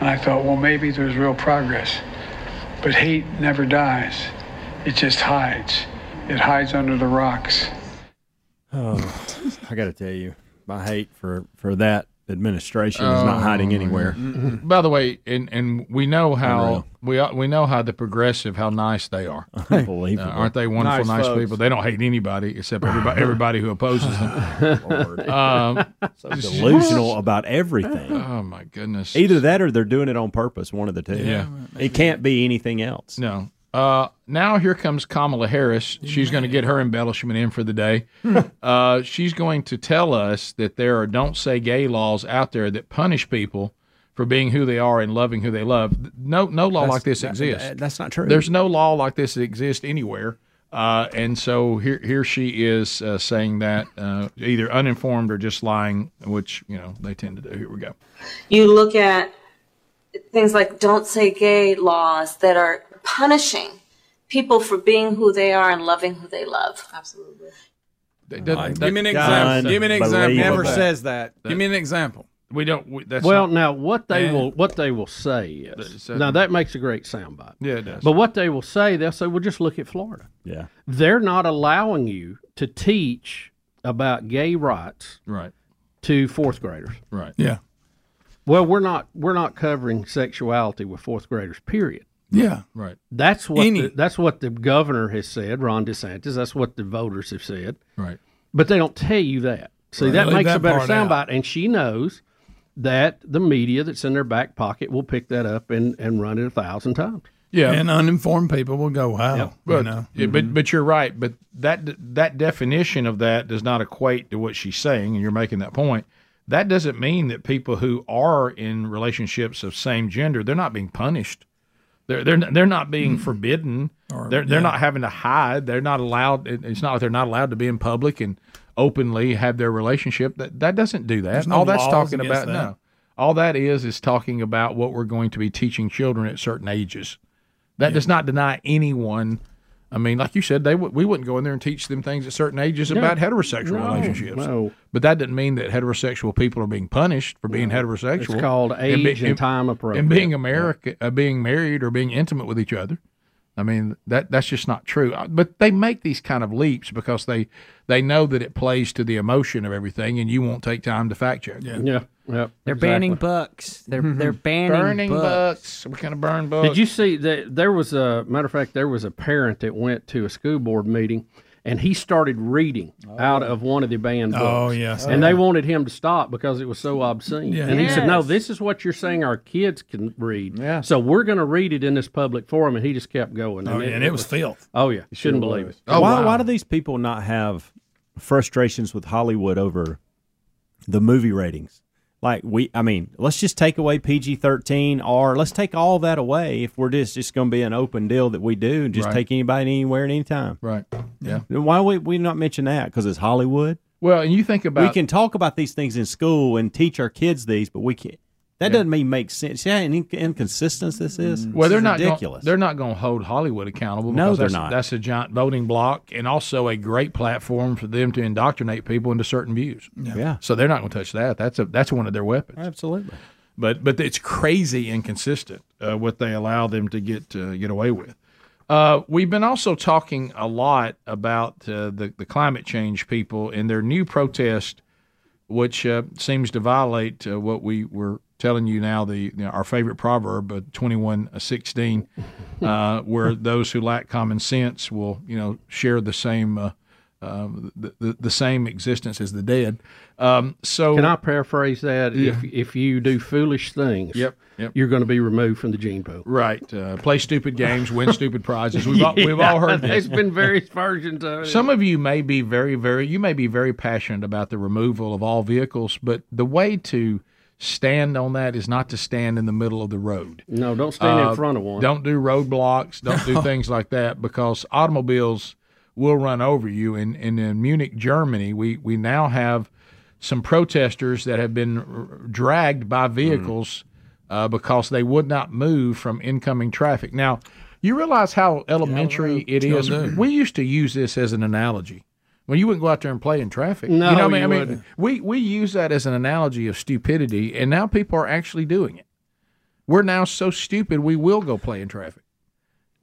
S16: And I thought, well, maybe there's real progress. But hate never dies, it just hides. It hides under the rocks.
S11: Oh, I got to tell you, my hate for for that administration is
S1: Oh,
S11: not hiding anywhere.
S1: Mm-mm. By the way, and and we know how
S11: Unreal.
S1: we uh, we know how the progressive how nice they are.
S11: Unbelievable.
S1: Uh, aren't they wonderful,
S11: Nice
S1: nice,
S11: folks.
S1: people? They don't hate anybody except everybody everybody who opposes them.
S11: Lord. so
S1: it's-
S11: delusional about everything.
S1: Oh my goodness!
S11: Either that or they're doing it on purpose. One of the two.
S1: Yeah.
S11: It can't be anything else.
S1: No. Uh, now here comes Kamala Harris. She's going to get her embellishment in for the day. uh, she's going to tell us that there are don't say gay laws out there that punish people for being who they are and loving who they love. No, no law
S11: That's-
S1: like this
S11: that-
S1: exists.
S11: that- that's not true.
S1: There's no law like this that exists anywhere. Uh, and so here, here she is uh, saying that uh, either uninformed or just lying, which you know they tend to do. Here we go.
S17: you look at things like don't say gay laws that are punishing people for being who they are and loving who they love. Absolutely.
S5: give me an example. Give me an example.
S2: Never
S5: of that.
S2: says that.
S5: Give me an example.
S1: We don't. We, that's
S2: well,
S5: not-
S2: now what they
S5: Yeah.
S2: will what they will say is
S5: uh,
S2: now that makes a great soundbite.
S1: Yeah, it does.
S2: But what they will say, they'll say, "Well, just look at Florida.
S11: Yeah.
S2: They're not allowing you to teach about gay rights,
S1: right,
S2: to fourth graders,
S1: right.
S5: Yeah.
S2: Well, we're not we're not covering sexuality with fourth graders. Period.
S5: Yeah.
S1: Right.
S2: That's what
S5: Any-
S2: the, that's what the governor has said, Ron DeSantis. That's what the voters have said.
S1: Right.
S2: But they don't tell you that. See,
S5: Right.
S2: that
S5: Leave
S2: makes
S5: that
S2: a better
S5: part out.
S2: soundbite, and she knows that the media that's in their back pocket will pick that up and, and run it a thousand times.
S1: Yeah.
S5: And uninformed people will go, wow.
S1: But,
S5: you know.
S1: yeah, but but you're right. But that that definition of that does not equate to what she's saying, and you're making that point. That doesn't mean that people who are in relationships of same gender they're not being punished. They're they're they're not being forbidden. they're they're
S5: Mm-hmm. yeah.
S1: not having to hide. They're not allowed. it- It's not like they're not allowed to be in public and openly have their relationship. That that doesn't do that.
S5: There's no
S1: All that's
S5: laws
S1: talking
S5: against
S1: about
S5: that.
S1: no. All that is is talking about what we're going to be teaching children at certain ages. That does not deny anyone. I mean, like you said, they w- we wouldn't go in there and teach them things at certain ages
S5: No.
S1: about heterosexual
S5: No,
S1: relationships.
S5: no.
S1: But that doesn't mean that heterosexual people are being punished for being heterosexual.
S2: It's called
S1: and be-
S2: age and time appropriate.
S1: And being American, uh, being married or being intimate with each other. I mean, that that's just not true. Uh, But they make these kind of leaps because they they know that it plays to the emotion of everything, and you won't take time to fact check.
S2: Yeah. Yeah. Yep.
S1: Exactly.
S12: They're
S1: Mm-hmm.
S12: banning books. They're they're banning,
S1: Burning
S12: books.
S1: books. We're gonna burn books.
S12: Uh,
S2: Did you see that there was a matter of fact, there was a parent that went to a school board meeting and he started reading out of one of the banned books.
S5: Oh, yes.
S2: And they wanted him to stop because it was so obscene.
S5: Yeah.
S2: And he said, No,
S5: Yes.
S2: this is what you're saying our kids can read. Yeah. So we're gonna read it in this public forum and he just kept going.
S5: Oh, yeah, and it was filth.
S2: Oh yeah.
S11: Sure
S2: Shouldn't believe
S11: was. Oh,
S2: it.
S1: Oh,
S11: why, why do these people not have frustrations with Hollywood over the movie ratings? Like we, I mean, let's just take away PG thirteen, or let's take all that away if we're just just going to be an open deal that we do, and just
S1: Right.
S11: take anybody anywhere at any time.
S1: Right. Yeah.
S11: Why would we not mention that? Because it's Hollywood.
S1: Well, and you think
S11: we
S1: about-
S11: can talk about these things in school and teach our kids these, but we can't. That doesn't mean make sense. Yeah, an inc- inconsistence this is.
S1: Well,
S11: This
S1: they're
S11: is
S1: not
S11: ridiculous.
S1: Gonna, they're not going to hold Hollywood accountable.
S11: No,
S1: because
S11: they're
S1: that's-
S11: not.
S1: That's a giant voting block, and also a great platform for them to indoctrinate people into certain views.
S11: Yeah. Yeah.
S1: So they're not going to touch that. That's a that's one of their weapons.
S11: Absolutely.
S1: But but it's crazy inconsistent uh, what they allow them to get uh, get away with. Uh, we've been also talking a lot about uh, the the climate change people and their new protest which uh, seems to violate uh, what we were telling you now the you know, our favorite proverb uh, 21 uh, 16 uh, where those who lack common sense will you know share the same uh, um, the, the, the same existence as the dead. Um, so
S2: Can I paraphrase that?
S1: Yeah.
S2: If if you do foolish things,
S1: Yep, yep.
S2: you're going to be removed from the gene pool.
S1: Right. Uh, play stupid games, win stupid prizes. We've, all, we've all heard this.
S2: There's been various versions of it.
S1: Some of you may be very, very, you may be very passionate about the removal of all vehicles, but the way to stand on that is not to stand in the middle of the road.
S2: no, don't stand
S1: Uh,
S2: in front of one.
S1: Don't do roadblocks. Don't do things like that because automobiles will run over you. And, and in Munich, Germany, we, we now have some protesters that have been r- dragged
S2: Hmm.
S1: by vehicles uh, because they would not move from incoming traffic. Now, you realize how elementary it
S5: Sure
S1: is.
S5: do.
S1: We used to use this as an analogy. Well, you wouldn't go out there and play in traffic.
S5: No,
S1: you know, what I mean,
S5: you
S1: I mean
S5: wouldn't.
S1: we, we use that as an analogy of stupidity, and now people are actually doing it we're now so stupid we will go play in traffic.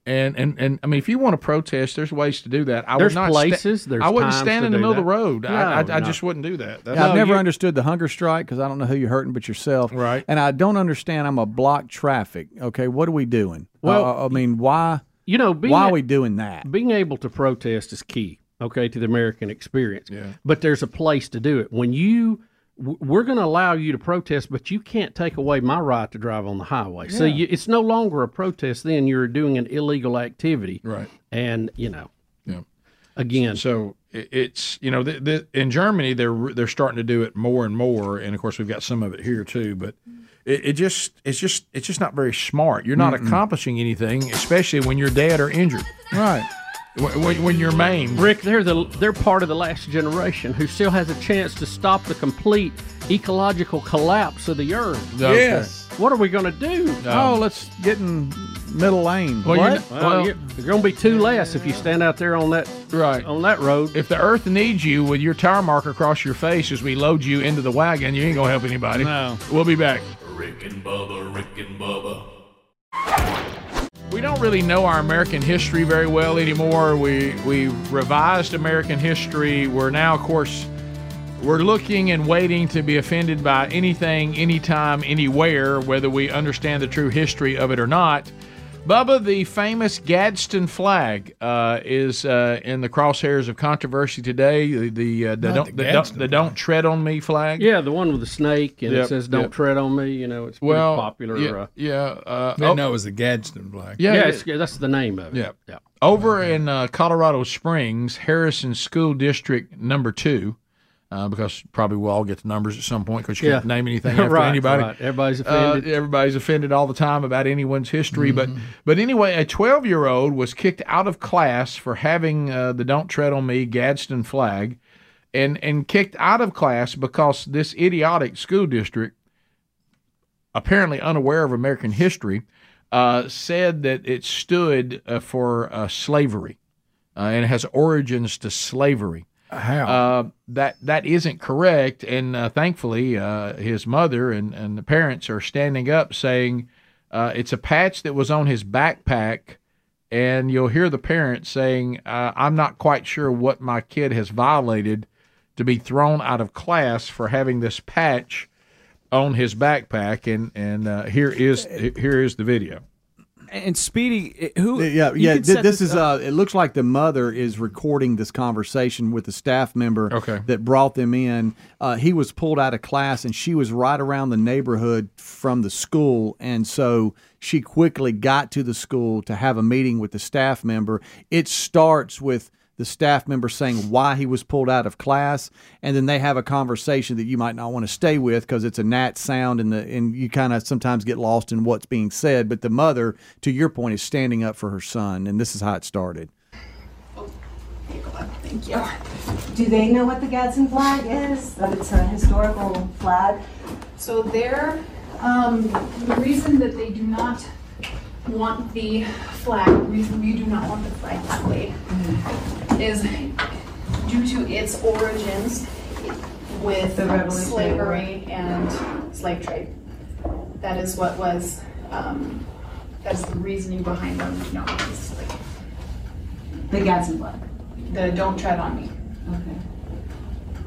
S1: And and and I mean, if you want to protest, there's ways to do that. I
S2: There's
S1: would not
S2: places,
S1: sta-
S2: there's
S1: I wouldn't
S2: times
S1: stand
S2: to
S1: in the
S2: do
S1: middle of
S2: that.
S1: the road. I I,
S2: No,
S1: I
S2: no.
S1: just wouldn't do that.
S4: Yeah, I've never understood the hunger strike because I don't know who you hurt, but yourself. Right. And I don't understand. I'm a block traffic. Okay, what are we doing?
S2: Well,
S4: Uh, I mean, why?
S2: You know,
S4: why
S2: a-
S4: are we doing that?
S2: Being able to protest is key, okay, to the American experience. But there's a place to do it. When you, w- we're going to allow you to protest, but you can't take away my right to drive on the highway. So
S5: Yeah.
S2: you, it's no longer a protest. Then you're doing an illegal activity,
S1: right?
S2: And you know,
S1: Yeah.
S2: Again,
S1: so i- it's you know the, the, in Germany they're they're starting to do it more and more, and of course we've got some of it here too. But it, it just it's just it's just not very smart. You're not
S5: Mm-mm.
S1: accomplishing anything, especially when you're dead or injured. Right. When, when you're maimed.
S2: Rick, they're the they're part of the last generation who still has a chance to stop the complete ecological collapse of the earth.
S1: Okay. Yes.
S2: What are we going to do?
S1: Oh,
S4: let's get in middle lane.
S2: Well,
S1: What?
S2: you're,
S1: Well-
S2: going to be two less if you stand out there on that
S1: right
S2: on that road.
S1: If the Earth needs you with your tire mark across your face as we load you into the wagon, you ain't gonna help anybody. No, we'll be back.
S3: Rick and Bubba, Rick and Bubba.
S1: We don't really know our American history very well anymore. We we revised American history. We're now, of course, we're looking and waiting to be offended by anything, anytime, anywhere, whether we understand the true history of it or not. Bubba, the famous Gadsden flag uh, is uh, in the crosshairs of controversy today. The the, uh, the,
S2: Not
S1: don't,
S2: the
S1: the, don't,
S2: Gadsden
S1: the don't tread on me flag.
S2: Yeah, the one with the snake and
S1: Yep,
S2: it says "Don't
S1: yep.
S2: tread on me." You know, it's pretty
S1: Well,
S2: popular.
S1: yeah,
S2: uh,
S1: yeah. Uh,
S5: Didn't know
S1: oh.
S5: it was the Gadsden Black.
S1: Yeah,
S2: yeah,
S1: it
S2: it's, that's the name of it.
S1: Yeah. Over in uh, Colorado Springs, Harrison School District Number Two, uh, because probably we'll all get the numbers at some point because you can't
S2: Yeah.
S1: name anything after
S2: Right,
S1: anybody.
S2: right. Everybody's
S1: Uh,
S2: offended.
S1: everybody's offended all the time about anyone's history. But but anyway, a 12 year old was kicked out of class for having uh, the "Don't Tread on Me" Gadsden flag, and and kicked out of class because this idiotic school district apparently unaware of American history, uh, said that it stood uh, for uh, slavery uh, and it has origins to slavery.
S5: How?
S1: Uh, that that isn't correct, and uh, thankfully, uh, his mother and, and the parents are standing up, saying uh, it's a patch that was on his backpack, and you'll hear the parents saying, uh, "I'm not quite sure what my kid has violated to be thrown out of class for having this patch on his backpack." And and uh, here is here is the video.
S12: And Speedy, who?
S4: Yeah,
S12: you
S4: yeah.
S12: could
S4: thi-
S12: set
S4: this, is.
S12: up.
S4: Uh, it looks like the mother is recording this conversation with the staff member that brought them in. Uh, he was pulled out of class, and she was right around the neighborhood from the school, and so she quickly got to the school to have a meeting with the staff member. It starts with the staff member saying why he was pulled out of class, and then they have a conversation that you might not want to stay with because it's a gnat sound, and the and you kind of sometimes get lost in what's being said. But the mother, to your point, is standing up for her son, and this is how it started.
S18: Thank you. Do they know what the Gadsden flag is? That it's a historical flag?
S19: So there, um, the reason that they do not want the flag, the reason we do not want the flag displayed is due to its origins with
S18: The Revolutionary
S19: slavery and slave trade. That is what was, um, that's the reasoning behind them, you know, it's like
S18: The Gadsden flag,
S19: the don't tread on me.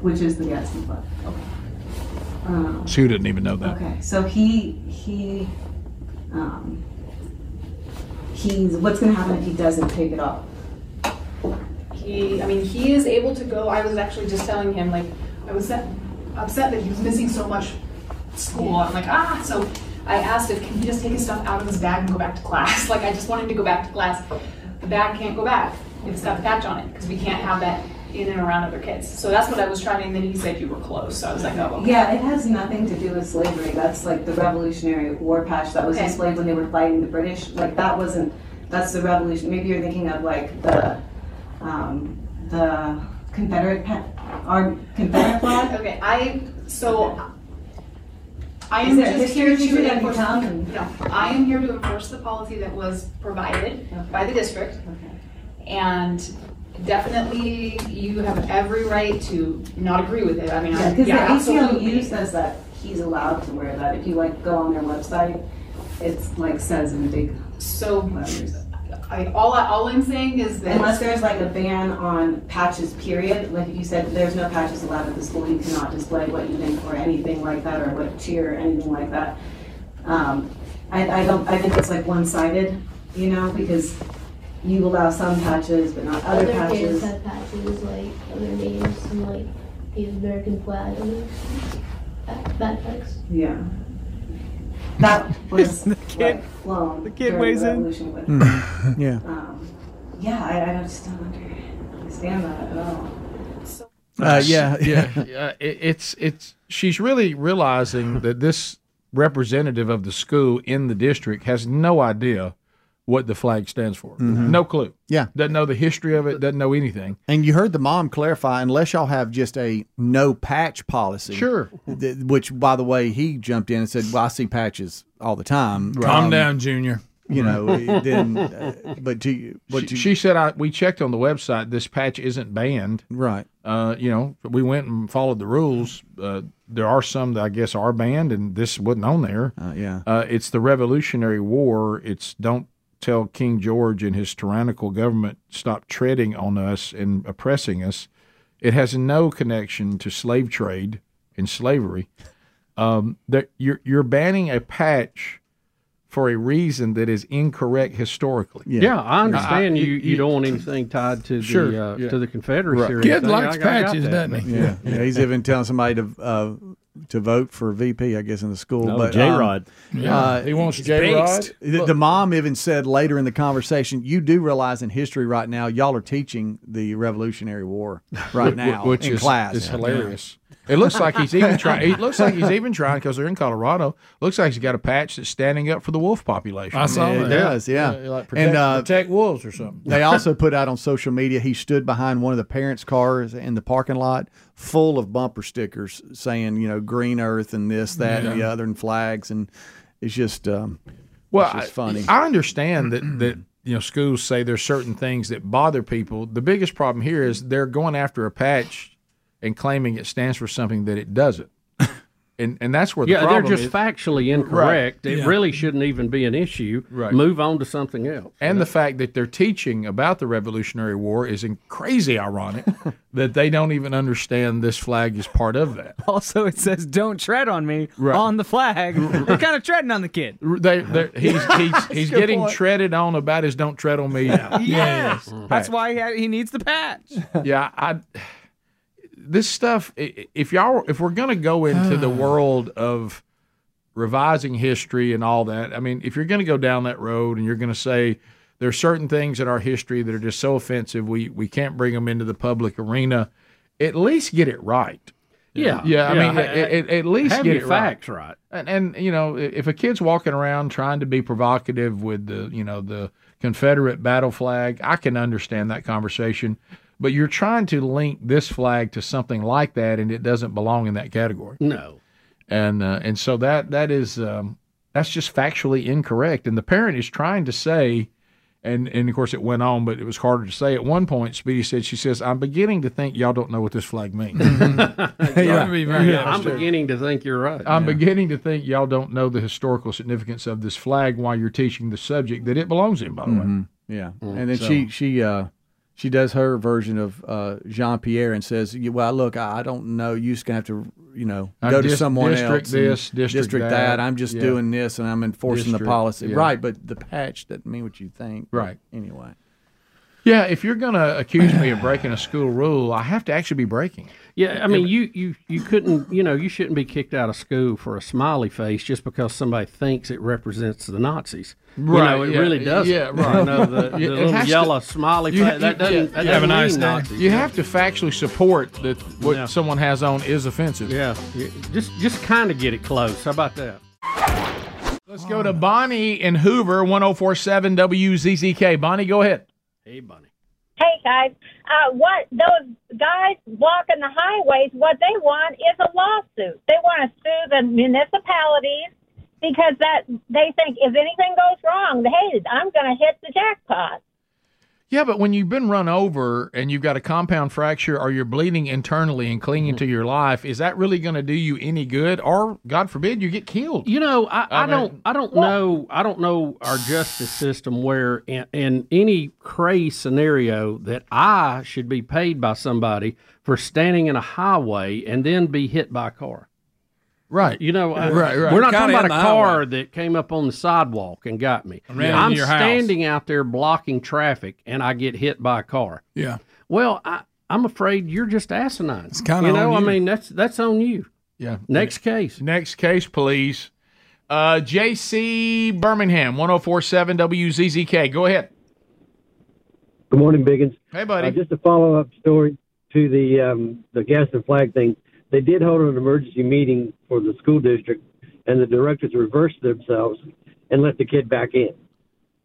S18: which is the Gadsden flag. Okay. Um,
S1: Sue didn't even know that.
S18: Okay, so he, he, um, he's, what's gonna happen if he doesn't take it off?
S19: He he, I mean, he is able to go. I was actually just telling him, like, I was set, upset that he was missing so much school. I'm like, ah, so I asked if, can he just take his stuff out of his bag and go back to class? like, I just want him to go back to class. The bag can't go back. It's got a patch on it because we can't have that in and around other kids. So that's what I was trying, and then he said you were close. So I was like, oh, okay.
S18: Yeah, it has nothing to do with slavery. That's like the Revolutionary War patch that was
S19: Okay.
S18: displayed when they were fighting the British. Like that wasn't. That's the revolution. Maybe you're thinking of like the um, the Confederate pa- our Confederate flag.
S19: Okay, I, so I
S18: Is
S19: am
S18: there a
S19: just
S18: history
S19: here
S18: teacher
S19: to
S18: that you
S19: enforce,
S18: found and-
S19: no, I am here to enforce the policy that was provided by the district. And definitely, you have every right to not agree with it, I mean,
S18: Yeah,
S19: I-
S18: because
S19: yeah,
S18: the
S19: absolutely.
S18: ACLU says that he's allowed to wear that. If you like go on their website, it's like says in big.
S19: So I, all, I- all I'm saying is that.
S18: Unless there's like a ban on patches, period. Like if you said there's no patches allowed at the school, you cannot display what you think or anything like that, or what cheer or anything like that. Um, I, I don't. I think it's like one-sided, you know, because you allow some patches but not other
S20: kids
S18: patches.
S20: have patches like other names and like the American flag and the back- backpacks.
S18: Yeah. That was the
S20: kid-
S18: like, flown
S20: the kid
S18: during
S20: weighs
S18: the
S20: in.
S18: revolution, but-
S4: Mm-hmm. yeah.
S18: Um, yeah, I, I just don't understand that at all.
S4: Uh, yeah,
S1: yeah. Uh, it, it's it's she's really realizing that this representative of the school in the district has no idea what the flag stands for.
S5: Mm-hmm.
S4: Mhm.
S1: No clue.
S4: Yeah.
S1: Doesn't know the history of it. Doesn't know anything.
S4: And you heard the mom clarify, unless y'all have just a no patch policy.
S1: Sure.
S4: th- which, by the way, he jumped in and said, "Well, I see patches all the time."
S5: Calm
S4: Um,
S5: down, Junior.
S4: You know, then. Uh, but do you? But
S1: she,
S4: do you-
S1: she said, I, "We checked on the website. This patch isn't banned.
S4: Right.
S1: Uh, you know, we went and followed the rules. Uh, there are some that I guess are banned, and this wasn't on there.
S4: Uh, yeah.
S1: Uh, it's the Revolutionary War. It's don't tell King George and his tyrannical government stop treading on us and oppressing us. It has no connection to slave trade and slavery. Um, that you're you're banning a patch for a reason that is incorrect historically.
S2: Yeah, I understand you, you, don't want anything tied to the
S1: Sure,
S2: uh,
S1: yeah.
S2: to the Confederacy.
S1: Right.
S2: Or
S1: Kid
S2: anything.
S1: likes
S2: I- I got
S1: patches,
S2: that,
S1: doesn't he?
S2: but-
S4: yeah, yeah, he's even telling somebody to uh, to vote for VP, I guess, in the school.
S11: No,
S4: but
S11: J-Rod.
S4: um,
S11: Yeah,
S4: uh,
S11: he wants J-Rod.
S4: based. The, the mom even said later in the conversation, "You do realize in history right now, y'all are teaching the Revolutionary War right
S1: Wh- wh-
S4: now
S1: which
S4: in
S1: is,
S4: class.
S1: is hilarious. It looks like he's even trying. It looks like he's even trying because they're in Colorado. Looks like he's got a patch that's standing up for the wolf population.
S5: I saw
S4: it
S5: that.
S4: does, yeah.
S5: like protect,
S4: And, uh,
S5: protect wolves or something.
S4: They also put out on social media he stood behind one of the parents' cars in the parking lot, full of bumper stickers saying, you know, green earth and this, that, and the
S1: Yeah.
S4: other, and flags. And it's just, um,
S1: Well,
S4: it's just funny.
S1: I, I understand that that you know schools say there's certain things that bother people. The biggest problem here is they're going after a patch and claiming it stands for something that it doesn't, and and that's where the
S2: yeah, they're
S1: problem
S2: just
S1: is.
S2: factually incorrect.
S1: Right.
S2: It
S1: Yeah.
S2: really shouldn't even be an issue.
S1: Right.
S2: Move on to something else.
S1: and the fact that they're teaching about the Revolutionary War is in crazy ironic that they don't even understand this flag is part of that.
S4: uh,
S12: Also, it says "Don't tread on me"
S1: Right.
S12: on the flag. They're kind of treading on the kid.
S1: They, they're- he's he's, he's
S12: a good
S1: getting
S12: point.
S1: treaded on about his "Don't tread on me." Mm-hmm.
S12: Yes,
S1: Right.
S12: that's why he, ha- he needs the patch.
S1: yeah, I this stuff. i- i- If y'all, if we're gonna go into the world of revising history and all that, I mean, if you're gonna go down that road and you're gonna say there are certain things in our history that are just so offensive, we we can't bring them into the public arena. At least get it right.
S2: Yeah.
S1: yeah. I
S2: Yeah.
S1: mean, a- a- at, at least
S2: Have
S1: get
S2: your
S1: it
S2: facts right.
S1: And, and you know, i- if a kid's walking around trying to be provocative with the you know the Confederate battle flag, I can understand that conversation. But you're trying to link this flag to something like that, and it doesn't belong in that category.
S2: No.
S1: And uh, and so that that is um, that's just factually incorrect. And the parent is trying to say. And, and of course it went on, but it was harder to say. At one point, Speedy said, "She says I'm beginning to think y'all don't know what this flag means."
S2: Yeah, I'm beginning to think you're right.
S1: Uh, I'm beginning to think y'all don't know the historical significance of this flag while you're teaching the subject that it belongs in, by the way.
S4: Mm-hmm. Yeah,
S1: Mm.
S4: and then
S1: So-
S4: she she uh, she does her version of uh, Jean Pierre and says, "You- "Well, look, I, I don't know. You just gonna have to, you know,
S1: Uh,
S4: go to
S1: dis-
S4: someone
S1: district
S4: else. and
S1: this, district
S4: district
S1: that.
S4: I'm just
S1: Yeah.
S4: doing this, and I'm enforcing
S1: District,
S4: the policy,
S1: yeah.
S4: right? But the patch doesn't mean what you think, But
S1: Right.
S4: Anyway,
S1: Yeah, if you're going to accuse me of breaking a school rule, I have to actually be breaking. it.
S2: Yeah, I mean, you, you you couldn't, you know, you shouldn't be kicked out of school for a smiley face just because somebody thinks it represents the Nazis. You know,
S1: Right,
S2: it
S1: yeah,
S2: really doesn't.
S1: yeah, right.
S2: You know, the, the
S1: Yeah, it
S2: little
S1: has to-
S2: yellow smiley
S1: You ha-
S2: face that
S1: you- yeah.
S2: doesn't. that doesn't mean Nazis.
S1: You have to factually support that what
S2: Yeah.
S1: someone has on is offensive.
S2: Yeah, just just kind of get it close. How about that?
S1: Let's go to Bonnie in Hoover, 1047 WZZK. Bonnie, go ahead.
S2: Hey, Bonnie.
S21: Hey guys, uh, what those guys blocking the highways, what they want is a lawsuit. They want to sue the municipalities because that they think if anything goes wrong, hey, I'm going to hit the jackpot.
S1: Yeah, but when you've been run over and you've got a compound fracture or you're bleeding internally and clinging
S2: Mm-hmm.
S1: to your life, is that really going to do you any good? Or, God forbid, you get killed.
S2: You know, I, I,
S1: mean-
S2: don't I don't know I don't know our justice system where in, in any crazy scenario that I should be paid by somebody for standing in a highway and then be hit by a car.
S1: Right.
S2: You know, I-
S1: Right, right.
S2: we're not
S1: Kinda
S2: talking about
S1: in
S2: a
S1: the
S2: car that came up on the sidewalk and got me.
S1: And ran
S2: I'm
S1: into your house.
S2: standing out there blocking traffic and I get hit by a car.
S5: Yeah.
S2: Well, I, I'm afraid you're just asinine. It's
S5: kinda
S2: you know,
S1: on you.
S2: I mean that's that's on you.
S1: Yeah.
S2: Next case.
S1: Next case, please. Uh, JC Birmingham, 1047 WZZK. Go ahead.
S14: Good morning, Biggins.
S1: Hey, buddy.
S14: Uh, just a follow up story to the um, the gas and flag thing. They did hold an emergency meeting for the school district, and the directors reversed themselves and let the kid back in.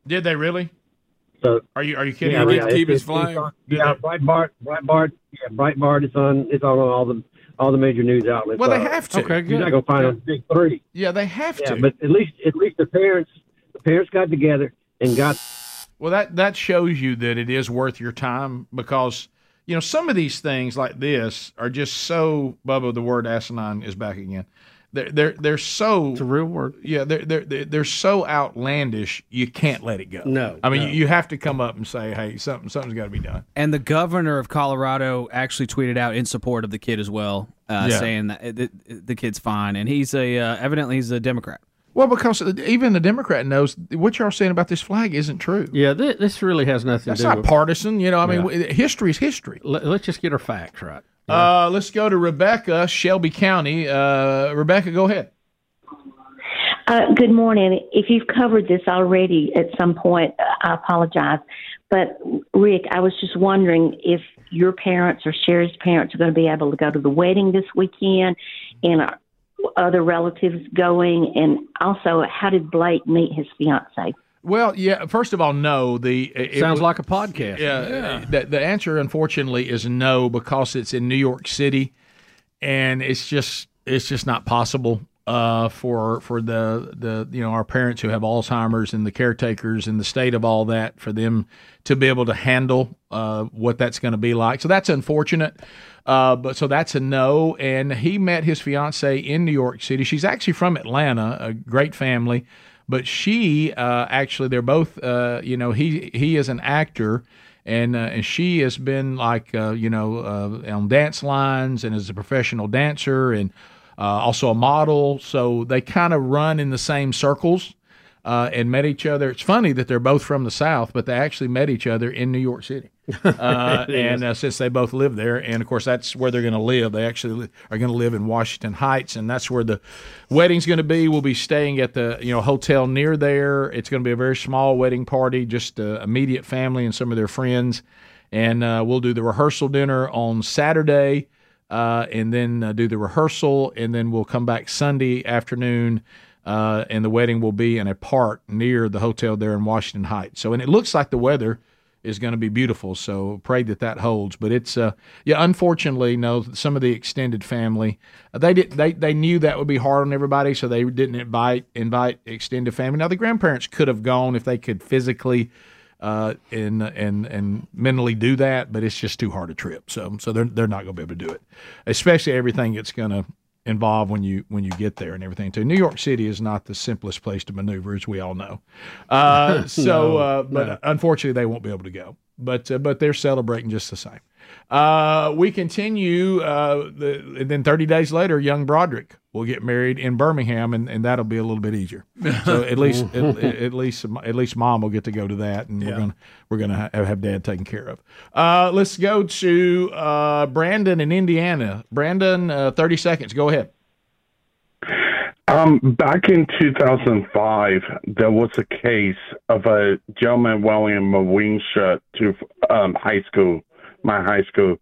S1: Did they really?
S14: So
S1: Are you are you kidding?
S14: Yeah,
S1: me?
S14: yeah, it's- it's- it's on- Yeah, Breitbart, Breitbart, yeah, Breitbart is on is on all the all the major news outlets.
S1: Well, they
S14: Uh,
S1: have to. Okay,
S14: You're
S1: good.
S14: not gonna find a big three.
S1: Yeah, they have
S14: Yeah,
S1: to.
S14: but at least at least the parents the parents got together and got
S1: Well, that that shows you that it is worth your time because you know some of these things like this are just so Bubba. The word asinine is back again. They're they're they're so. It's a
S2: real word.
S1: Yeah, they're they're they're, they're so outlandish. You can't let it go.
S2: No,
S1: I mean
S2: no.
S1: you, you have to come up and say, hey, something something's got to be done.
S12: And the governor of Colorado actually tweeted out in support of the kid as well, uh,
S1: Yeah.
S12: saying that the, the kid's fine, and he's a uh, evidently he's a Democrat.
S1: Well, because even the Democrat knows what y'all are saying about this flag isn't true.
S2: Yeah, thi- this really has nothing
S1: That's
S2: to do
S1: not
S2: with
S1: partisan. You know, I mean, w- history is history.
S2: Let, us just get our facts right.
S1: Uh, let's go to Rebecca, Shelby County. Uh, Rebecca, go ahead.
S22: Uh, good morning. If you've covered this already at some point, uh, I apologize. But Rick, I was just wondering if your parents or Sherry's parents are going to be able to go to the wedding this weekend, and are other relatives going, and also how did Blake meet his fiance?
S1: Well, yeah. First of all, no. The it,
S2: Sounds
S1: it-
S2: like a podcast.
S1: Yeah. The, the answer, unfortunately, is no because it's in New York City, and it's just it's just not possible uh, for for the the you know our parents who have Alzheimer's and the caretakers and the state of all that for them to be able to handle uh, what that's going to be like. So that's unfortunate. Uh, but so that's a no. And he met his fiance in New York City. She's actually from Atlanta, a great family. But she uh, actually, they're both. Uh, you know, he he is an actor, and uh, and she has been like uh, you know uh, on dance lines and is a professional dancer and uh, also a model. So they kind of run in the same circles. Uh, and met each other. It's funny that they're both from the South, but they actually met each other in New York City. Uh,
S2: It is.
S1: and uh, since they both live there, and of course that's where they're going to live. They actually li- are going to live in Washington Heights, and that's where the wedding's going to be. We'll be staying at the you know hotel near there. It's going to be a very small wedding party, just uh, immediate family and some of their friends, and uh, we'll do the rehearsal dinner on Saturday. Uh, and then uh, do the rehearsal, and then we'll come back Sunday afternoon, uh, and the wedding will be in a park near the hotel there in Washington Heights. So, and it looks like the weather is going to be beautiful. So pray that that holds. But it's uh, yeah, unfortunately, no. Some of the extended family uh, they did they they knew that would be hard on everybody, so they didn't invite invite extended family. Now the grandparents could have gone if they could physically. Uh, and and and mentally do that, but it's just too hard a trip. So so they're they're not going to be able to do it, especially everything it's going to involve when you when you get there and everything too. New York City is not the simplest place to maneuver, as we all know. Uh, so,
S2: No,
S1: uh, but
S2: no.
S1: unfortunately, they won't be able to go. But uh, but they're uh, celebrating just the same. Uh, we continue. Uh, the, and then 30 days later, young Broderick will get married in Birmingham, and, and that'll be a little bit easier. So at least at, at least at least mom will get to go to that, and we're
S5: Yeah.
S1: gonna we're gonna have, have dad taken care of. Uh, let's go to uh, Brandon in Indiana. Brandon, uh, 30 seconds. Go ahead.
S7: Um, back in 2005, there was a case of a gentleman wearing a wing shirt to um, high school, my high school.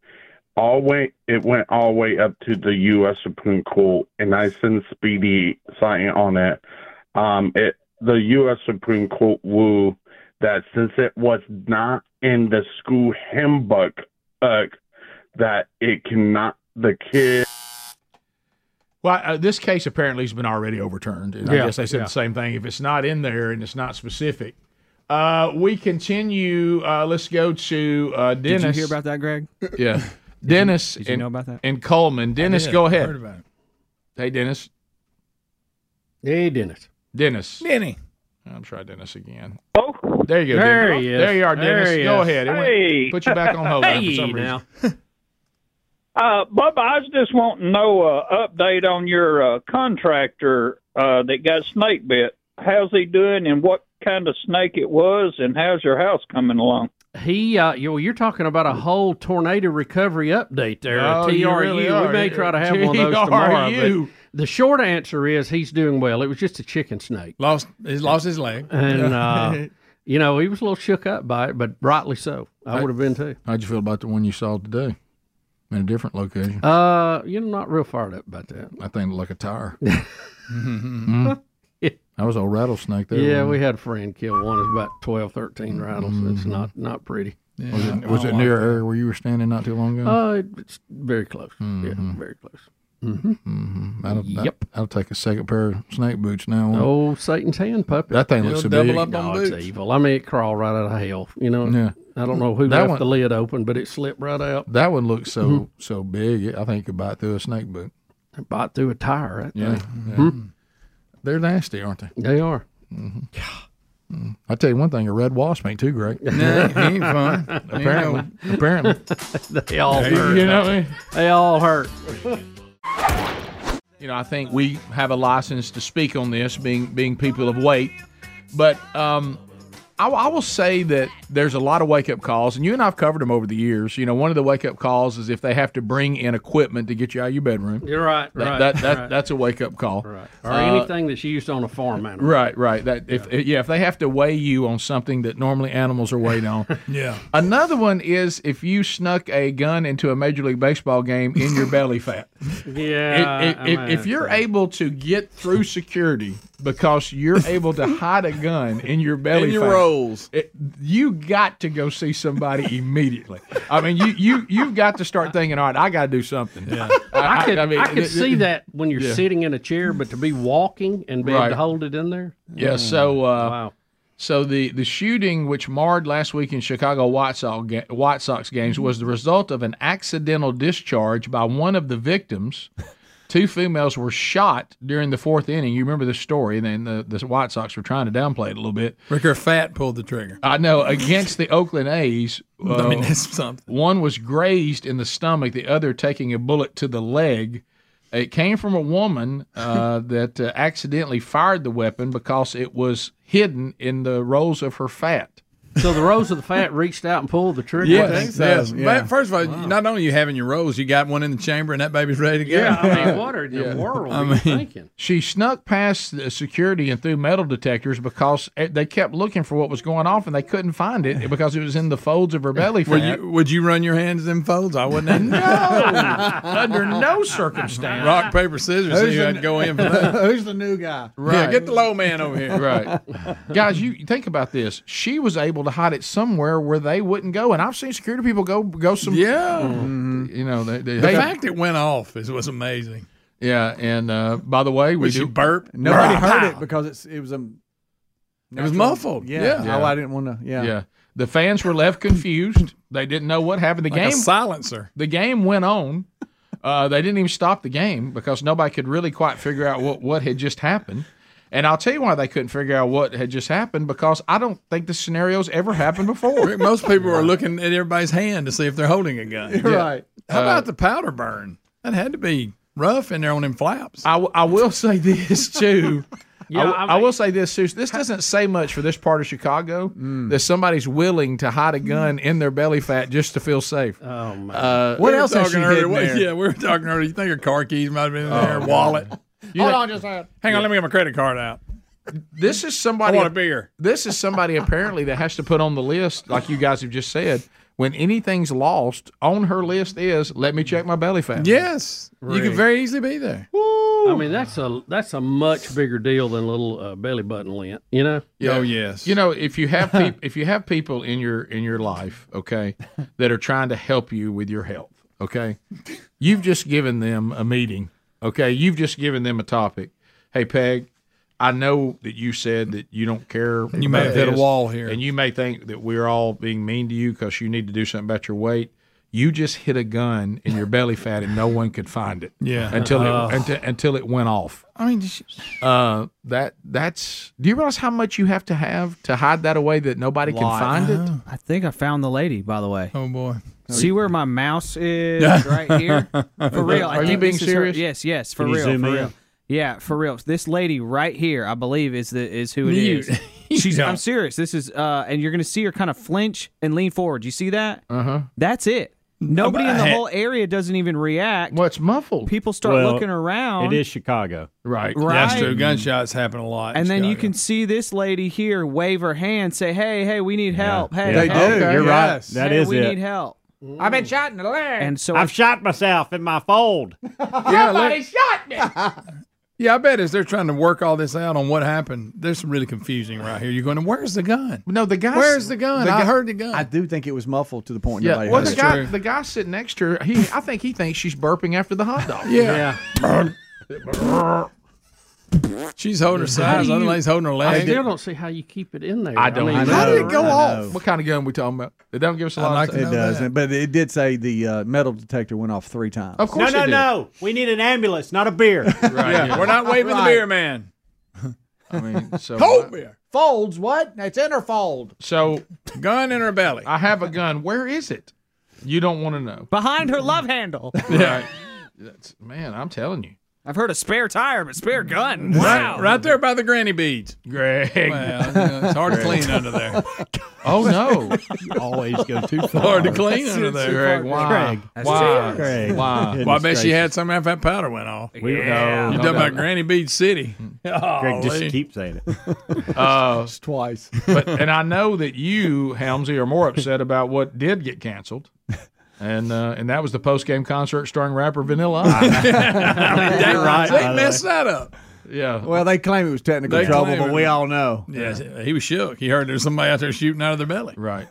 S7: All way, it went all the way up to the U.S. Supreme Court, and I sent Speedy sign on it. Um, it the U.S. Supreme Court ruled that since it was not in the school handbook, uh, that it cannot the kid.
S1: Well, uh, this case apparently has been already overturned. And
S7: Yeah,
S1: I guess they said
S7: yeah.
S1: the same thing. If it's not in there and it's not specific, uh, we continue. Uh, let's go to uh,
S12: Did
S1: Dennis.
S12: you hear about that, Greg?
S1: Yeah, Dennis.
S12: did you
S1: and,
S12: know about that?
S1: And Coleman. Dennis,
S12: did.
S1: go
S12: I
S1: ahead.
S12: heard
S5: about it.
S1: Hey, Dennis.
S2: Hey, Dennis.
S1: Dennis.
S5: Denny.
S1: I'm trying Dennis again.
S8: Oh,
S1: there you go.
S2: There
S1: Dennis.
S2: he is.
S1: There you are,
S2: There
S1: Dennis.
S2: he
S1: go
S2: is.
S1: ahead. It went-
S8: Hey.
S1: put you back on hold there for
S8: Hey,
S1: some reason.
S8: now. Uh, Bubba, I was just wanting to know uh, update on your uh, contractor uh, that got snake bit. How's he doing, and what kind of snake it was, and how's your house coming along?
S2: He, uh, you, well, you're talking about a whole tornado recovery update there. a
S1: Oh,
S2: TRU.
S1: you really
S2: we may
S1: are.
S2: try to have one of those tomorrow.
S1: TRU.
S2: but The short answer is he's doing well. It was just a chicken snake,
S5: Lost. He lost his leg.
S2: and uh, you know he was a little shook up by it, but rightly so. I would have been too.
S1: How'd you feel about the one you saw today in a different location?
S2: Uh, you know, not real fired up about that.
S1: I think like a tire. Mm-hmm.
S2: Mhm.
S1: That was a rattlesnake there.
S2: yeah,
S1: wasn't
S2: we had a friend kill one. It was about 12, 13 rattles. It's not not pretty.
S1: it? Mm-hmm. was it, was it near an area where you were standing not too long ago?
S2: Uh, it's very close. Yeah, very close. Mm-hmm.
S1: That'll, that-
S2: Yep.
S1: That'll take a second pair of snake boots now.
S2: Oh, Satan's hand puppet.
S1: That thing looks It'll so double big. up on
S2: no, it's
S1: boots.
S2: evil. I mean, it crawled right out of hell. You know.
S1: Yeah.
S2: I don't know who
S1: That
S2: left
S1: one-
S2: the lid open, but it slipped right out.
S1: That one looks so
S2: Mhm.
S1: so big. I think it could bite through a snake boot.
S2: Bite through a tire. Right
S1: Yeah. yeah. They're nasty, aren't they? Mm-hmm.
S2: They are.
S1: I tell you one thing: a red wasp ain't too great.
S5: No, he ain't fun. He ain't
S1: apparently,
S5: no-
S1: apparently,
S2: they all hurt.
S1: You know, what I mean?
S2: They all hurt.
S1: you know, I think we have a license to speak on this, being being people of weight. But um, I, I will say that there's a lot of wake up calls, and you and I've covered them over the years. You know, one of the wake up calls is if they have to bring in equipment to get you out of your bedroom.
S2: You're right.
S1: That,
S2: right.
S1: that, that,
S2: right.
S1: That's a wake up call.
S2: Right. Or
S1: Uh,
S2: anything that's used on a farm animal.
S1: Right, right. That if yeah. if they have to weigh you on something that normally animals are weighed on.
S5: Yeah.
S1: Another one is if you snuck a gun into a major league baseball game in your belly fat.
S2: Yeah.
S1: If- if, if- if you're able to get through security because you're able to hide a gun in your belly
S5: In your
S1: fat,
S5: rolls.
S1: it- you got to go see somebody immediately. I mean, you you you've got to start thinking. All right, I got to do something. Yeah.
S2: I could, I, could
S1: th-
S2: see that when you're
S1: Yeah.
S2: sitting in a chair, but to be walking and be able
S1: Right.
S2: to hold it in there.
S1: Yeah.
S2: Mm.
S1: So uh, So the the shooting which marred last week in Chicago White Sox, ga- White Sox games was the result of an accidental discharge by one of the victims. Two females were shot during the fourth inning. You remember this story, and then the, the White Sox were trying to downplay it a little bit.
S5: Ricker Fat pulled the trigger.
S1: I know against the Oakland A's.
S5: I mean,
S1: uh,
S5: that's something.
S1: One was grazed in the stomach, the other taking a bullet to the leg. It came from a woman uh, that uh, accidentally fired the weapon because it was hidden in the rolls of her fat.
S2: So the rolls of the fat reached out and pulled the trigger.
S5: Yes,
S2: I think?
S5: yes. But first of all, not only you having your rolls, you got one in the chamber, and that baby's ready to go.
S2: Yeah, I mean, what are in the world are you thinking?
S1: She snuck past the security and through metal detectors because it- they kept looking for what was going off and they couldn't find it because it was in the folds of her belly
S5: Would
S1: fat.
S5: you, would you run your hands in folds? I wouldn't.
S1: Under no circumstance.
S5: Rock, paper, scissors. So
S1: Who's
S5: you
S1: the-
S5: had to go in for that.
S4: Who's the new guy?
S5: Yeah, get the low man over here.
S1: Right. Guys, you think about this. She was able to hide it somewhere where they wouldn't go. And I've seen security people go go some Mm-hmm.
S5: Yeah.
S1: You know, they, they
S5: The
S1: hey,
S5: fact it went off is was amazing.
S1: Yeah, and uh, by the way, we
S5: Was she
S1: do
S5: burp?
S4: Nobody
S1: Brah.
S4: heard it because it's it was a.
S5: It was
S4: natural-
S5: muffled.
S4: Yeah.
S1: Yeah.
S4: Oh, I didn't want to. Yeah.
S1: Yeah. The fans were left confused. They didn't know what happened. The
S5: Like a
S1: game
S5: silencer.
S1: The game went on. Uh, they didn't even stop the game because nobody could really quite figure out what, what had just happened. And I'll tell you why they couldn't figure out what had just happened because I don't think this scenario's ever happened before.
S5: Most people are looking at everybody's hand to see if they're holding a gun.
S1: You're right.
S5: How
S1: Uh,
S5: about the powder burn? That had to be rough in there on them flaps.
S1: I, w- I will say this too.
S5: Yeah,
S1: I, w-
S5: I mean-
S1: I will say this, Seuss. This doesn't say much for this part of Chicago
S5: Mm.
S1: that somebody's willing to hide a gun in their belly fat just to feel safe.
S2: Oh man!
S1: Uh,
S5: We were talking earlier, what- Yeah, we were talking earlier. You think your car keys might have been in there,
S1: Oh.
S5: wallet? You
S1: Hold
S5: know-
S1: on just a second.
S5: Hang on, let me get my credit card out.
S1: This is somebody.
S5: I want a beer.
S1: This is somebody apparently that has to put on the list, like you guys have just said. When anything's lost, on her list is let me check my belly fat.
S5: Yes,
S2: you could very
S5: easily be there.
S2: I mean, that's a that's a much bigger deal than a little uh, belly button lint. You know?
S1: Oh,
S5: yes.
S1: You know, if you have peop- if you have people in your in your life, okay, that are trying to help you with your health, okay, you've just given them a meeting, okay, you've just given them a topic. Hey, Peg, I know that you said that you don't care.
S5: You may
S1: about
S5: have hit a
S1: this,
S5: wall here.
S1: and you may think that we're all being mean to you because you need to do something about your weight. You just hit a gun in your belly fat, and no one could find it.
S5: Yeah.
S1: until
S5: Oh.
S1: it until, until it went off.
S5: I mean, just-
S1: Uh, that that's. Do you realize how much you have to have to hide that away that nobody can find it?
S12: I think I found the lady, by the way.
S5: Oh boy.
S12: See where my mouse is right here? For real. I
S1: Are you
S12: think
S1: being
S12: this is her-
S1: serious?
S12: Yes, yes, for
S1: Can you
S12: real.
S1: zoom
S12: for
S1: in?
S12: real. Yeah, for real. This lady right here, I believe, is the is who it
S1: You-
S12: is. She's I'm serious. This is uh and you're gonna see her kind of flinch and lean forward. You see that?
S1: Uh-huh.
S12: That's it. Nobody in the
S11: I-
S12: whole area doesn't even react.
S1: What's muffled?
S12: People start
S11: Well,
S12: looking around.
S11: It is Chicago.
S1: Right.
S5: That's
S12: Right.
S5: true. Gunshots happen a lot.
S12: and then you can see this lady here wave her hand, say, "Hey, hey, we need help." Hey,
S11: They do.
S12: hey,
S11: You're right. Yes. That
S12: Hey,
S11: is
S12: we
S11: it.
S12: need help. I've been shot in the leg. And so
S11: I've shot myself in my fold.
S5: Somebody
S1: shot me.
S5: Yeah, I bet as they're trying to work all this out on what happened, there's really confusing right here. You're going, where's the gun?
S1: No, the guy.
S5: Where's the gun? I heard the gun.
S4: I do think it was muffled to the point.
S1: Yeah,
S4: nobody
S1: well,
S4: heard
S1: the
S4: it.
S1: guy, the guy sitting next to her, he, I think he thinks she's burping after the hot dog.
S5: Yeah. She's holding her
S2: How
S5: sides.
S2: do
S5: The other
S2: you-
S5: lady's holding her leg.
S2: I still don't see how you keep it in there.
S1: I don't.
S2: mean,
S1: how did it
S2: uh,
S1: go
S4: I know.
S1: off? What kind of gun we talking about? They don't give us a lot. of
S4: it doesn't, but it did say the uh, metal detector went off three times.
S1: Of course,
S11: no, no,
S1: it did.
S11: no. We need an ambulance, not a beer.
S5: Yeah, We're not waving the
S1: Right.
S5: beer man.
S1: I mean, so
S5: Cold beer.
S6: Folds what? It's in her fold.
S1: so
S5: gun in her belly.
S1: I have a gun. Where is it? You don't want to know.
S12: behind her love handle.
S1: Yeah. That's man, I'm telling you.
S12: I've heard a spare tire, but spare gun.
S5: Right,
S12: Wow.
S5: right there by the granny beads.
S1: Greg.
S5: Well, you know, it's hard to clean under there.
S1: Oh no.
S11: Always go too
S5: Hard to clean under there.
S1: Greg, why?
S5: Greg.
S1: Why?
S11: Greg.
S1: Why?
S5: Well, I bet she had some after that powder went off.
S1: We- Yeah. no,
S5: You talking
S1: no,
S5: about
S1: no.
S5: Granny Beach City?
S11: Greg just
S5: Golly.
S11: keep saying it.
S1: Uh,
S4: twice.
S1: but and I know that you, Helmsy, are more upset about what did get canceled. And uh, and that was the post game concert starring rapper Vanilla Ice.
S5: They-
S4: right, by
S5: They
S4: the
S5: messed that up.
S1: yeah.
S4: Well, they claim it was technical
S5: They
S4: trouble,
S5: claim
S4: but
S5: it
S4: we
S5: was-
S4: all know.
S5: Yes, he was shook. He heard there's somebody out there shooting out of their belly.
S1: Right.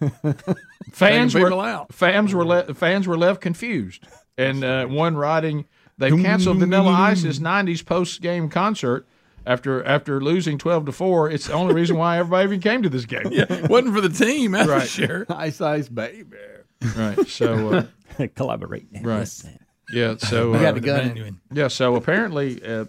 S1: fans
S5: Taking
S1: were
S5: people out.
S1: fans were le- fans were left confused, and uh, one writing they canceled Vanilla Ice's '90s post game concert after after losing 12 to four. It's the only reason why everybody even came to this game.
S5: Yeah, wasn't for the team, that's
S1: Right.
S5: for sure.
S4: Ice Ice Baby.
S1: Right. So uh,
S11: Collaborate.
S1: right. Yeah. So
S5: We got
S1: uh,
S5: the gun in.
S1: Yeah. So apparently. Uh,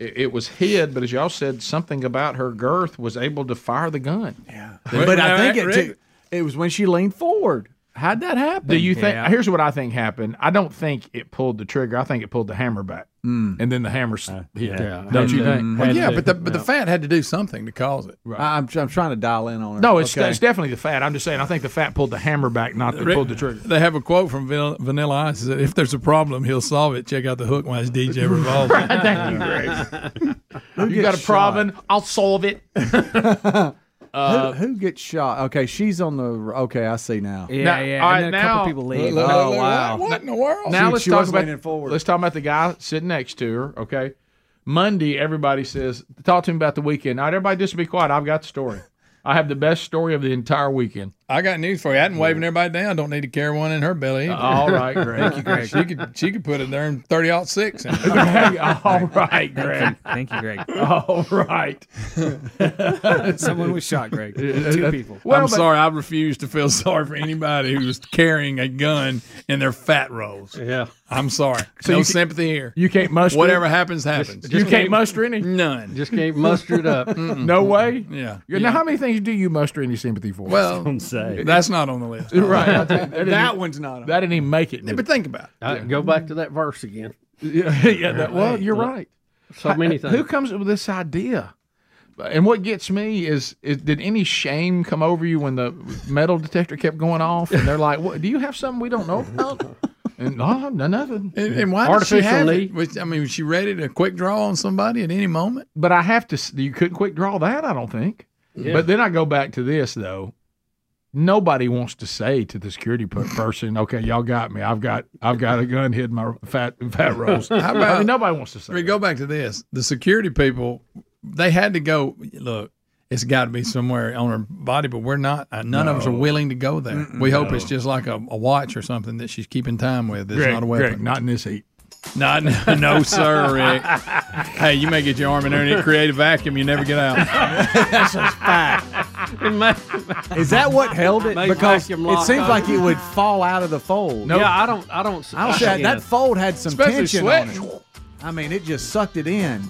S1: it it was hid, but as y'all said, something about her girth was able to fire the gun. Yeah,
S4: But I think it, took- it was when she leaned forward. How'd that happen?
S1: Do you think? Here's what I think happened. I don't think it pulled the trigger. I think it pulled the hammer back,
S4: Mm.
S1: and then the hammer s- hit.
S5: Uh, yeah.
S1: Don't
S5: Had
S1: you
S5: to-
S1: think?
S5: Well, yeah, but the but the fat had to do something to cause it.
S4: I- I'm, I'm trying to dial in on her.
S1: no, it's,
S4: Okay.
S1: it's definitely the fat. I'm just saying. I think the fat pulled the hammer back, not that
S5: Rick-
S1: pulled the trigger.
S5: They have a quote from Van- Vanilla Ice that if there's a problem, he'll solve it. Check out the hook while his DJ revolves. it.
S1: Thank you, Greg. you got a problem? I'll solve it. uh,
S4: who, who gets shot? Okay, she's on the. Okay, I see now.
S12: Yeah,
S1: Now-
S12: yeah.
S1: all
S12: and
S1: right,
S12: then a couple
S1: now-
S12: people leave.
S4: Look, look,
S1: Oh,
S4: look,
S1: wow.
S4: look,
S5: What in the world?
S1: Now
S4: She-
S1: let's
S4: she
S1: talk
S4: was
S1: about
S4: leaning forward.
S1: let's talk about the guy sitting next to her. Okay, Monday, everybody says talk to him about the weekend. All right, everybody, just be quiet. I've got the story. I have the best story of the entire weekend.
S5: I got news for you. I didn't waving everybody down. Don't need to carry one in her belly. either.
S1: All right, Greg.
S5: Thank you, Greg. She could she could put it there in thirty out six. All
S1: right,
S5: Greg.
S12: Thank you, Greg.
S1: All right.
S12: Someone was shot, Greg.
S5: Yeah,
S12: Two
S5: that-
S12: people.
S5: I'm sorry. I refuse to feel sorry for anybody who's carrying a gun in their fat rolls.
S2: Yeah.
S5: I'm sorry.
S1: So
S5: no
S1: you ca-
S5: sympathy here.
S1: You can't muster.
S5: Whatever
S1: it?
S5: happens,
S1: Just-
S5: happens.
S1: you can't, muster any.
S5: None.
S2: Just can't muster it up.
S1: Mm-mm. no way.
S5: Yeah.
S1: Now,
S5: Yeah.
S1: how many things do you muster any sympathy for?
S5: Well, Don't say. that's not on the list.
S1: right. I think
S5: That
S1: didn't-
S5: one's not on.
S1: That didn't even make it.
S5: Yeah, but think about it.
S2: Uh, Go back to that verse again.
S1: Yeah, yeah. That, well, you're right.
S2: So many
S1: Who-
S2: things.
S1: Who comes up with this idea? And what gets me is, is did any shame come over you when the metal detector kept going off? And they're like, "What? Do you have something we don't know about?" And no, no nothing.
S5: And, and why did she have it? Was- I mean, was she ready to quick draw on somebody at any moment?
S1: But I have to. s- You couldn't quick draw that. I don't think.
S5: Yeah.
S1: But then I go back to this though. Nobody wants to say to the security per- person, "Okay, y'all got me. I've got, I've got a gun hidden in my fat, fat rolls."
S5: How
S1: I mean,
S5: about-
S1: nobody wants to say.
S5: I mean, go back to this. The security people, they had to go. Look, it's got to be somewhere on her body, but we're not. Uh, none of us are
S1: No.
S5: willing to go there.
S1: Mm-mm.
S5: we hope
S1: No.
S5: it's just like a, a watch or something that she's keeping time with. It's
S1: Greg,
S5: not a weapon.
S1: Greg, not in this heat.
S5: Not, no, sir, Rick. hey, you may get your arm in there and it create a vacuum you never get out.
S4: That's a Is that what held it?
S2: Made
S4: Because it
S2: vacuum lock
S4: seems like it
S2: open.
S4: would fall out of the fold.
S2: Yeah, I don't. I don't.
S4: I don't see that. That fold had some
S2: Especially
S4: tension
S2: sweat.
S4: on it. I mean, it just sucked it in.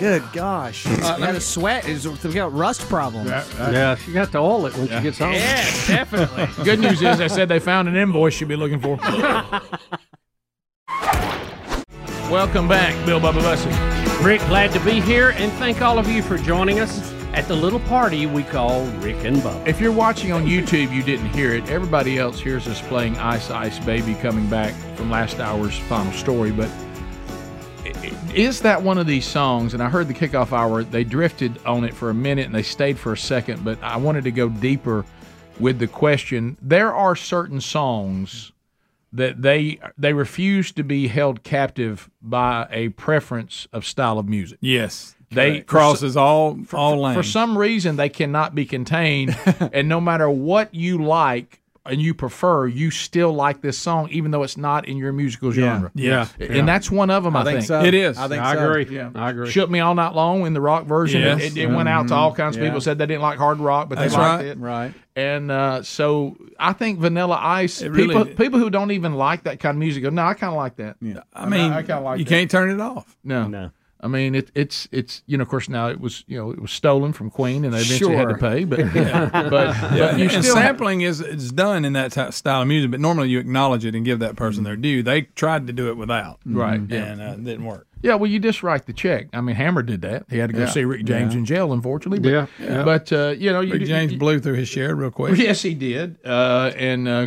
S4: Good gosh.
S12: Uh, the sweat is we got rust problems.
S2: Yeah, she got to oil it when she gets home.
S1: Yeah, definitely. Good news is, I said they found an invoice you'd be looking for. Welcome back, Bill Bubba Bussy.
S2: Rick, glad to be here, and thank all of you for joining us at the little party we call Rick and Bubba.
S1: If you're watching on YouTube, you didn't hear it. Everybody else hears us playing Ice Ice Baby coming back from last hour's final story. But i- i- is that one of these songs? And I heard the kickoff hour, they drifted on it for a minute and they stayed for a second, but I wanted to go deeper with the question. There are certain songs that they they refuse to be held captive by a preference of style of music.
S5: Yes.
S1: They
S5: Correct. Crosses all- all
S1: for- For
S5: lanes.
S1: some reason, they cannot be contained, and no matter what you like and you prefer, you still like this song, even though it's not in your musical
S5: Yeah.
S1: genre.
S5: Yeah.
S1: and
S5: Yeah.
S1: that's one of them. I,
S5: I think so. It is. I think I so. agree.
S1: Yeah.
S5: I agree.
S1: Shook me all night long in the rock version. and
S5: Yes.
S1: It, it went out to all kinds of
S5: Mhm.
S1: people.
S5: Yeah.
S1: Said they didn't like hard rock, but
S5: That's
S1: they liked
S5: right.
S1: it. Right. And uh, so I think Vanilla Ice.
S5: It
S1: people
S5: really-
S1: people who don't even like that kind of music go, no, I kind of like that. Yeah.
S5: I mean,
S1: I kind of like
S5: you
S1: that.
S5: can't turn it off.
S1: No, no. I mean, it, it's it's you know, of course, now it was you know it was stolen from Queen, and they eventually had to
S5: Sure.
S1: pay, but
S5: Yeah.
S1: but, but you
S5: and
S1: still have-
S5: sampling is is done in that ty- style of music, but normally you acknowledge it and give that person their due. They tried to do it without,
S1: Mm-hmm. Right.
S5: And uh, it didn't work.
S1: yeah. Well, you just write the check. I mean, Hammer did that. He had to go
S5: Yeah.
S1: see Rick James
S5: Yeah.
S1: in jail, unfortunately. But,
S5: Yeah. Yeah.
S1: But uh, you know, you,
S5: Rick James
S1: you-
S5: blew through his share real quick.
S1: Yes, he did. Uh, and uh,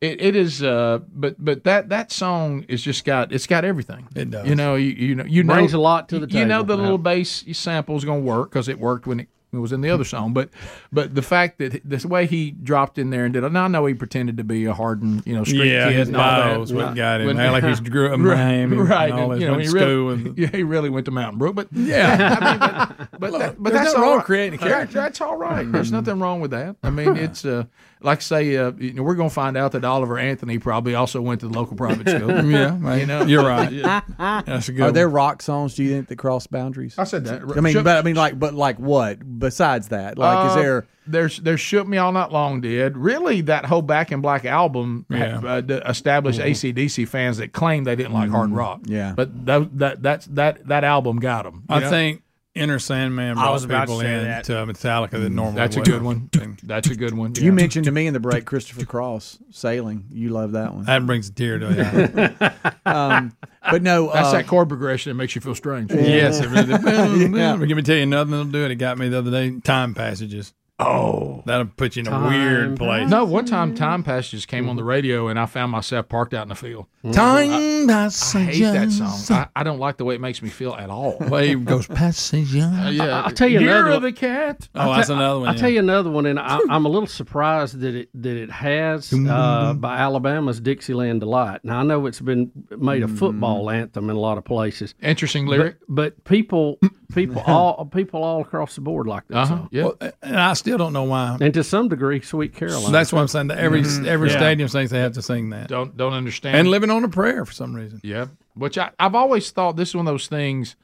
S1: it, it is. Uh, but but that that song is just got it's got everything. It
S5: does.
S1: You know, you, you know, you
S2: Brings
S1: know,
S2: a lot to the
S1: You know, the
S2: table.
S1: little bass sample is going to work because it worked when it. was in the other song, but but the fact that the way he dropped in there and did, and I know he pretended to be a hardened, you know, street
S5: Yeah,
S1: kid
S5: his
S1: and all that.
S5: bios, what got him. Act like he's grew up in
S1: Right,
S5: Miami and
S1: right?
S5: all this,
S1: you know,
S5: went
S1: he
S5: to school
S1: really,
S5: and-
S1: yeah, he really went to Mountain Brook, but
S5: Yeah.
S1: I mean, but but, that, but that's
S5: there's nothing
S1: all
S5: wrong
S1: right.
S5: creating a
S1: Yeah,
S5: character.
S1: that's all right. There's nothing wrong with that. I mean, it's uh, like say uh, you know we're going to find out that Oliver Anthony probably also went to the local private school.
S5: Yeah, right.
S1: you know,
S5: You're right.
S1: Yeah.
S5: That's a good.
S4: Are
S5: one.
S4: there rock songs? Do you think that cross boundaries?
S1: I said that.
S4: I mean,
S1: Shook-
S4: but I mean, like, but like what? Besides that, like, is
S1: Uh,
S4: there?
S1: There's there's shook me all night long. Did really that whole Back in Black album ha-
S4: Yeah.
S1: uh, d- established
S5: Mm-hmm.
S1: ACDC fans that claimed they didn't like hard rock.
S5: Yeah.
S1: but tho- that that that that album got them.
S5: I think Inner Sandman
S1: I
S5: brought
S1: was about to
S5: people
S1: say
S5: in
S1: that.
S5: to Metallica that
S1: Mm,
S5: normally.
S1: That's a
S5: wouldn't.
S1: good one. That's a good one.
S4: You mentioned to me in the break Christopher Cross sailing. You love that one.
S5: That brings a tear to my eye.
S4: um, but no,
S1: that's
S4: uh,
S1: that chord progression that makes you feel strange.
S5: Yes, it really depends.
S1: Yeah.
S5: Let me tell you, nothing will do it. It got me the other day. Time passages.
S1: Oh,
S5: that'll put you in a weird place.
S1: No, one time time passages came on the radio, and I found myself parked out in the field.
S5: Mm-hmm. Time
S1: I, I hate that
S5: passages.
S1: song. I, I don't like the way it makes me feel at all.
S5: Wave goes passages.
S1: yeah,
S2: I'll tell you
S1: Year
S2: another
S1: of
S2: one.
S1: the cat.
S5: Oh, that's another one,
S2: I'll
S5: yeah.
S2: tell you another one, and I, I'm a little surprised that it that it has uh, by Alabama's Dixieland Delight. Now I
S1: Mm-hmm.
S2: know it's been made a football anthem in a lot of places.
S1: Interesting
S2: But-
S1: lyric.
S2: but, people people all people all across the board like
S1: Uh-huh,
S2: that. song.
S5: Well, and I still don't know why.
S2: And to some degree, Sweet Caroline.
S5: That's what I'm saying. that Every
S2: Mhm.
S5: every
S2: Yeah.
S5: stadium thinks they have to sing that.
S1: Mm-hmm. Don't don't understand.
S5: And living on a prayer for some reason.
S1: Yeah. Which I, I've always thought this is one of those things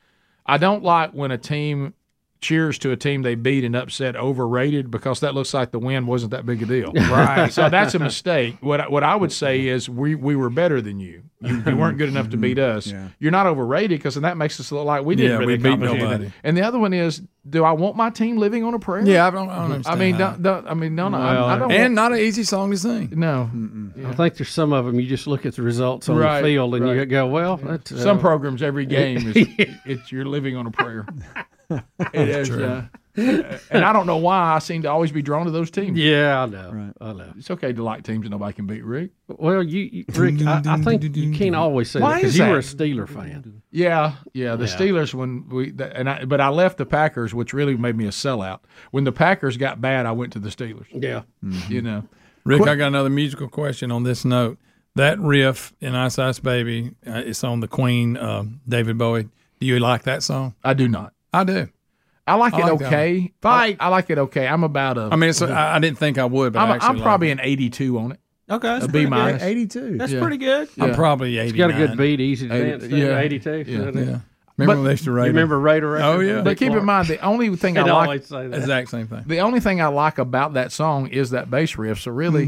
S1: I don't like when a team cheers to a team they beat and upset overrated because that looks like the win wasn't that big a deal.
S5: Right.
S1: so that's a mistake. What I, what I would say is we, we were better than you. You, you weren't good enough to beat us. You're not overrated because then that makes us look like we didn't
S5: Mm-hmm. Yeah,
S1: really
S5: we beat
S1: accomplish
S5: nobody.
S1: anything. And the other one is do I want my team living on a prayer?
S5: Yeah, I don't- I don't understand
S1: mean,
S5: that.
S1: don't, don't- I mean, no, no. I- I, don't
S5: and not an easy song to sing.
S1: No.
S2: I think there's some of them. You just look at the results on
S1: Right,
S2: the field and you
S1: right.
S2: go, well, that's, uh,
S1: Some programs, every game, is, it's you're living on a prayer. It is,
S2: True.
S1: uh, and I don't know why I seem to always be drawn to those teams.
S2: Yeah, I know. I know.
S1: It's okay to like teams that nobody can beat, Rick.
S2: Well, you, you Rick, I, I think you can't always say that
S1: Why
S2: because
S1: is
S2: you
S1: that?
S2: were a Steeler fan.
S1: Yeah, yeah. The
S2: Yeah.
S1: Steelers when we th- and I, but I left the Packers, which really made me a sellout. When the Packers got bad, I went to the Steelers.
S2: Yeah.
S5: Mm-hmm.
S1: you know.
S5: Rick,
S1: Quick-
S5: I got another musical question on this note. That riff in Ice Ice Baby, uh, it's on the Queen, uh, David Bowie. Do you like that song?
S1: I do not.
S5: I do.
S1: I like
S5: I
S1: it
S5: like that
S1: okay. Fight. I, I like it okay. I'm about a.
S5: I mean, it's, I, I didn't think I would, but I
S1: I'm,
S5: actually
S1: I'm
S5: like
S1: probably an 82 on it.
S5: Okay, that's
S1: a B
S5: pretty good.
S1: minus.
S5: 82. That's
S1: Yeah.
S5: pretty good. I'm probably
S2: It's got a
S5: 89.
S2: good beat, easy to
S5: Eighty-
S2: dance.
S5: yeah.
S2: Yeah, eighty-two.
S5: Yeah.
S2: isn't it?
S5: Yeah. Remember when they used to rate
S2: You
S5: 'em?
S2: remember Raider?
S5: Oh,
S2: Records?
S5: yeah.
S2: Dick
S1: But keep
S2: Clark.
S1: in mind, the only thing I
S2: They'd
S1: like
S2: always say that.
S5: Exact same thing.
S1: The only thing I like about that song is that bass riff. So really,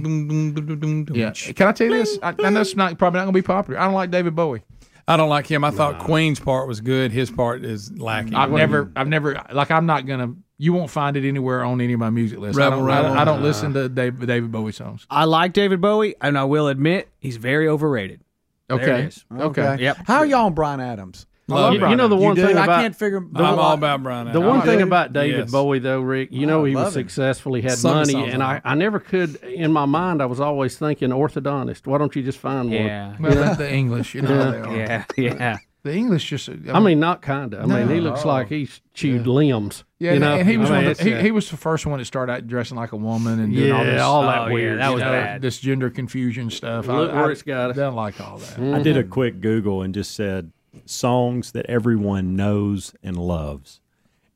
S1: yeah. Can I tell you this? I, I know it's not probably not going to be popular. I don't like David Bowie.
S5: I don't like him. I thought Queen's part was good. His part is lacking.
S1: I've never, I've never, like, I'm not going to. You won't find it anywhere on any of my music lists. I
S12: Rebel,
S1: don't, I don't- I
S12: Rebel.
S1: don't listen to David, David Bowie songs.
S12: I like David Bowie, and I will admit he's very overrated. There
S1: Okay.
S12: it is.
S1: Okay.
S12: Yep.
S4: How are y'all on Brian Adams?
S2: Well, you, you know the one
S4: do?
S2: thing
S4: I
S2: about
S4: can't figure.
S2: the one- The one thing about David Bowie, though, Rick, you know
S4: Oh, I
S2: he
S4: love
S2: was
S4: him.
S2: successful. He had
S4: Sung his
S2: money,
S4: songs
S2: and
S4: a
S2: I,
S4: lot.
S2: I never could. In my mind, I was always thinking orthodontist. Why don't you just find
S12: Yeah.
S2: one?
S1: Well,
S2: You know?
S1: the- the English, you know, how they are.
S12: Yeah, yeah.
S1: The English just. I
S2: I mean, not kinda. I mean, he looks like he's chewed limbs.
S1: Yeah,
S2: you know?
S1: and he was
S2: I mean,
S1: one of
S2: it's,
S1: the, he,
S2: uh,
S1: he was the first one to start out dressing like a woman and doing all
S2: Yeah,
S1: this,
S2: all that Oh, yeah, weird that
S1: you
S2: was
S1: know,
S2: bad.
S1: this gender confusion stuff.
S2: Look where it's
S1: got us. Don't like all that.
S2: Mm-hmm.
S11: I did a quick Google and just said songs that everyone knows and loves.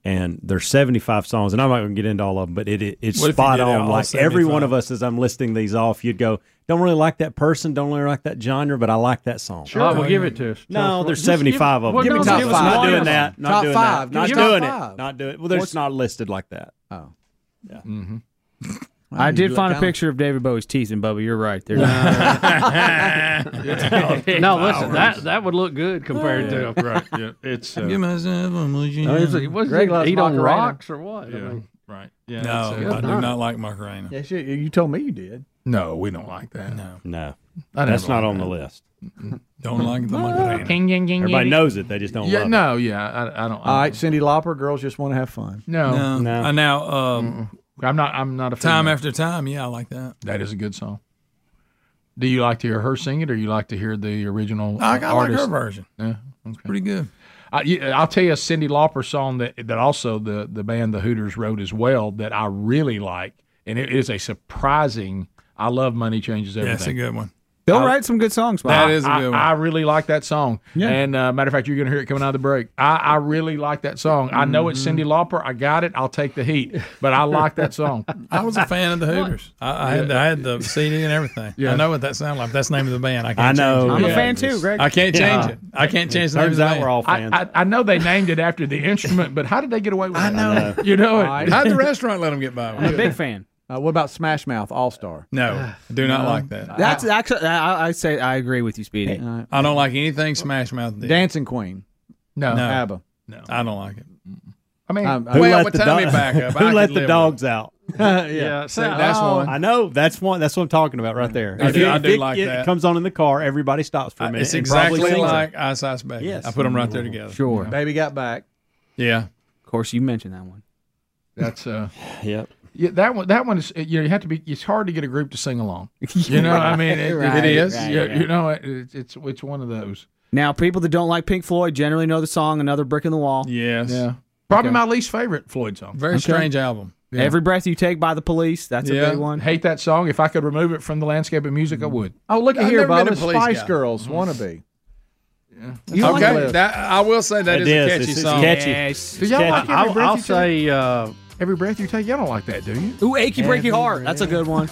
S11: And there's 75 songs, and I'm not going to get into all of them, but it, it- it's
S5: What if you
S11: spot
S5: did
S11: on.
S5: all
S11: Like every one
S5: 75?
S11: of us, as I'm listing these off, you'd go, "Don't really like that person, don't really like that genre, but I like that song."
S2: Sure. Oh, well, give it to us. Tell
S11: No,
S2: us.
S11: there's
S2: Just
S11: 75
S2: give-
S11: of them.
S2: well, Give me no, top give us five.
S11: Not
S2: one.
S11: doing that. Not
S2: Top
S11: doing
S2: five.
S11: that. Not
S2: Give me top
S11: doing
S2: five.
S11: it. Not doing it. Well, there's
S2: What's-
S11: not listed like that. Oh, yeah.
S1: Mm-hmm.
S12: I
S11: you
S12: did
S11: do
S12: find
S11: like
S12: a
S11: that?
S12: picture of David Bowie's teeth, and Bubba, you're right. There's
S2: no, listen, that that would look good compared
S5: Yeah.
S2: to
S1: right. Yeah, it's. uh,
S5: Give myself a million.
S2: No, it's like, what's
S4: Greg
S2: it,
S4: loves
S2: eat on
S4: Macarena.
S2: rocks or what?
S1: Yeah, right. Yeah,
S5: No,
S1: that's it.
S5: I do not like Macarena.
S4: Yes, you, you told me you did.
S1: No, we don't like that.
S5: No,
S11: no,
S1: I never
S11: that's not
S1: liked
S11: on
S1: that.
S11: the list.
S5: Don't like the
S1: Macarena. Ding, ding, ding,
S11: Everybody
S1: ding.
S11: knows it. They just don't
S1: yeah,
S11: love
S1: no, yeah, I, I don't.
S4: All right, Cindy Lauper, girls just want to have fun.
S1: No.
S5: No. Uh, now, um,
S1: I'm not. I'm not a fan
S5: Time
S1: of-
S5: after time, yeah, I like that.
S1: That is a good song. Do you like to hear her sing it, or you like to hear the original? uh,
S5: I- I like her
S1: artist?
S5: version.
S1: Yeah, it's
S5: pretty good.
S1: I, you- I'll tell you a Cindy Lauper song that that also the the band the Hooters wrote as well that I really like, and it is a surprising. I love "Money Changes Everything."
S5: That's a good one.
S12: They'll
S1: I-
S12: write some good songs. Bob.
S1: I- I, I really like that song. And uh, matter of fact, you're going to hear it coming out of the break. I, I really like that song. I know it's Cindy Lauper. I got it. I'll take the heat. But I like that song.
S5: I was a fan of the Hooters. I, I, had, I had the CD and everything.
S1: Yeah.
S5: I know what that sounded like. That's the name of the band. I, can't
S11: I know.
S5: Change it.
S11: I'm a Yeah. fan too, Greg.
S5: I can't
S11: Yeah.
S5: change it. I can't change the name of
S11: Turns
S5: the
S11: out
S5: band.
S11: we're all
S1: I, I, I know they named it after the instrument, but how did they get away with it? I
S5: know.
S1: You know it.
S5: How'd the restaurant let them get by? with it?
S12: fan.
S4: Uh, what about Smash Mouth All Star?
S5: No, I do not
S4: No.
S5: like that.
S12: That's actually I, I say I agree with you, Speedy.
S5: I don't like anything Smash Mouth did.
S4: Dancing Queen.
S1: No.
S4: ABBA.
S5: No, I don't like it.
S1: I mean,
S4: Um,
S11: Who
S5: well,
S11: let
S5: but
S11: the
S5: tell me
S11: dog-
S5: back up.
S11: Who
S5: I
S11: let
S5: could
S11: the
S5: live
S11: dogs out?
S4: yeah,
S5: See, that's
S11: one.
S5: one.
S11: I know that's one. That's what I'm talking about right there.
S5: I
S11: If
S5: do-
S11: you-
S5: I
S11: if
S5: do
S11: it-
S5: like
S11: it
S5: that. Uh,
S11: Comes on in the car. Everybody stops for a minute.
S5: It's
S11: and probably
S5: exactly
S11: sings it.
S5: like Ice Ice Baby.
S11: Yes.
S5: I put them right there together.
S12: Sure.
S4: Baby Got Back.
S5: Yeah.
S12: Of course, you mentioned that one.
S1: That's uh.
S11: Yep.
S1: Yeah, that one. That one is. You know, you have to be. It's hard to get a group to sing along. You know, I mean, it,
S12: Right,
S1: it is.
S12: right,
S1: you,
S12: right.
S1: you know, it, it's it's it's one of those.
S12: Now, people that don't like Pink Floyd generally know the song "Another Brick in the Wall."
S5: Yes.
S1: Yeah. Probably
S12: Okay.
S1: my least favorite Floyd song.
S5: Very strange album.
S1: Yeah.
S12: Every breath you take by the police. That's a big one.
S1: Hate that song. If I could remove it from the landscape of music, I would.
S4: Oh, look at
S5: Mm. I've
S4: here,
S5: never been
S4: Bubba.
S5: a police
S4: Spice
S5: guy.
S4: Girls wannabe.
S5: You Mm. okay, that, I will say that is, a catchy song.
S1: Do y'all like every breath you take? uh, every breath you take. Y'all don't like that, do you?
S12: Ooh, achy breaky heart. That's a good one.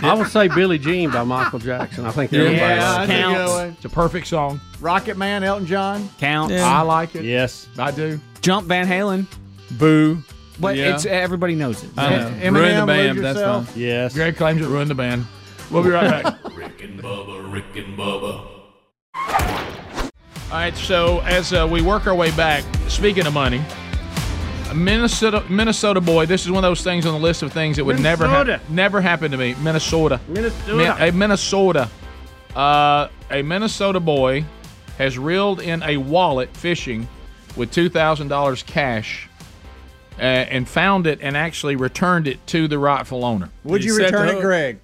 S2: I would say Billie Jean by Michael Jackson. I think
S1: Yeah,
S2: everybody
S1: I
S2: likes
S1: think
S2: it.
S1: that way. It's a perfect song.
S4: Rocket Man, Elton John.
S12: Counts.
S1: Yeah. I like it.
S11: Yes,
S1: I do.
S12: Jump Van Halen.
S5: Boo.
S12: But
S1: Yeah.
S12: it's everybody knows it.
S1: I know. Ruin the Eminem, band, Lose that's Yourself. fine.
S11: Yes.
S1: Greg claims it ruined the band. We'll be right back.
S3: Rick and Bubba, Rick and Bubba.
S1: All right, so as uh, we work our way back, speaking of money, a Minnesota Minnesota boy, this is one of those things on the list of things that would never
S9: Minnesota.
S1: hap- never happen to me. Minnesota.
S9: Minnesota.
S1: Min- a Minnesota. Uh, a Minnesota boy has reeled in a wallet fishing with $2,000 cash uh, and found it and actually returned it to the rightful owner.
S4: Would you return it, Greg?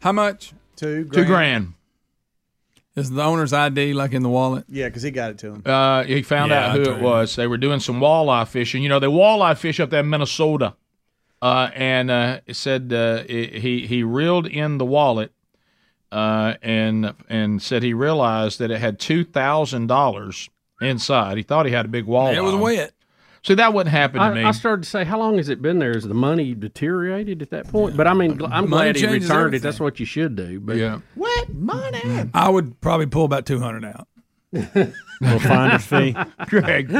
S5: How much?
S4: Two grand.
S1: Two grand.
S5: Is the owner's ID like in the wallet?
S4: Yeah, because he got it to him.
S1: Uh, he found
S5: Yeah,
S1: out who
S5: I
S1: it was. They were doing some walleye fishing. You know, they walleye fish up there in Minnesota. Uh, and uh, it said uh, it- he he reeled in the wallet, uh, and and said he realized that it had two thousand dollars inside. He thought he had a big wallet. See, that wouldn't happen to
S2: I,
S1: me.
S2: I started to say, how long has it been there? Has the money deteriorated at that point? But I mean, gl- I'm
S5: Money
S2: glad he returned
S5: changes
S2: it. That's what you should do. But
S5: Yeah.
S4: What money?
S5: I would probably pull about two hundred out.
S11: Little finder's fee.
S1: Greg.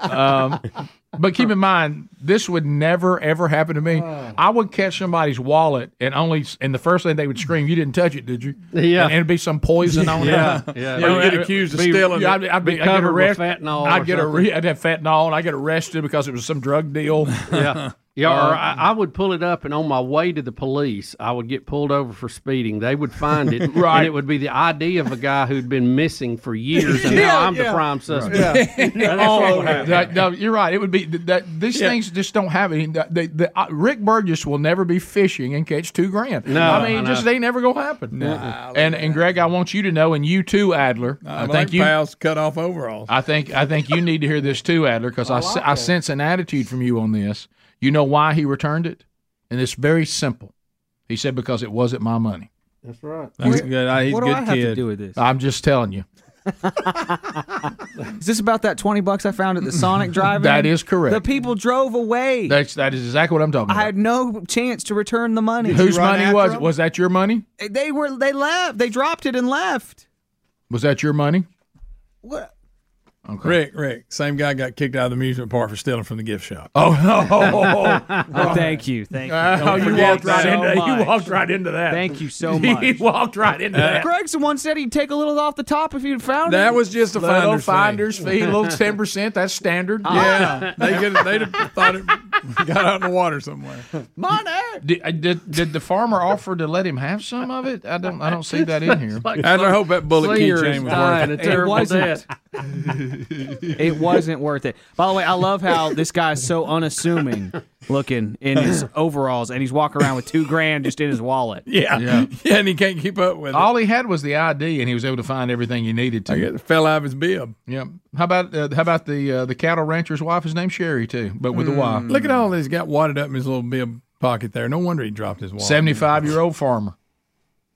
S1: Um, but keep in mind, this would never ever happen to me.
S2: Oh.
S1: I would catch somebody's wallet and only, and the first thing they would scream, "You didn't touch it, did you?"
S2: Yeah.
S1: and it'd be some poison on
S2: Yeah,
S1: it.
S2: yeah.
S1: Or
S2: Or
S1: I'd
S2: get accused of
S1: be-
S2: stealing
S1: yeah,
S2: it.
S1: I'd, I'd be,
S2: Be
S1: I'd get
S2: covered with
S1: arrested.
S2: fentanyl or
S1: I'd get
S2: something.
S1: arre- I'd have fentanyl, and I get arrested because it was some drug deal.
S2: yeah. Yeah, or
S1: Uh,
S2: I, I would pull it up, and on my way to the police, I would get pulled over for speeding. They would find it,
S1: Right.
S2: and it would be the ID of a guy who'd been missing for years, and now
S1: Yeah,
S2: I'm
S1: yeah.
S2: the prime suspect. That's
S1: Oh,
S2: what would happen.
S1: that- no, you're right. It would be that, that these
S2: Yeah.
S1: things just don't have any. The, the, the- uh, Rick Burgess will never be fishing and catch two grand.
S2: No,
S1: I mean, it
S2: no.
S1: just ain't never gonna happen. and and Greg, I want you to know, and you too, Adler. I,
S5: like
S1: think you.
S5: pals cut off overalls.
S1: I think I think you need to hear this too, Adler, because I, se- I sense an attitude from you on this. You know why he returned it, and it's very simple. He said because it wasn't my money.
S2: That's right.
S5: That's good.
S1: Ah,
S5: I, he's
S12: what
S5: a
S12: do
S5: good
S12: I have to
S5: kid.
S12: do with this?
S1: I'm just telling you.
S12: Is this about that twenty bucks I found at the Sonic drive?
S1: That is correct.
S12: The people drove away.
S1: That's that is exactly what I'm talking
S12: I
S1: about.
S12: had no chance to return the money.
S1: Whose money was it? Was that your money?
S12: it? They were. They left. They dropped it and left.
S1: Was that your money?
S12: What?
S5: Rick, Rick, same guy got kicked out of the amusement park for stealing from the gift shop.
S1: Oh,
S12: thank you, thank you.
S5: Oh,
S12: Don't
S5: you
S12: forget
S5: walked right
S12: so
S5: into- you
S11: uh,
S12: much.
S5: walked
S1: right into that.
S12: Thank you so
S5: He
S12: much.
S1: walked right
S5: Uh,
S1: into that.
S12: Greg's the one said he'd take a little off the top if you'd found it.
S5: That was just a
S1: Little finder's
S5: finder's, fee.
S1: fee, little ten percent. That's standard.
S5: Yeah, they could they thought it got out in the water somewhere.
S1: Money. Did, uh, did, did the farmer offer to let him have some of it? I don't. I don't see that in here.
S5: Like I hope that bullet keychain was worth it.
S12: wasn't. it wasn't worth it. By the way, I love how this guy's so unassuming looking in his overalls, and he's walking around with two grand just in his wallet.
S5: Yeah. yeah, yeah, and he can't keep up with it.
S1: All he had was the ID, and he was able to find everything he needed to.
S5: I guess it fell out of his bib.
S1: Yeah. How about uh, how about the uh, the cattle rancher's wife? His name's Sherry too, but with a Y.
S5: Mm. Look at all that he's got wadded up in his little bib pocket there. No wonder he dropped his wallet.
S1: seventy five year old farmer.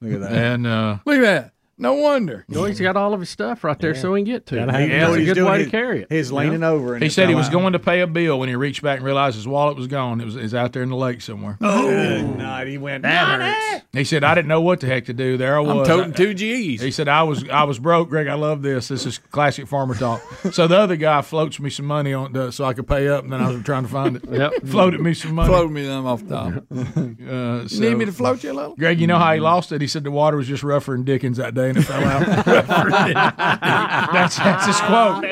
S4: Look at
S5: that.
S1: And uh,
S5: Look at that. No wonder.
S2: Well, he's got all of his stuff right there, so he can get to it.
S5: Gotta have-
S2: Yeah,
S5: What
S2: that's a
S5: he's
S2: good
S5: doing
S2: way
S5: is-
S2: to carry it.
S4: He's leaning over. And
S1: he
S4: it
S1: said he
S4: fell
S1: was
S4: out.
S1: going to pay a bill when he reached back and realized his wallet was gone. It was is out there in the lake somewhere.
S5: Oh.
S4: Oh.
S12: oh.
S4: Good night. He went. That hurts.
S1: He said, "I didn't know what the heck to do. There I
S5: I'm
S1: was,
S5: toting
S1: I-
S5: two G's."
S1: He said, "I was, I was broke, Greg. I love this. This is classic farmer talk." so the other guy floats me some money on, uh, so I could pay up, and then I was trying to find it.
S5: Yep.
S1: floated me some money.
S5: Floated me them off top.
S1: Uh,
S5: You need me to float you a little?
S1: Greg, you know how he lost it? He said the water was just rougher than Dickens that day, and it fell out. Rougher than- that's, that's his quote.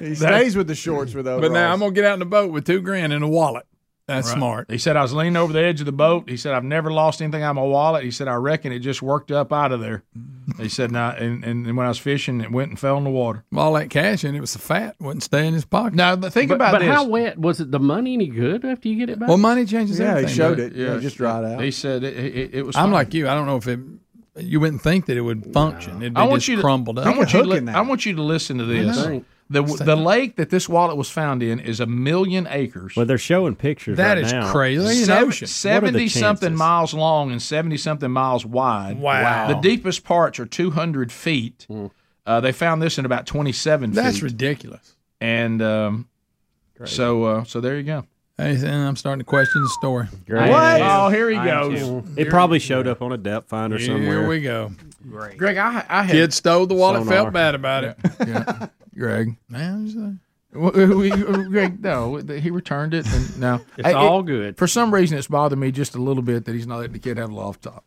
S4: He stays with the shorts with overalls.
S5: But now I'm gonna get out in the boat with two grand in a wallet. That's
S1: Right.
S5: smart.
S1: He said, I was leaning over the edge of the boat. He said, I've never lost anything out of my wallet. He said, I reckon it just worked up out of there. He said, nah, and, and, and when I was fishing, it went and fell in the water.
S5: All that cash in it was the fat wouldn't stay in his pocket.
S1: Now but think
S2: But-
S1: about
S2: but
S1: this.
S2: how wet was it? The money any good after you get it back?
S5: Well, money changes
S4: Yeah, he
S5: everything.
S4: showed
S5: doesn't
S4: it. It just dried out.
S1: He said it, it, it was.
S5: I'm
S1: fine.
S5: like you. I don't know if it. You wouldn't think that it would function. It'd be
S1: I want
S5: just
S1: you to
S5: crumbled up.
S1: I want you to. li- I want you to listen to this.
S5: know.
S1: The the lake that this wallet was found in is a million acres.
S11: Well, they're showing pictures.
S1: That
S11: right
S1: is Seventy
S11: now.
S1: something
S11: What are the chances?
S1: miles long and seventy something miles wide.
S5: Wow.
S4: Hmm.
S1: The deepest parts are two hundred feet. Uh, they found this in about 27
S5: That's
S1: feet.
S5: ridiculous.
S1: And um, so uh, so there you go.
S5: Hey, I'm starting to question the story.
S1: Great. What? Oh, here he goes.
S11: It
S1: Here-
S11: probably showed up on a depth finder
S5: Here
S11: somewhere.
S5: we go.
S1: Great. Greg, I, I had
S5: Kid stole the wallet.
S11: Sonar.
S5: Felt bad about it.
S1: Yeah. Greg.
S5: Man,
S1: W- uh, we- Greg, no, he returned it. And no,
S2: It's all good.
S1: For some reason, it's bothered me just a little bit that he's not letting the kid have a loft top.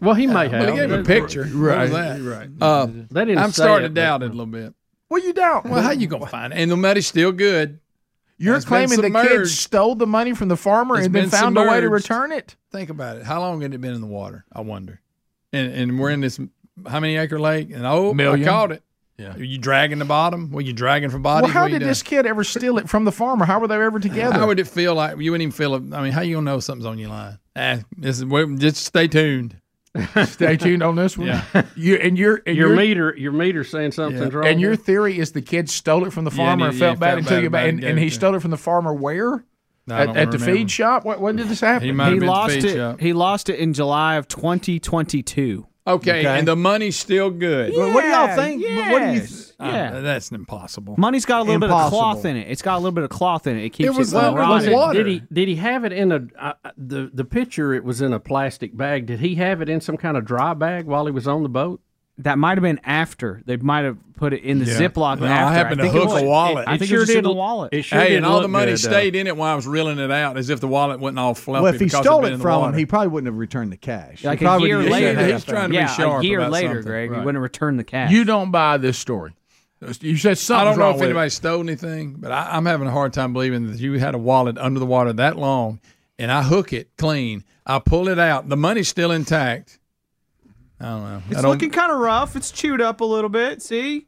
S2: Well, he may
S1: Uh,
S2: have.
S1: well, he gave a picture. What
S5: Right.
S1: was that?
S5: Right.
S1: Uh,
S2: they didn't
S5: I'm
S2: say
S5: starting
S2: it,
S5: to
S2: but-
S5: doubt it a little bit.
S1: Well, you don't.
S5: Well, how you gonna find it? And the money's still good.
S1: You're
S5: It's been
S1: claiming the kid
S5: submerged.
S1: stole the money from the farmer
S5: It's
S1: and then
S5: been
S1: found a way to
S5: submerged.
S1: return it.
S5: Think about it. How long had it been in the water? I wonder. And and we're in this how many acre lake? And oh,
S1: Million.
S5: I caught it.
S1: Yeah.
S5: Are you dragging the bottom? Were you dragging for body?
S1: well, how did this kid ever steal it from the farmer? How were they ever together?
S5: How would it feel like? You wouldn't even feel it. I mean, how you gonna know something's on your line? Ah, this is, well, just stay tuned.
S1: Stay tuned on this one.
S5: Yeah.
S1: You and your and
S2: your,
S1: your-
S2: meter, your meter's saying something's wrong.
S1: And your theory is the kid stole it from the
S2: Yeah, and he-
S1: farmer and
S2: yeah,
S1: felt
S2: he
S1: bad
S2: felt
S1: until
S2: bad
S1: you
S2: about it
S1: and,
S2: and
S1: and
S2: gave
S1: he
S2: it to
S1: stole it from the farmer where?
S5: No, I
S1: at
S5: don't
S1: at the
S5: remember.
S1: feed shop? What, when did this happen?
S5: might
S12: he
S5: have been
S12: lost
S5: feed
S12: it.
S5: shop.
S12: He lost it in July of 2022.
S5: Okay,
S12: Okay.
S5: and the money's still good.
S12: Well, what do y'all Yeah, think?
S5: What do you?
S12: yes, yeah.
S5: that's impossible.
S12: Money's got a little bit of
S5: Impossible.
S12: cloth in it. It's got a little bit of cloth in it. It keeps it,
S2: was
S12: from
S2: under the
S12: rotting.
S2: water. Did he did he have it in a uh, the the picture? It was in a plastic bag. Did he have it in some kind of dry bag while he was on the boat?
S12: That might have been after they might have put it in the
S2: Yeah.
S12: Ziploc.
S2: No, I
S12: after.
S2: happened to
S12: think it
S2: hook
S12: was-
S2: a wallet.
S12: I
S2: It
S12: think
S2: sure
S12: it was just
S2: did
S12: in the
S2: look-
S12: wallet.
S2: it
S5: hey, and all the money stayed in it while I was reeling it out, as if the wallet wasn't all fluffy.
S4: Well, if he
S5: because
S4: stole
S5: been
S4: it
S5: in the
S4: from him,
S5: water.
S4: he probably wouldn't have returned the cash. He
S12: Like a
S4: probably
S12: year
S4: wouldn't have
S12: later,
S4: said that.
S12: yeah,
S5: sharp
S12: A year
S5: about
S12: later,
S5: something.
S12: Greg,
S5: Right.
S12: you wouldn't return the cash.
S1: You don't buy this story. You said
S5: I
S1: something.
S5: don't know if anybody stole anything, but I, I'm having a hard time believing that you had a wallet under the water that long, and I hook it clean. I pull it out. The money's still intact. I don't know. I
S12: It's
S5: don't-
S12: looking kind of rough. It's chewed up a little bit. See,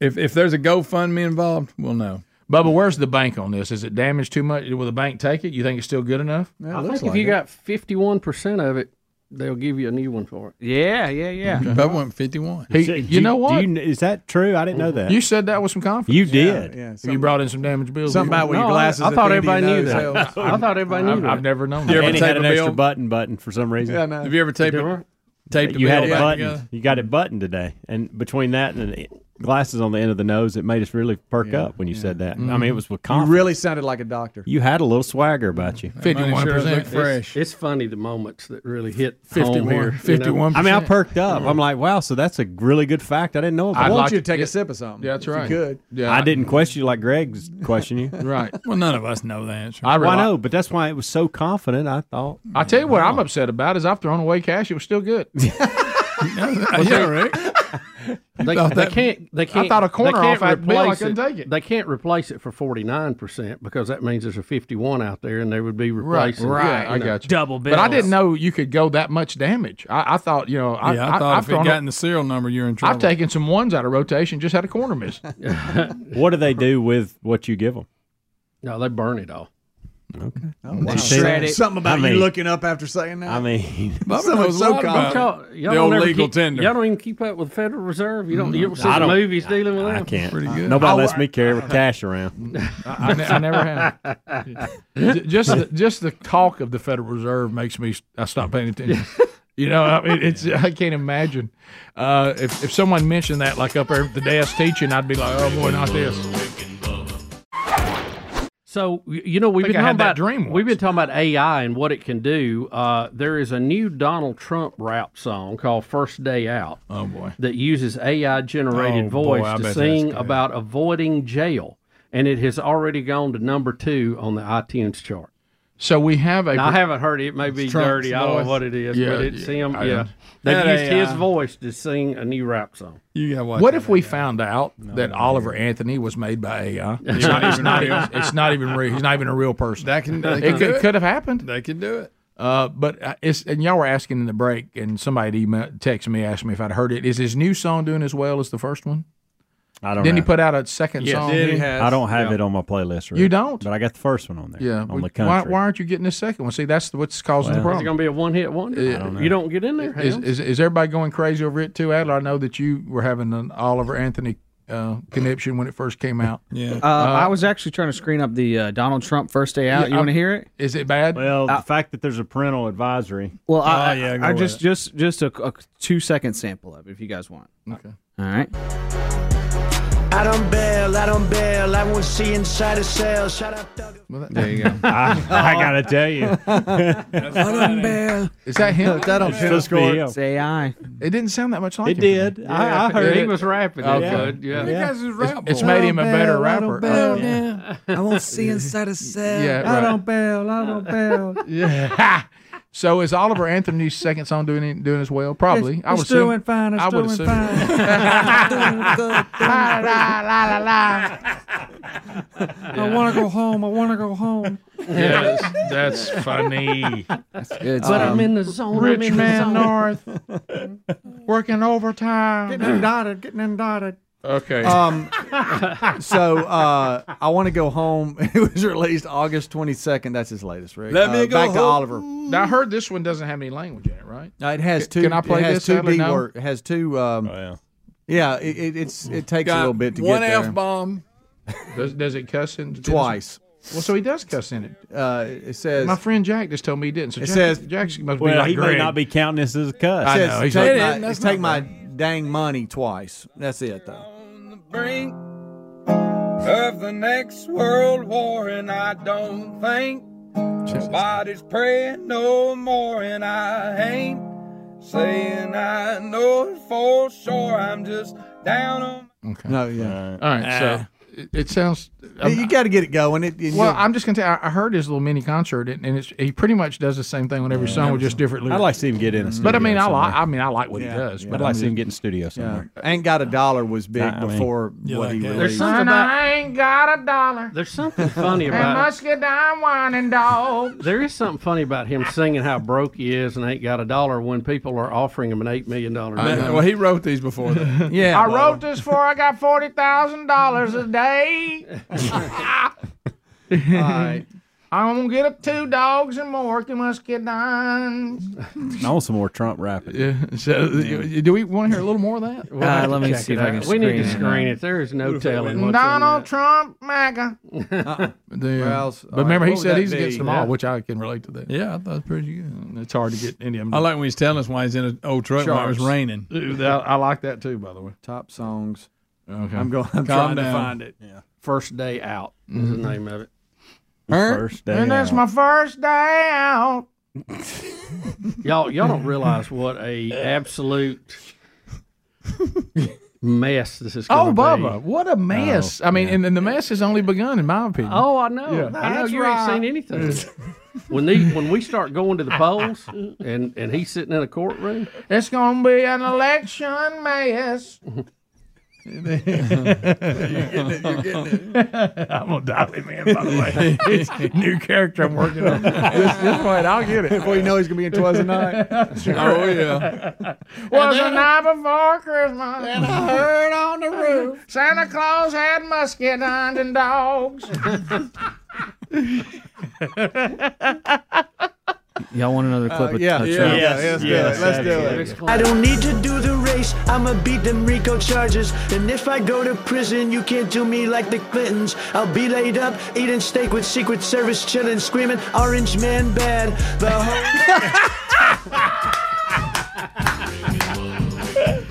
S5: if if there's a GoFundMe involved, we'll know.
S1: Bubba, where's the bank on this? Is it damaged too much? Will the bank take it? You think it's still good enough?
S2: I think if you got fifty one percent of it, they'll give you a new one for it.
S12: Yeah, yeah, yeah.
S5: Okay. Bubba went 51.
S1: He-
S11: Do-
S1: you
S11: do-
S1: know
S11: do
S1: what?
S11: you kn- is that true? I didn't know that.
S1: You said that with some confidence.
S11: You did.
S1: Yeah, you brought in some damaged bills.
S11: Something about with your No, I- glasses I at thought the end of everybody your knew nose. that.
S2: I thought everybody knew
S1: I've,
S2: that.
S1: I've never known
S11: You
S1: that.
S11: ever had an extra button button for some reason?
S1: Yeah, no.
S5: Have you ever taped
S1: You
S5: it?
S1: ever?
S5: Taped a
S11: you had
S5: bill
S11: it
S5: back
S11: buttoned.
S5: together?
S11: You got it buttoned today, and between that and the glasses on the end of the nose, it made us really perk up when you said that.
S1: Mm-hmm.
S11: I mean, it was with
S4: You
S11: confidence.
S4: really sounded like a doctor.
S11: You had a little swagger about you.
S2: It's, it's funny the moments that really hit home
S11: 51,
S2: here. you know?
S11: I mean, I perked up. I'm like, wow, so that's a really good fact I didn't know about.
S4: I want you to take a sip of something.
S1: Yeah, that's
S4: if you
S1: right.
S4: could.
S1: Yeah,
S11: I didn't question you like Greg's question you.
S1: right.
S5: Well, none of us know the answer.
S11: I,
S1: realize-
S11: know, but that's why it was so confident. I thought.
S1: I tell you what, I'm upset about is I've thrown away cash. It was still good.
S5: yeah, Rick.
S2: They,
S1: thought
S2: they
S1: that-
S2: can't.
S1: I
S2: They can't.
S1: thought a
S2: they
S1: corner
S2: can't
S1: off that bill, I
S2: replace
S1: couldn't take it.
S2: They can't replace it for forty nine percent because that means there's a fifty one out there, and they would be
S1: Right,
S2: replacing.
S1: right. I
S2: know.
S1: got you. But I didn't know you could go that much damage. I, I thought, you know, I,
S5: yeah, I, thought
S1: have
S5: if it got in the serial number, you're in trouble.
S1: I've taken some ones out of rotation, just had a corner miss.
S11: what do they do with what you give them?
S2: No, they burn it all.
S11: Okay.
S4: Oh, wow. Something about you looking up after saying that.
S11: I mean,
S4: Someone's so confident.
S2: Y'all, y'all
S11: The
S2: don't
S11: old
S2: ever
S11: legal
S2: keep,
S11: tender.
S2: Y'all don't even keep up with Federal Reserve. You don't. You ever see
S11: I
S2: the
S11: don't-
S2: movies dealing with that?
S11: I can't.
S5: Pretty good.
S11: Nobody
S2: I-
S11: lets me carry with cash around.
S1: I, ne- I never have. J- just the, just the talk of the Federal Reserve makes me I stop paying attention. You know, I mean, it's I can't imagine uh, if if someone mentioned that like up there at the desk teaching, I'd be like, oh boy, not this.
S2: So y- you know we've
S1: Think
S2: been
S1: I
S2: talking
S1: had that
S2: about
S1: dream
S2: we've been talking about AI and what it can do. Uh, there is a new Donald Trump rap song called "First Day Out."
S5: Oh boy!
S2: That uses AI generated
S1: Oh, boy,
S2: voice
S1: I
S2: to
S1: bet that's
S2: sing
S1: good.
S2: about avoiding jail, and it has already gone to number two on the iTunes chart.
S1: So we have a.
S2: Now, I haven't heard it. It may be
S1: Trump's
S2: dirty. I don't
S1: voice.
S2: know what it is,
S1: Yeah,
S2: but it's
S1: yeah,
S2: him.
S1: I
S2: Yeah,
S1: don't-
S2: they've
S1: That
S2: used his
S1: AI.
S2: voice to sing a new rap song.
S5: You got
S1: What if we found out that Oliver Anthony was made by AI? It's not, it's not even, it's not even real. He's not even a real person.
S5: That can, they
S1: it
S5: can do
S1: could,
S5: it.
S1: could have happened.
S5: They can do it.
S1: Uh, but uh, it's and y'all were asking in the break, and somebody email, texted me asked me if I'd heard it. Is his new song doing as well as the first one?
S11: I don't.
S1: Didn't
S11: know.
S1: he put out a second song?
S11: I don't have it on my playlist. Rick.
S1: You don't?
S11: but I got the first one on there.
S1: Yeah,
S11: on the
S1: Uh, why,
S11: country.
S1: why aren't you getting the second one? See, that's what's causing
S2: Is
S1: the
S11: Well-
S2: it
S1: problem.
S2: going to be a one hit wonder?
S1: I
S11: don't know.
S2: You don't get in there.
S1: Is,
S2: Hales?
S1: is, is everybody going crazy over it too, Adler? I know that you were having an Oliver Anthony uh, conniption when it first came out.
S5: Yeah.
S12: Uh, I was actually trying to screen up the uh, Donald Trump first day out.
S1: Yeah,
S12: you want to
S1: I'm-
S12: hear it? Uh,
S1: Is it bad?
S11: Well, the fact that there's a parental advisory.
S12: Well,
S5: Oh,
S12: I, I- I,
S11: with
S12: just
S11: it.
S12: just just a, a two second sample of it if you guys want.
S1: Okay.
S12: All right.
S9: I don't bail, I don't bail, I won't see inside a cell. Shut up, thug.
S12: There you go.
S11: I, I gotta tell you,
S1: Is that him?
S11: That don't It's Phil Gordon. It's
S12: AI.
S1: It didn't sound that much like
S11: It
S1: him.
S11: did. I- I heard
S1: it-
S11: it. He was rapping it,
S1: Okay.
S11: good, yeah. That guy's a Oh, rap
S1: it's, it's
S11: boy.
S1: made him a better
S10: I don't
S1: rapper.
S10: bail
S1: Okay.
S10: now. I won't see inside a cell.
S1: Oh, Yeah,
S10: I
S1: right.
S10: don't bail. I don't bail.
S1: Yeah. so is Oliver Anthony's second song doing any- doing as well? Probably.
S10: It's-
S1: I would
S10: it's
S1: assume.
S10: doing fine. It's
S1: I would
S10: doing
S1: assume.
S10: fine. La, la, la, la, la. I
S1: Yeah.
S10: want to go home. I want to go home.
S1: Yes, that's funny.
S12: That's
S1: good.
S10: But I'm in the zone, I'm
S1: Rich
S10: in the
S1: man
S10: zone.
S1: north, working overtime.
S10: Getting indicted. Getting indicted.
S1: Okay.
S4: Um, so uh, I want to go home. It was released August 22nd. That's his latest. Rick.
S1: Let me
S4: Uh,
S1: go
S4: back to
S1: home.
S4: Oliver.
S1: Now I heard this one doesn't have any language in it, right?
S4: No, Uh, it has two.
S1: Can I play
S4: it has
S1: this?
S4: Two
S1: Adler?
S4: B
S1: No?
S4: word. It has two.
S11: Oh,
S4: Um, yeah. It, it, it's it takes a
S1: Got
S4: little bit to
S1: one
S4: get there.
S1: F bomb. Does, does it cuss in
S4: Twice.
S1: Well, so he does cuss in it.
S4: Uh, it says
S1: my friend Jack just told me he didn't. So
S4: It
S1: Jack,
S4: says-
S1: Jack must
S11: well,
S1: be like
S11: he
S1: Greg.
S11: may not be counting this as a cuss.
S1: I
S4: says,
S1: know, he's
S4: take,
S1: like- It
S4: my,
S1: isn't, that's
S4: take
S1: not
S4: my dang money twice. That's it though.
S23: brink of the next world war, and I don't think nobody's praying no more, and I ain't saying I know it for sure. I'm just down on.
S1: Okay.
S4: No. Yeah.
S1: All right. So it, it sounds.
S4: you got to get it going. It, it-
S1: Well, I'm just gonna. Tell, you, I- I heard his little mini concert, and and it's, he pretty much does the same thing on every
S11: Yeah,
S1: song
S11: every
S1: with just
S11: song.
S1: different.
S11: I'd
S1: Lyrics.
S11: like to see him get in a
S1: But I
S11: studio
S1: mean, I like.
S11: somewhere.
S1: I mean, I like what he
S11: Yeah,
S1: does.
S11: yeah.
S1: But
S11: I'd like
S1: I'm
S11: to see him
S1: just-
S11: get in studio somewhere.
S4: Ain't got a dollar was big
S11: I mean,
S4: before
S11: you
S4: what
S11: like
S4: he
S11: that.
S4: released.
S11: There's
S1: something
S24: And I ain't got a dollar.
S2: There's something funny
S24: and
S2: about
S24: must get down whining dog.
S2: There is something funny about him singing how broke he is and ain't got a dollar when people are offering him an eight million dollar.
S5: I know. Well, he wrote these before that.
S2: Yeah,
S24: I
S2: Bubba.
S24: wrote this for I got forty thousand dollars a day.
S4: All right.
S24: I'm gonna get up two dogs and more. You must get down.
S11: I want some more Trump rapping.
S1: Yeah. So do we want to hear a little more of that?
S2: We'll have to check it out. We need to screen it. There is no telling. what's in
S24: Donald Trump, MAGA.
S1: Uh-uh. The,
S5: Or else-
S1: but remember,
S5: What
S1: he
S5: would
S1: said
S5: that
S1: he's against
S5: be?
S1: them
S5: Yeah.
S1: all, which I can relate to that.
S5: Yeah, I thought it was
S1: pretty good. Mm, It's hard to get any of them.
S5: I like when he's telling us why he's in an old truck while it was
S1: Sharks.
S5: raining.
S1: Ooh, I, I like that too, by the way.
S4: Top songs.
S1: Okay.
S4: I'm going.
S5: Calm
S4: I'm trying to
S5: down.
S4: find it.
S2: First day out is the
S4: Mhm.
S2: name of it.
S5: First
S24: and that's my first day out.
S2: y'all y'all don't realize what a absolute mess this is.
S1: Oh,
S2: gonna be.
S1: Bubba, what a mess!
S11: Oh,
S1: I mean, and, and the mess has only begun, in my opinion.
S2: Oh, I know.
S1: Yeah.
S2: I know
S24: That's
S2: you
S24: right.
S2: ain't seen anything. when the when we start going to the polls and and he's sitting in a courtroom,
S24: It's gonna be an election mess.
S1: I'm a dolly man, by the way. It's a new character I'm working on. This, this point, I'll get it.
S4: Before you know, he's gonna be in Twas a Night.
S1: oh yeah.
S24: Was the night before Christmas. And
S1: I
S24: heard on the roof Santa Claus had muskedines and dogs.
S12: Y'all want another clip? of of Trump?
S9: I don't need to do the race. I'ma beat them Rico charges. And if I go to prison, you can't do me like the Clintons. I'll be laid up, eating steak with Secret Service, chilling, screaming, Orange Man bad. The whole.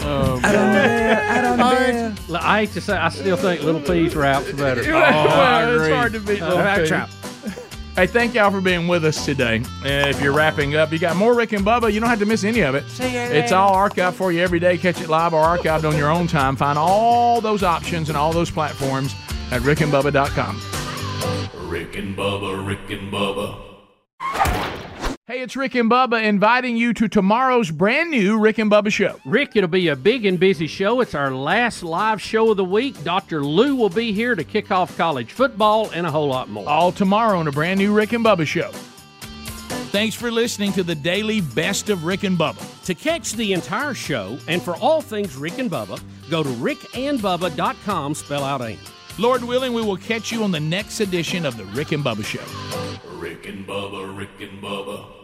S1: Oh,
S2: um,
S9: I don't dare, I don't dare.
S2: Look, I hate to say, I still think Little P's raps better.
S1: Oh, Well, it's hard to beat Little
S2: Back
S1: Pete.
S2: trap.
S1: Hey, thank y'all for being with us today. Uh, if you're wrapping up, you got more Rick and Bubba. You don't have to miss any of it.
S24: See you
S1: It's
S24: later.
S1: all archived for you every day. Catch it live or archived on your own time. Find all those options and all those platforms at rickandbubba.com.
S3: Rick and Bubba, Rick and Bubba.
S1: Hey, it's Rick and Bubba inviting you to tomorrow's brand new Rick and Bubba show.
S2: Rick, it'll be a big and busy show. It's our last live show of the week. Dr. Lou will be here to kick off college football and a whole lot more.
S1: All tomorrow on a brand new Rick and Bubba show. Thanks for listening to the daily best of Rick and Bubba.
S2: To catch the entire show and for all things Rick and Bubba, go to rickandbubba.com, spell out AIM.
S1: Lord willing, we will catch you on the next edition of the Rick and Bubba show.
S3: Rick and Bubba, Rick and Bubba.